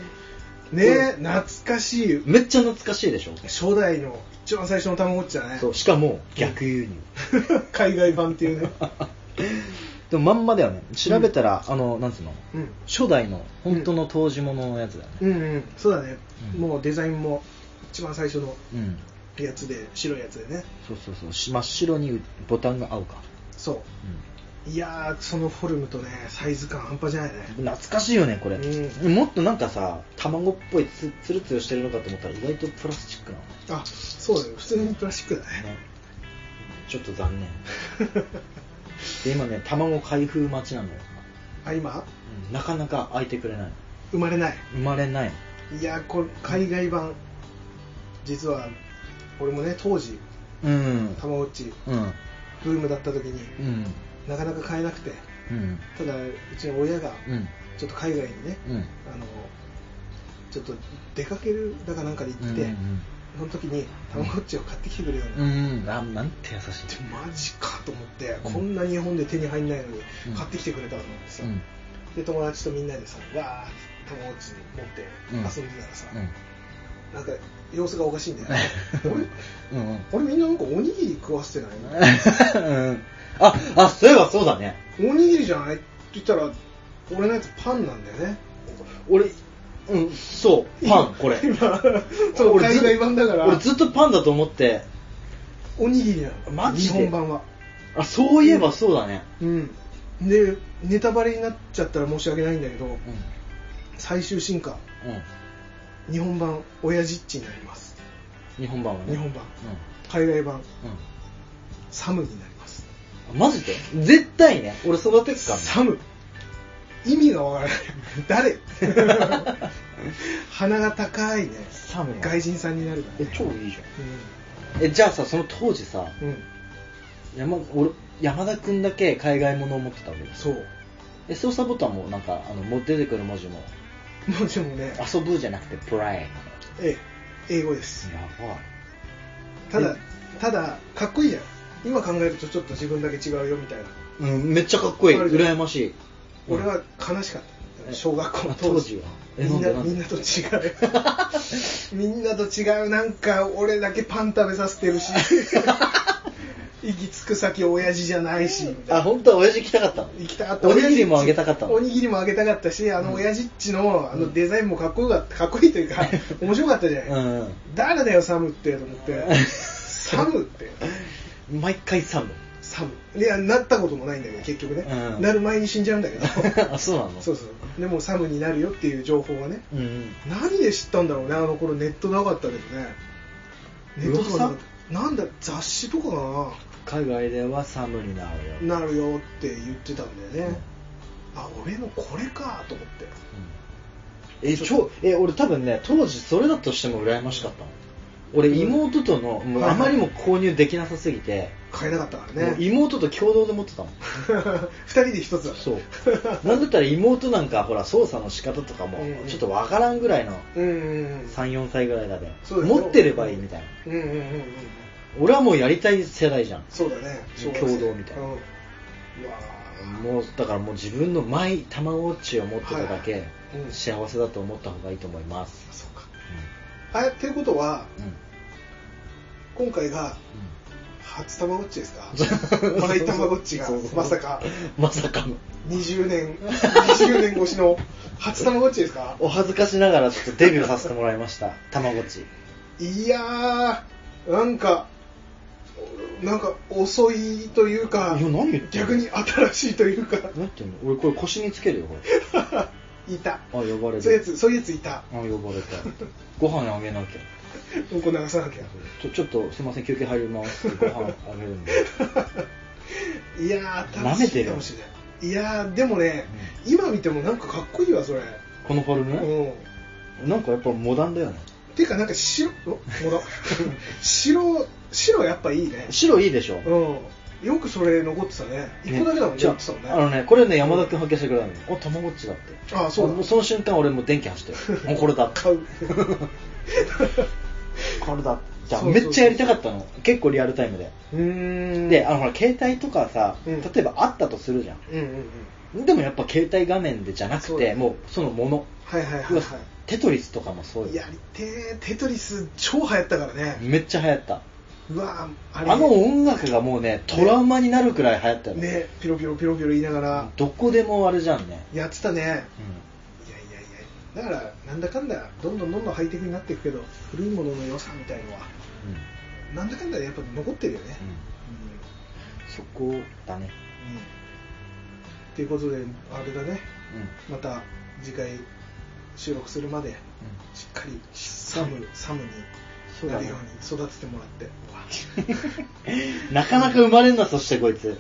Speaker 1: うね懐かしい
Speaker 2: <laughs> めっちゃ懐かしいでしょ
Speaker 1: 初代の一番最初のたまごっちだね
Speaker 2: そうしかも逆輸入
Speaker 1: <laughs> 海外版っていうね
Speaker 2: <laughs> でもまんまだよね調べたら、あのなんつうの
Speaker 1: うん
Speaker 2: 初代の本当の当時もののやつだよ
Speaker 1: う
Speaker 2: ね
Speaker 1: んうんそうだね、
Speaker 2: うん
Speaker 1: もうデザインも一番最初の
Speaker 2: うん、
Speaker 1: やつで白いやつでね
Speaker 2: そうそうそうし真っ白にボタンが合うか、
Speaker 1: そうういやーそのフォルムとねサイズ感半端じゃないね
Speaker 2: ん、懐かしいよねこれ、
Speaker 1: う
Speaker 2: もっとなんかさ卵っぽいつつるつるしてるのかと思ったら意外とプラスチックなの
Speaker 1: あそうだね普通にプラスチックだね
Speaker 2: ねちょっと残念で今ね卵開封待ちなのよ、
Speaker 1: <laughs> あ今
Speaker 2: うんなかなか開いてくれない
Speaker 1: 生まれない
Speaker 2: 生まれない
Speaker 1: いやーこれ海外版実は俺もね当時
Speaker 2: うん
Speaker 1: たまごっち
Speaker 2: うん
Speaker 1: ブームだった時に
Speaker 2: うん
Speaker 1: なかなか買えなくて
Speaker 2: うん
Speaker 1: ただうちの親が
Speaker 2: うん
Speaker 1: ちょっと海外にね、
Speaker 2: うん
Speaker 1: あのちょっと出かけるだかなんかで行って、
Speaker 2: うん
Speaker 1: その時にたまごっちを買ってきてくれたの、
Speaker 2: う
Speaker 1: で
Speaker 2: ん、うん、あなんて優しい
Speaker 1: マジかと思って、
Speaker 2: うん
Speaker 1: こんな日本で手に入んないのに
Speaker 2: うん
Speaker 1: 買ってきてくれたと思ってさ、
Speaker 2: うん
Speaker 1: で友達とみんなでさわーってたまごっち持って遊んでたらさ、なんか様子がおかしいんだよね
Speaker 2: <laughs> うんうんう
Speaker 1: あ
Speaker 2: ん
Speaker 1: れみんななんかおにぎり食わせてないみたいな
Speaker 2: うんああそういえばそうだね
Speaker 1: おにぎりじゃないって言ったら俺のやつパンなんだよね
Speaker 2: 俺うんそうパンこれ <laughs>
Speaker 1: 今そう
Speaker 2: 俺
Speaker 1: 海
Speaker 2: ず
Speaker 1: 外版だから
Speaker 2: 俺ずっとパンだと思って
Speaker 1: おにぎりなの
Speaker 2: マジで
Speaker 1: 日本版は
Speaker 2: あそういえばそうだね
Speaker 1: うんでネタバレになっちゃったら申し訳ないんだけど最終進化
Speaker 2: うん、うん、
Speaker 1: 日本版親父っちになります
Speaker 2: 日本版はね
Speaker 1: 日本版海外版
Speaker 2: うん、うん
Speaker 1: サムになります
Speaker 2: マジで絶対ね俺育てっか
Speaker 1: サム意味がわから
Speaker 2: <laughs>
Speaker 1: ない誰鼻が高いね
Speaker 2: サム
Speaker 1: 外人さんになるから、
Speaker 2: え
Speaker 1: ね、
Speaker 2: 超いいじゃんえじゃあさその当時さ
Speaker 1: うん、うん、
Speaker 2: 山俺山田君だけ海外ものを持ってたわけです
Speaker 1: そう
Speaker 2: え操作ボタンもなんかあのもう出てくる文字も
Speaker 1: もうでもね
Speaker 2: 遊ぶじゃなくてプライや
Speaker 1: ええ英語です
Speaker 2: ばい
Speaker 1: ただ
Speaker 2: え
Speaker 1: ただかっこいいじゃん今考えるとちょっと自分だけ違うよみたいな
Speaker 2: うん、めっちゃかっこいい。
Speaker 1: あるじゃん
Speaker 2: 羨ましい。
Speaker 1: 俺は悲しかった、
Speaker 2: え
Speaker 1: 小学校の
Speaker 2: あ
Speaker 1: 当
Speaker 2: 当
Speaker 1: 時
Speaker 2: 時はえ
Speaker 1: みんな
Speaker 2: なんでなんで
Speaker 1: みんなと違うみ
Speaker 2: <laughs>
Speaker 1: んなと違うなんか俺だけパン食べさせてるし行き着く先親父じゃないしみたい
Speaker 2: あ、
Speaker 1: な
Speaker 2: 本当は親父来たかったの
Speaker 1: 行きたかった
Speaker 2: おにぎりもあげたかったの
Speaker 1: おにぎりもあげたかったしあの親父っちのあのデザインもかっこよかったかっこいいという
Speaker 2: <laughs>
Speaker 1: か面白かったじゃない、
Speaker 2: うん
Speaker 1: 誰だよサムってと思って
Speaker 2: <laughs>
Speaker 1: サムって
Speaker 2: うん。毎回サム。
Speaker 1: サムいやなったこともないんだけど結局ね、
Speaker 2: うん
Speaker 1: なる前に死んじゃうんだけど
Speaker 2: <laughs> あ、そうなの
Speaker 1: そうそうでもサムになるよっていう情報はね
Speaker 2: うんうん。
Speaker 1: 何で知ったんだろうねあの頃ネットなかったけどねネットとかなかったなんだ雑誌とかか
Speaker 2: 海外ではサムになるよ。
Speaker 1: ななるよって言ってたんだよね、あ俺のこれかと思って
Speaker 2: うんえ、超、え、俺多分ね、当時それだとしても羨ましかったの。俺、妹との、もう
Speaker 1: はいはい
Speaker 2: あまりも購入できなさすぎて、
Speaker 1: 買えなかったから
Speaker 2: もう
Speaker 1: <laughs> ね
Speaker 2: 妹と共同で持ってたもん。
Speaker 1: 2人で1つだ <laughs>
Speaker 2: そう。なんだったら妹なんか、ほら、操作の仕方とかも
Speaker 1: うんう、ん
Speaker 2: ちょっとわからんぐらいの、
Speaker 1: うんうんうん
Speaker 2: 3、4歳ぐらいだで、
Speaker 1: そうだよ
Speaker 2: 持ってればいいみたいな。
Speaker 1: うんうんうんうん
Speaker 2: 俺はもうやりたい世代じゃん
Speaker 1: そうだね小学生
Speaker 2: 共同みたいな
Speaker 1: うんうわ
Speaker 2: もうだからもう自分のマイたまごっちを持ってただ
Speaker 1: は
Speaker 2: け
Speaker 1: いうん
Speaker 2: 幸せだと思った方がいいと思います
Speaker 1: ーそうかあっていうことは
Speaker 2: うん
Speaker 1: 今回が
Speaker 2: う
Speaker 1: 初たまごっちです
Speaker 2: <laughs>
Speaker 1: か
Speaker 2: ん
Speaker 1: マイたまごっちが
Speaker 2: そうそう
Speaker 1: まさか
Speaker 2: まさかの
Speaker 1: 20年20年越しの初たまごっちですか
Speaker 2: お恥ずかしながらちょっとデビューさせてもらいましたたまごっち
Speaker 1: いやーなんかなんか遅いというか
Speaker 2: いや何言ってんの
Speaker 1: 逆に新しいという
Speaker 2: <laughs>
Speaker 1: か
Speaker 2: 何ていうの俺これ腰につけるよこ
Speaker 1: いた
Speaker 2: れあ呼ばれ
Speaker 1: そういうや
Speaker 2: る
Speaker 1: つそういうやついた
Speaker 2: あ呼ばれた <laughs> ご飯あげなきゃ
Speaker 1: うんこ流さなきゃ
Speaker 2: ちょちょっとすいません休憩入りますご飯あげ <laughs> るんで
Speaker 1: <laughs> いやー
Speaker 2: 舐めてる
Speaker 1: 楽しいかもしれないいやーでもね、今見てもなんかかっこいいわそれ
Speaker 2: このフォルムね
Speaker 1: うん
Speaker 2: なんかやっぱモダンだよね
Speaker 1: ていうかなんか白おも
Speaker 2: <laughs>
Speaker 1: ら白白やっぱいいね
Speaker 2: 白いいでしょ
Speaker 1: うんよくそれ残ってたね一個だけだもんね
Speaker 2: じゃ
Speaker 1: 残ってたもんね
Speaker 2: あのね、これね、山田君発見してくれたのよ。お、たまごっちだって。
Speaker 1: あそうだ
Speaker 2: もその瞬間俺もう電気走
Speaker 1: <laughs>
Speaker 2: ってる。もうこれだ。
Speaker 1: 買う
Speaker 2: <laughs> これだ。じゃあ
Speaker 1: そうそうそう
Speaker 2: めっちゃやりたかったの。結構リアルタイムで。
Speaker 1: うーん
Speaker 2: で、あの、ほら、携帯とかさ、
Speaker 1: うん
Speaker 2: 例えばあったとするじゃん。
Speaker 1: うんうんうん
Speaker 2: でもやっぱ携帯画面でじゃな
Speaker 1: そ
Speaker 2: く
Speaker 1: うだ
Speaker 2: て、
Speaker 1: ね
Speaker 2: もうそのもの、
Speaker 1: はいはいは
Speaker 2: う
Speaker 1: い
Speaker 2: わ
Speaker 1: は
Speaker 2: テトリスとかもそう
Speaker 1: い
Speaker 2: よ
Speaker 1: や。りてーテトリス超流行ったからね
Speaker 2: めっちゃ流行った。
Speaker 1: うわーあ
Speaker 2: あ
Speaker 1: れ
Speaker 2: の音楽がもうね、トラウマになるくらい流行ったよね。
Speaker 1: ねピロピロピロピロ言いながら
Speaker 2: どこでもあれじゃんね。
Speaker 1: やってたねい
Speaker 2: う
Speaker 1: やいやいやだからなんだかんだどんどんどんどんハイテクになっていくけど古いものの良さみたいのは
Speaker 2: ん。うん。
Speaker 1: なんだかんだやっぱ残ってるよね
Speaker 2: うん
Speaker 1: うん
Speaker 2: そこだね。
Speaker 1: ということで、あれだね、
Speaker 2: うん。う
Speaker 1: ま
Speaker 2: ん。
Speaker 1: た次回収録するまで、しっかりサムサム
Speaker 2: そ
Speaker 1: に
Speaker 2: う
Speaker 1: な
Speaker 2: だ
Speaker 1: る
Speaker 2: ね
Speaker 1: ように育ててもらって、
Speaker 2: なかなか生まれんな、そしてこいつ。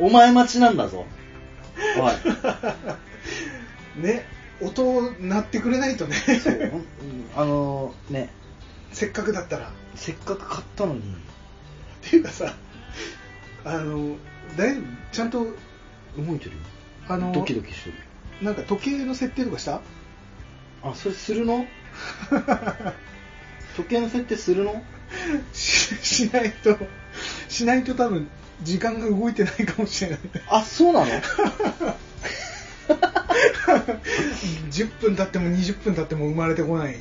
Speaker 2: お前待ちなんだぞ。 <laughs> お
Speaker 1: <laughs>
Speaker 2: い。
Speaker 1: ね、音を鳴ってくれないとね、
Speaker 2: そ
Speaker 1: <laughs>
Speaker 2: う、うんあのね、
Speaker 1: せっかくだったら。っ
Speaker 2: せっかく買ったのに、
Speaker 1: ていうかさ、あの、だいちゃんと、
Speaker 2: 動いてるよ。
Speaker 1: あの
Speaker 2: ドキドキしてる。
Speaker 1: なんか時計の設定とかした <laughs>
Speaker 2: あ、それするの時計の設定するの
Speaker 1: ししないと、しないと多分、時間が動いてないかもしれない。 <laughs>
Speaker 2: あ、そうなの
Speaker 1: 10分経っても20分経っても生まれてこない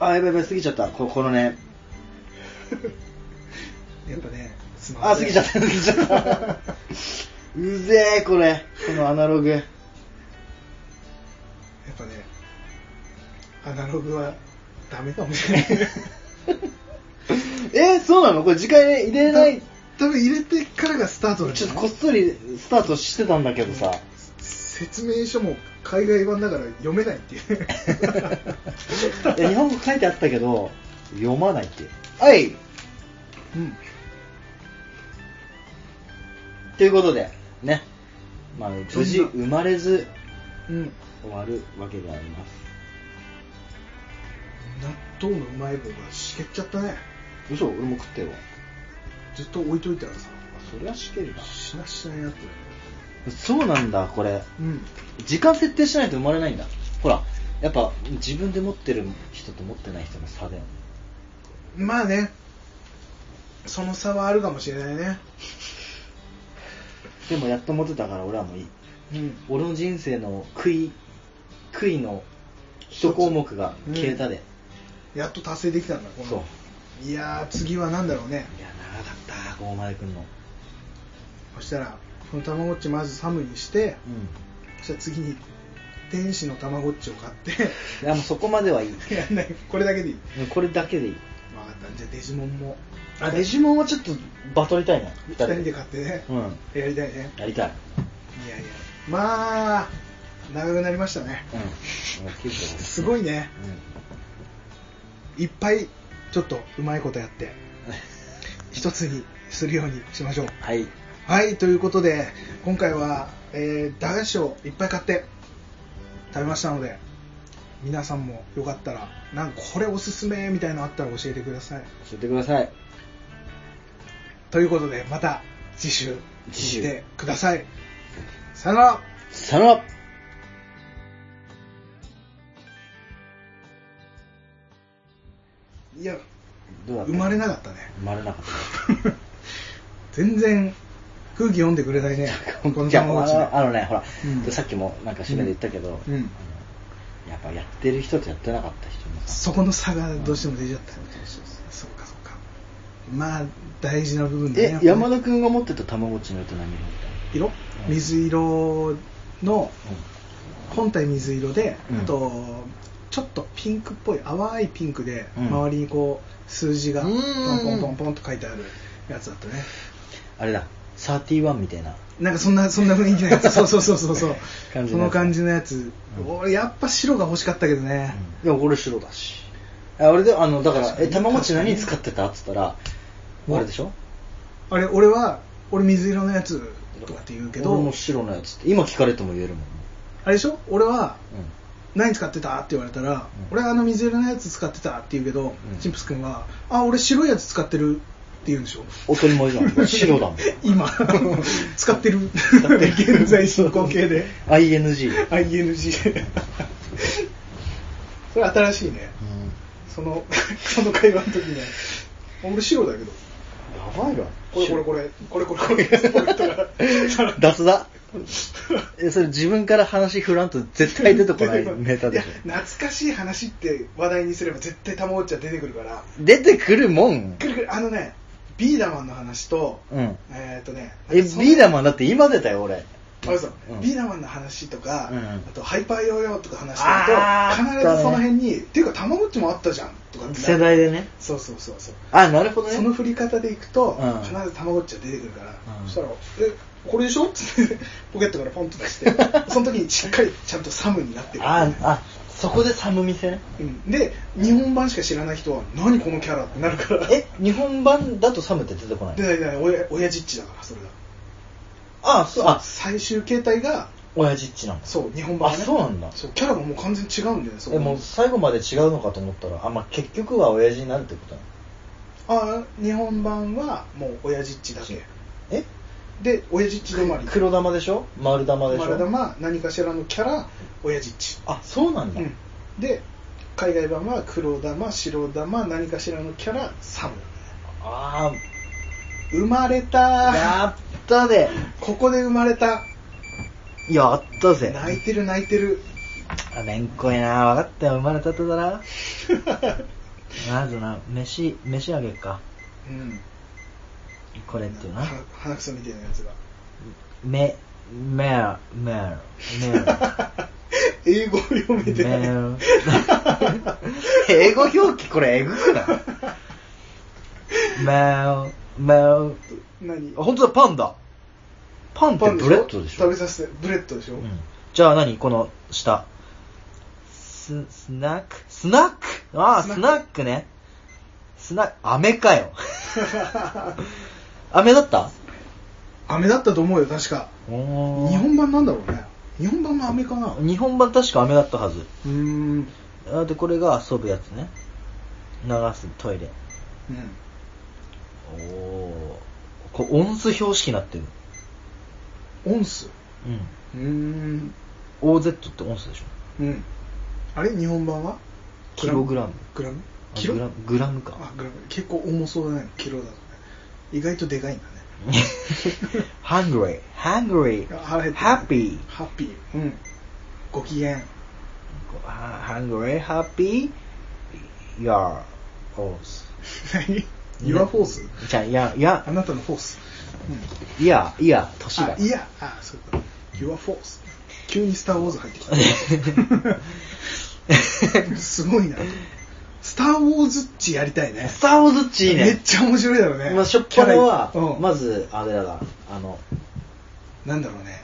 Speaker 2: あ、やばいやばい、過ぎちゃった。ここのね。
Speaker 1: やっぱねスマホ
Speaker 2: あ、過ぎちゃった、過ぎちゃった。うぜえ、これ。このアナログ。
Speaker 1: やっぱねアナログはダメかもしれない
Speaker 2: えー、そうなのこれ次回入れない。
Speaker 1: 多分入れてからがスタートだよね
Speaker 2: ちょっとこっそりスタートしてたんだけど <laughs> さ。
Speaker 1: 説明書も海外版だから読めないっていう
Speaker 2: <laughs> いや日本語書いてあったけど、読まないっていう。はい
Speaker 1: うん
Speaker 2: ということで、ね。まあ、
Speaker 1: そんな
Speaker 2: 無事生まれず
Speaker 1: うん
Speaker 2: 終わるわけであります。
Speaker 1: 納豆のうまい棒がしけっちゃったね
Speaker 2: 嘘俺も食ってよ。
Speaker 1: ずっと置いといたらさ
Speaker 2: あそりゃしける
Speaker 1: しなしなになってる
Speaker 2: そうなんだ、これ。
Speaker 1: うん
Speaker 2: 時間設定しないと生まれないんだ。ほら、やっぱ自分で持ってる人と持ってない人の差だよね。
Speaker 1: まあねその差はあるかもしれないね
Speaker 2: でもやっと持てたから俺はもういい。
Speaker 1: うん
Speaker 2: 俺の人生の悔い、悔いの一項目が消えたで。
Speaker 1: やっと達成できたんだこの
Speaker 2: そう。
Speaker 1: いやー次は何だろうね
Speaker 2: いや、長かった、ここまで来んの。
Speaker 1: そしたらこのたまごっちまずサムにしてそ
Speaker 2: う
Speaker 1: したら次に天使のたまごっちを買っ
Speaker 2: ん。いや、もうそこまではいい。
Speaker 1: て <laughs> やんないこれだけでいい
Speaker 2: うんこれだけでいい。
Speaker 1: 分かったじゃあデジモンも
Speaker 2: あ、デジモンはちょっとバトりたいな。
Speaker 1: 2人で買ってね、
Speaker 2: うん。
Speaker 1: やりたいね
Speaker 2: やりたい。
Speaker 1: いやいやまあ長くなりましたね
Speaker 2: うん。
Speaker 1: すごいねいっぱいちょっとうまいことやって一つにするようにしましょう
Speaker 2: はい。
Speaker 1: はいということで今回は、えー、駄菓子をいっぱい買って食べましたので皆さんもよかったらなんかこれおすすめみたいなのあったら教えてください
Speaker 2: 教えてください。
Speaker 1: ということでまた次週
Speaker 2: 次週
Speaker 1: 聞いてくださいさよなら
Speaker 2: さよなら
Speaker 1: いや
Speaker 2: どうだった
Speaker 1: 生まれなかったね
Speaker 2: 生まれなかっ
Speaker 1: 全然空気読んでくれないねこ
Speaker 2: た。
Speaker 1: の
Speaker 2: じゃあ、
Speaker 1: 玉
Speaker 2: あ
Speaker 1: 落ちね
Speaker 2: のあのね、ほら、
Speaker 1: うん
Speaker 2: さっきもなんか締めで言ったけど、
Speaker 1: うんうん
Speaker 2: あのやっぱやってる人とやってなかった人のさ、
Speaker 1: そこの差がどうしても出ちゃった
Speaker 2: そうそうそ
Speaker 1: そ
Speaker 2: う
Speaker 1: うかそうかまあ大事な部分だね
Speaker 2: え
Speaker 1: やっ、ぱね
Speaker 2: 山田君が持ってたたまごっちの歌何色だっ
Speaker 1: 色
Speaker 2: うん
Speaker 1: 水色の
Speaker 2: たうん
Speaker 1: 本体水色で、
Speaker 2: うん
Speaker 1: あとちょっとピンクっぽい淡いピンクで、
Speaker 2: うん
Speaker 1: 周りにこう数字が
Speaker 2: う
Speaker 1: ポ
Speaker 2: ん
Speaker 1: ンポンポンポンと書いてあるやつだったね
Speaker 2: あれだ、31みたいな。
Speaker 1: なんかそんなそんな雰囲気のや
Speaker 2: <laughs>
Speaker 1: つそうそうそうそうそう
Speaker 2: 感じ
Speaker 1: そ
Speaker 2: の
Speaker 1: の
Speaker 2: やつ
Speaker 1: 感じのやつ、俺やっぱ白が欲しかったけどね、
Speaker 2: いや、俺白だし。あ俺で、あの、だから、え、たまごっち何使ってたって言ったら、
Speaker 1: うん
Speaker 2: あれでしょ
Speaker 1: あれ俺は俺水色のやつとかって言うけど
Speaker 2: 俺も白のやつって、今聞かれても言えるもん。
Speaker 1: あれでしょ俺は
Speaker 2: うん。
Speaker 1: 何使ってたって言われたら、俺あの水色のやつ使ってたって言うけど、
Speaker 2: うん
Speaker 1: チンプス君はあ俺白いやつ使ってるって言うんでしょ
Speaker 2: 当たり前じゃん。白だもん。
Speaker 1: <laughs>
Speaker 2: <laughs>
Speaker 1: 今使ってる現在進行形で
Speaker 2: ING。
Speaker 1: <laughs> ING でそれ新しいね
Speaker 2: うん。
Speaker 1: その <laughs> その会話の時に俺白だけど
Speaker 2: やばいわ。
Speaker 1: これこれこれこれこれこれこれとか
Speaker 2: <laughs> 脱だ。えそれ自分から話振らんと絶対出てこないネタでしょ。
Speaker 1: <laughs> いや懐かしい話って話題にすれば絶対玉落ちは出てくるから
Speaker 2: 出てくるもん。
Speaker 1: くるくるあのねビーダーマンの話と
Speaker 2: うん。
Speaker 1: えーっとね
Speaker 2: え、ビーダー
Speaker 1: ン
Speaker 2: マンだって今出たよ、俺。
Speaker 1: あそう
Speaker 2: うん
Speaker 1: ビーダーマンの話とか、
Speaker 2: うん
Speaker 1: あとハイパーヨーヨーとか話し
Speaker 2: あ
Speaker 1: て
Speaker 2: ー
Speaker 1: ると必ずその辺に、っていうか玉落ちもあったじゃんとか
Speaker 2: 世代でね。
Speaker 1: そうそうそうそう
Speaker 2: あ、なるほどね。
Speaker 1: その振り方でいくと、
Speaker 2: うん
Speaker 1: 必ずたまごっちが出てくるから、
Speaker 2: うん
Speaker 1: そしたら「えこれでしょ?」っ <laughs> つってポケットからポンと出して
Speaker 2: <laughs>
Speaker 1: その時にしっかりちゃんとサムになってる、
Speaker 2: あ、あ、そこで寒店ね。
Speaker 1: うん、で日本版しか知らない人は「何このキャラ?」ってなるから
Speaker 2: え、日本版だと寒って出てこない
Speaker 1: でで親親父っちだからそれが
Speaker 2: あ、そう、あ、
Speaker 1: 最終形態が
Speaker 2: 親父っちなんだ。
Speaker 1: そう日本版、ね、
Speaker 2: あそうなんだ
Speaker 1: そうキャラがもう完全に違うんだよねそこ
Speaker 2: え、もう最後まで違うのかと思ったら、あ、まあ、結局は親父になるってことなの
Speaker 1: あ日本版はもう親父っちだけ
Speaker 2: え
Speaker 1: で親父っち止まり
Speaker 2: 黒玉でしょ丸玉でしょ
Speaker 1: 丸玉何かしらのキャラ親父っち
Speaker 2: あ、そうなんだ。
Speaker 1: うん、で海外版は黒玉白玉何かしらのキャラサム
Speaker 2: あ
Speaker 1: 生まれ
Speaker 2: あ、
Speaker 1: た
Speaker 2: やったで。
Speaker 1: ここで生まれた
Speaker 2: やったぜ。
Speaker 1: 泣いてる泣いて
Speaker 2: <laughs>
Speaker 1: る
Speaker 2: あ、めんこいな。分かったよ。生まれたてだな。まずな、飯、飯あげるか。
Speaker 1: うん
Speaker 2: これっていうな
Speaker 1: は。鼻くそみたいなやつが
Speaker 2: め、める、める、め <laughs> る。
Speaker 1: 英語読めてない
Speaker 2: メール英語表記これえぐ <laughs> くないメル、メ
Speaker 1: 何
Speaker 2: ル。本当だ、パンだ。パンって
Speaker 1: で
Speaker 2: ブレッドでしょ
Speaker 1: 食べさせてブレッドでしょ、
Speaker 2: うんじゃあ何この下。ス、スナックスナックああ、
Speaker 1: スナック
Speaker 2: スナックね。スナック、飴かよ。 <laughs> 飴だった
Speaker 1: 飴だったと思うよ確か
Speaker 2: 日
Speaker 1: 日本版なんだろうね日本版の飴かなう
Speaker 2: 日本版確か飴だったはず。
Speaker 1: ーん
Speaker 2: あで、これが遊ぶやつね。流すトイレ。
Speaker 1: うん
Speaker 2: おお。これ、音数標識になってる。
Speaker 1: オンス
Speaker 2: うん。
Speaker 1: うーん
Speaker 2: OZ って音数でしょ。
Speaker 1: うん。あれ日本版は
Speaker 2: キログラム。
Speaker 1: グラム
Speaker 2: あ
Speaker 1: キロ
Speaker 2: グラムグラムか。
Speaker 1: あ、グラム。結構重そうだね。キロだとね。意外とでかいんだね。
Speaker 2: <laughs> hungry, hungry,
Speaker 1: あ腹減ってる
Speaker 2: happy,
Speaker 1: ハッピー。うん。ご機嫌。
Speaker 2: Ah, hungry, happy, your horse.
Speaker 1: 何 <laughs> ?Your horse?
Speaker 2: じゃあ、いや、い
Speaker 1: あ
Speaker 2: や、
Speaker 1: なたのフォース。
Speaker 2: いや、いや、年
Speaker 1: うん。あ
Speaker 2: が。 <laughs>
Speaker 1: いや、あ、そういうこと。Your force。急にスター・ウォーズ入ってき
Speaker 2: <laughs>
Speaker 1: た。すごいな。スター・ウォーズっちやりたいね
Speaker 2: ス。ターウォーズっちいいね。
Speaker 1: めっちゃ面白いだろうね。
Speaker 2: まあ、しょっぱなは
Speaker 1: キャラ、うん
Speaker 2: まず、あれだな、あの、
Speaker 1: なんだろうね。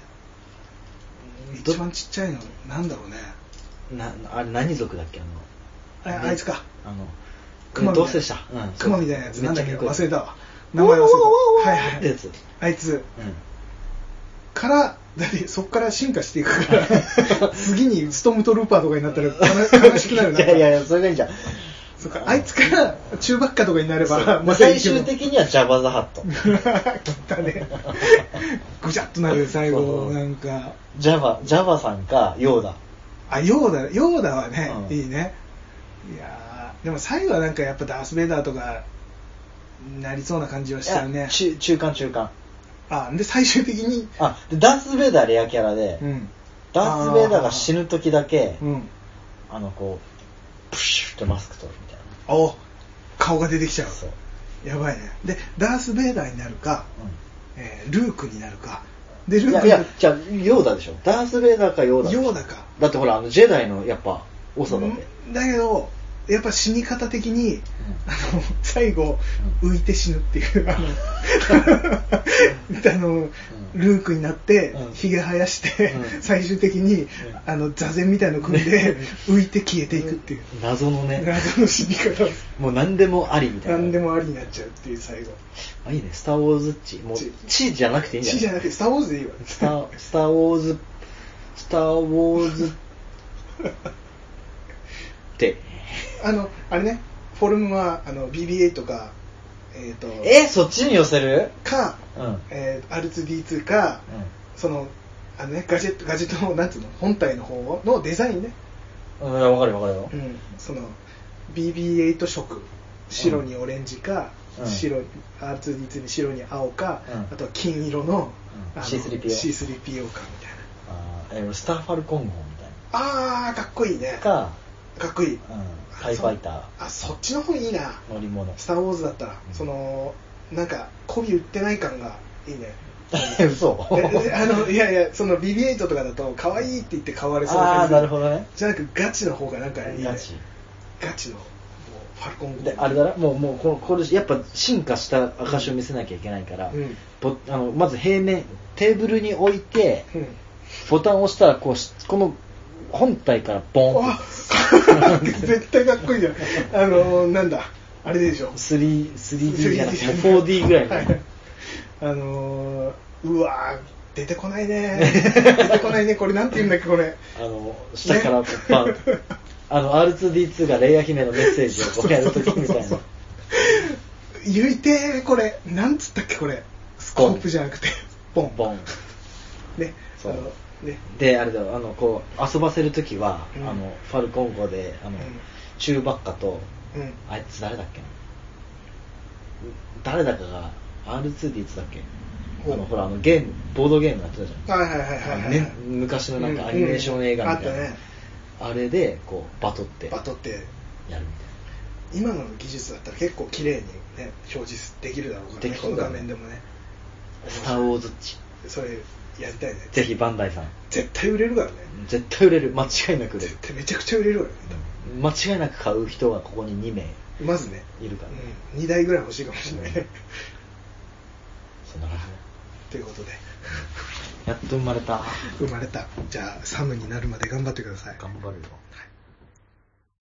Speaker 2: ど
Speaker 1: 一番ちっちゃいの、なんだろうね。
Speaker 2: な、あれ何族だっけあの、
Speaker 1: ああいつか。
Speaker 2: あの、
Speaker 1: 熊みた
Speaker 2: ど
Speaker 1: いう
Speaker 2: せしたうん
Speaker 1: 熊みたいなやつ。
Speaker 2: め
Speaker 1: な
Speaker 2: っ
Speaker 1: ん
Speaker 2: ち
Speaker 1: だ
Speaker 2: ゃ
Speaker 1: っけ
Speaker 2: かっこいい
Speaker 1: 忘れたわ。名前忘れ
Speaker 2: おーおーおーお
Speaker 1: た。
Speaker 2: ー
Speaker 1: はいは
Speaker 2: っ
Speaker 1: い。
Speaker 2: てやつ
Speaker 1: あいつ
Speaker 2: うん。
Speaker 1: から、だってそこから進化していくから、次にストームトルーパーとかになったら悲悲しくなる
Speaker 2: いやいやい
Speaker 1: や。
Speaker 2: や、それがいいじゃん。
Speaker 1: そっか、あいつから中ばっかとかになれば、
Speaker 2: まあ、最終的にはジャバザハット。
Speaker 1: <laughs> 切ったね。ぐちゃっとなる最後、
Speaker 2: そう
Speaker 1: なんか。
Speaker 2: ジャバ、ジャバさんか、ヨーダ。
Speaker 1: あ、ヨーダ、ヨーダはね、
Speaker 2: うん
Speaker 1: いいね。いやーでも最後はなんかやっぱダース・ベイダーとか、なりそうな感じはしちゃう
Speaker 2: いや
Speaker 1: ね。
Speaker 2: 中、中間中間。
Speaker 1: あ、で最終的に、
Speaker 2: あ、で、ダース・ベイダーレアキャラで、
Speaker 1: うん。
Speaker 2: ダース・ベイダーが死ぬ時だけ、
Speaker 1: うん。
Speaker 2: あの、こう、プシュってマスク取るみたいな。
Speaker 1: お顔が出てきちゃう
Speaker 2: そう。
Speaker 1: やばいねでダース・ベイダーになるか、
Speaker 2: う
Speaker 1: えールークになるかで
Speaker 2: ん。
Speaker 1: ルー
Speaker 2: いや、
Speaker 1: ク
Speaker 2: いや、じゃあ、ヨーダでしょ。ダース・ベイダーかヨーダ。
Speaker 1: ヨーダか
Speaker 2: だってほら、あの、ジェダイの、やっぱ、多さだって。
Speaker 1: うんだけどやっぱ死に方的に、あの最後浮いて死ぬっていうあのあのルークになって
Speaker 2: うん
Speaker 1: ひげ生やして、
Speaker 2: うん
Speaker 1: 最終的に、あの座禅みたいの組んで
Speaker 2: ね
Speaker 1: 浮いて消えていくっていう、
Speaker 2: 謎のね、
Speaker 1: 謎の死に方
Speaker 2: もう何でもありみたいな。
Speaker 1: 何でもありになっちゃうっていう最後
Speaker 2: あ、いいね、スター・ウォーズっち。もう
Speaker 1: ち、
Speaker 2: チじゃなくていいんじゃ
Speaker 1: 死
Speaker 2: ない
Speaker 1: じゃなくて「スター・ウォーズ」でいいわ
Speaker 2: スター、スターウォーズ、スターウォーズ
Speaker 1: <laughs>
Speaker 2: って。
Speaker 1: あの、あれね、フォルムはあの BBA とか、えっ、と、
Speaker 2: え、そっちに寄せる
Speaker 1: か、
Speaker 2: うん。うん。
Speaker 1: えー、R2D2 か、その、あのね、ガジェット、ガジェットの、なんつうの、本体の方のデザインね。
Speaker 2: うん、わかるよわかるよ
Speaker 1: う。ん。その、BB8 色。白にオレンジか、
Speaker 2: うん
Speaker 1: 白い R2D2 に白に青か、
Speaker 2: うん
Speaker 1: あとは金色の,、
Speaker 2: うん
Speaker 1: あの C3PO かみ
Speaker 2: C3PO
Speaker 1: たいな
Speaker 2: あーえースターファルコン号みたい
Speaker 1: あーかっこいいね
Speaker 2: な
Speaker 1: か
Speaker 2: か、
Speaker 1: っこいい
Speaker 2: うん、タイファイタ
Speaker 1: あ <laughs> そっちの方いいな
Speaker 2: ー乗り物
Speaker 1: <laughs> 「スター・ウォーズ」だったら、
Speaker 2: うん
Speaker 1: そのなんか媚び売ってない感がいいね
Speaker 2: 嘘 <laughs>
Speaker 1: ええあのいやいやその BB8 とかだと可愛いって言って買われそうな
Speaker 2: あ
Speaker 1: 感
Speaker 2: あ
Speaker 1: じ
Speaker 2: なるほどね
Speaker 1: じゃなくガチの方がなんかいいね
Speaker 2: ガチ
Speaker 1: ガチのもうファルコン
Speaker 2: であれだなもうもうこのこれやっぱ進化した証を見せなきゃいけないから、
Speaker 1: うん
Speaker 2: ぼあのまず平面テーブルに置いて
Speaker 1: うん
Speaker 2: ボタンを押したらこうしこの本体からボーン
Speaker 1: あ絶対かっこ
Speaker 2: <laughs>
Speaker 1: いいじゃんあのなんだあれでしょ
Speaker 2: 3- 3D じゃなくて
Speaker 1: 3D
Speaker 2: 4D ぐらいの、
Speaker 1: はいあのーうわー出てこないね出てこないねこれなんて言うんだっけこれ
Speaker 2: あの下からこうバン、あの R2D2 がレイヤ姫のメッセージをこうやるときみたいな
Speaker 1: 言いてーこれなんつったっけこれスコープじゃなくてポン
Speaker 2: ボン
Speaker 1: ね
Speaker 2: そう
Speaker 1: あのね
Speaker 2: であれだよあのこう遊ばせるときは、
Speaker 1: うん
Speaker 2: あのファルコン号であの、
Speaker 1: うん
Speaker 2: チューバッカと
Speaker 1: うん
Speaker 2: あいつ誰だっけな誰だかが R2D2 だっけ
Speaker 1: ほう
Speaker 2: あのほらあのゲームボードゲームやってたじゃん
Speaker 1: はいはいはいはいはい、
Speaker 2: ね、昔のなんかアニメーション映画みたいな、
Speaker 1: うんうんあっ
Speaker 2: あれでこうバトって
Speaker 1: たね
Speaker 2: や
Speaker 1: バ
Speaker 2: る
Speaker 1: トって
Speaker 2: みたいな
Speaker 1: 今の技術だったら結構綺麗にね表示できるだろうからね
Speaker 2: でき
Speaker 1: こ
Speaker 2: る
Speaker 1: の
Speaker 2: だろ
Speaker 1: 画
Speaker 2: う
Speaker 1: 面でもね
Speaker 2: スター・ウォーズっち
Speaker 1: それやりたいね
Speaker 2: ぜひバンダイさん
Speaker 1: 絶対売れるからね
Speaker 2: 絶対売れる間違いなく売れる
Speaker 1: 絶対めちゃくちゃ売れるからね
Speaker 2: 間違いなく買う人がここに2名
Speaker 1: 多分まずね、
Speaker 2: いるから、
Speaker 1: うん、2台ぐらい欲しいかもしれないね
Speaker 2: そんな感じ
Speaker 1: <laughs> ということで
Speaker 2: やっと生まれた
Speaker 1: 生まれたじゃあサムになるまで頑張ってください
Speaker 2: 頑張るよ
Speaker 1: はい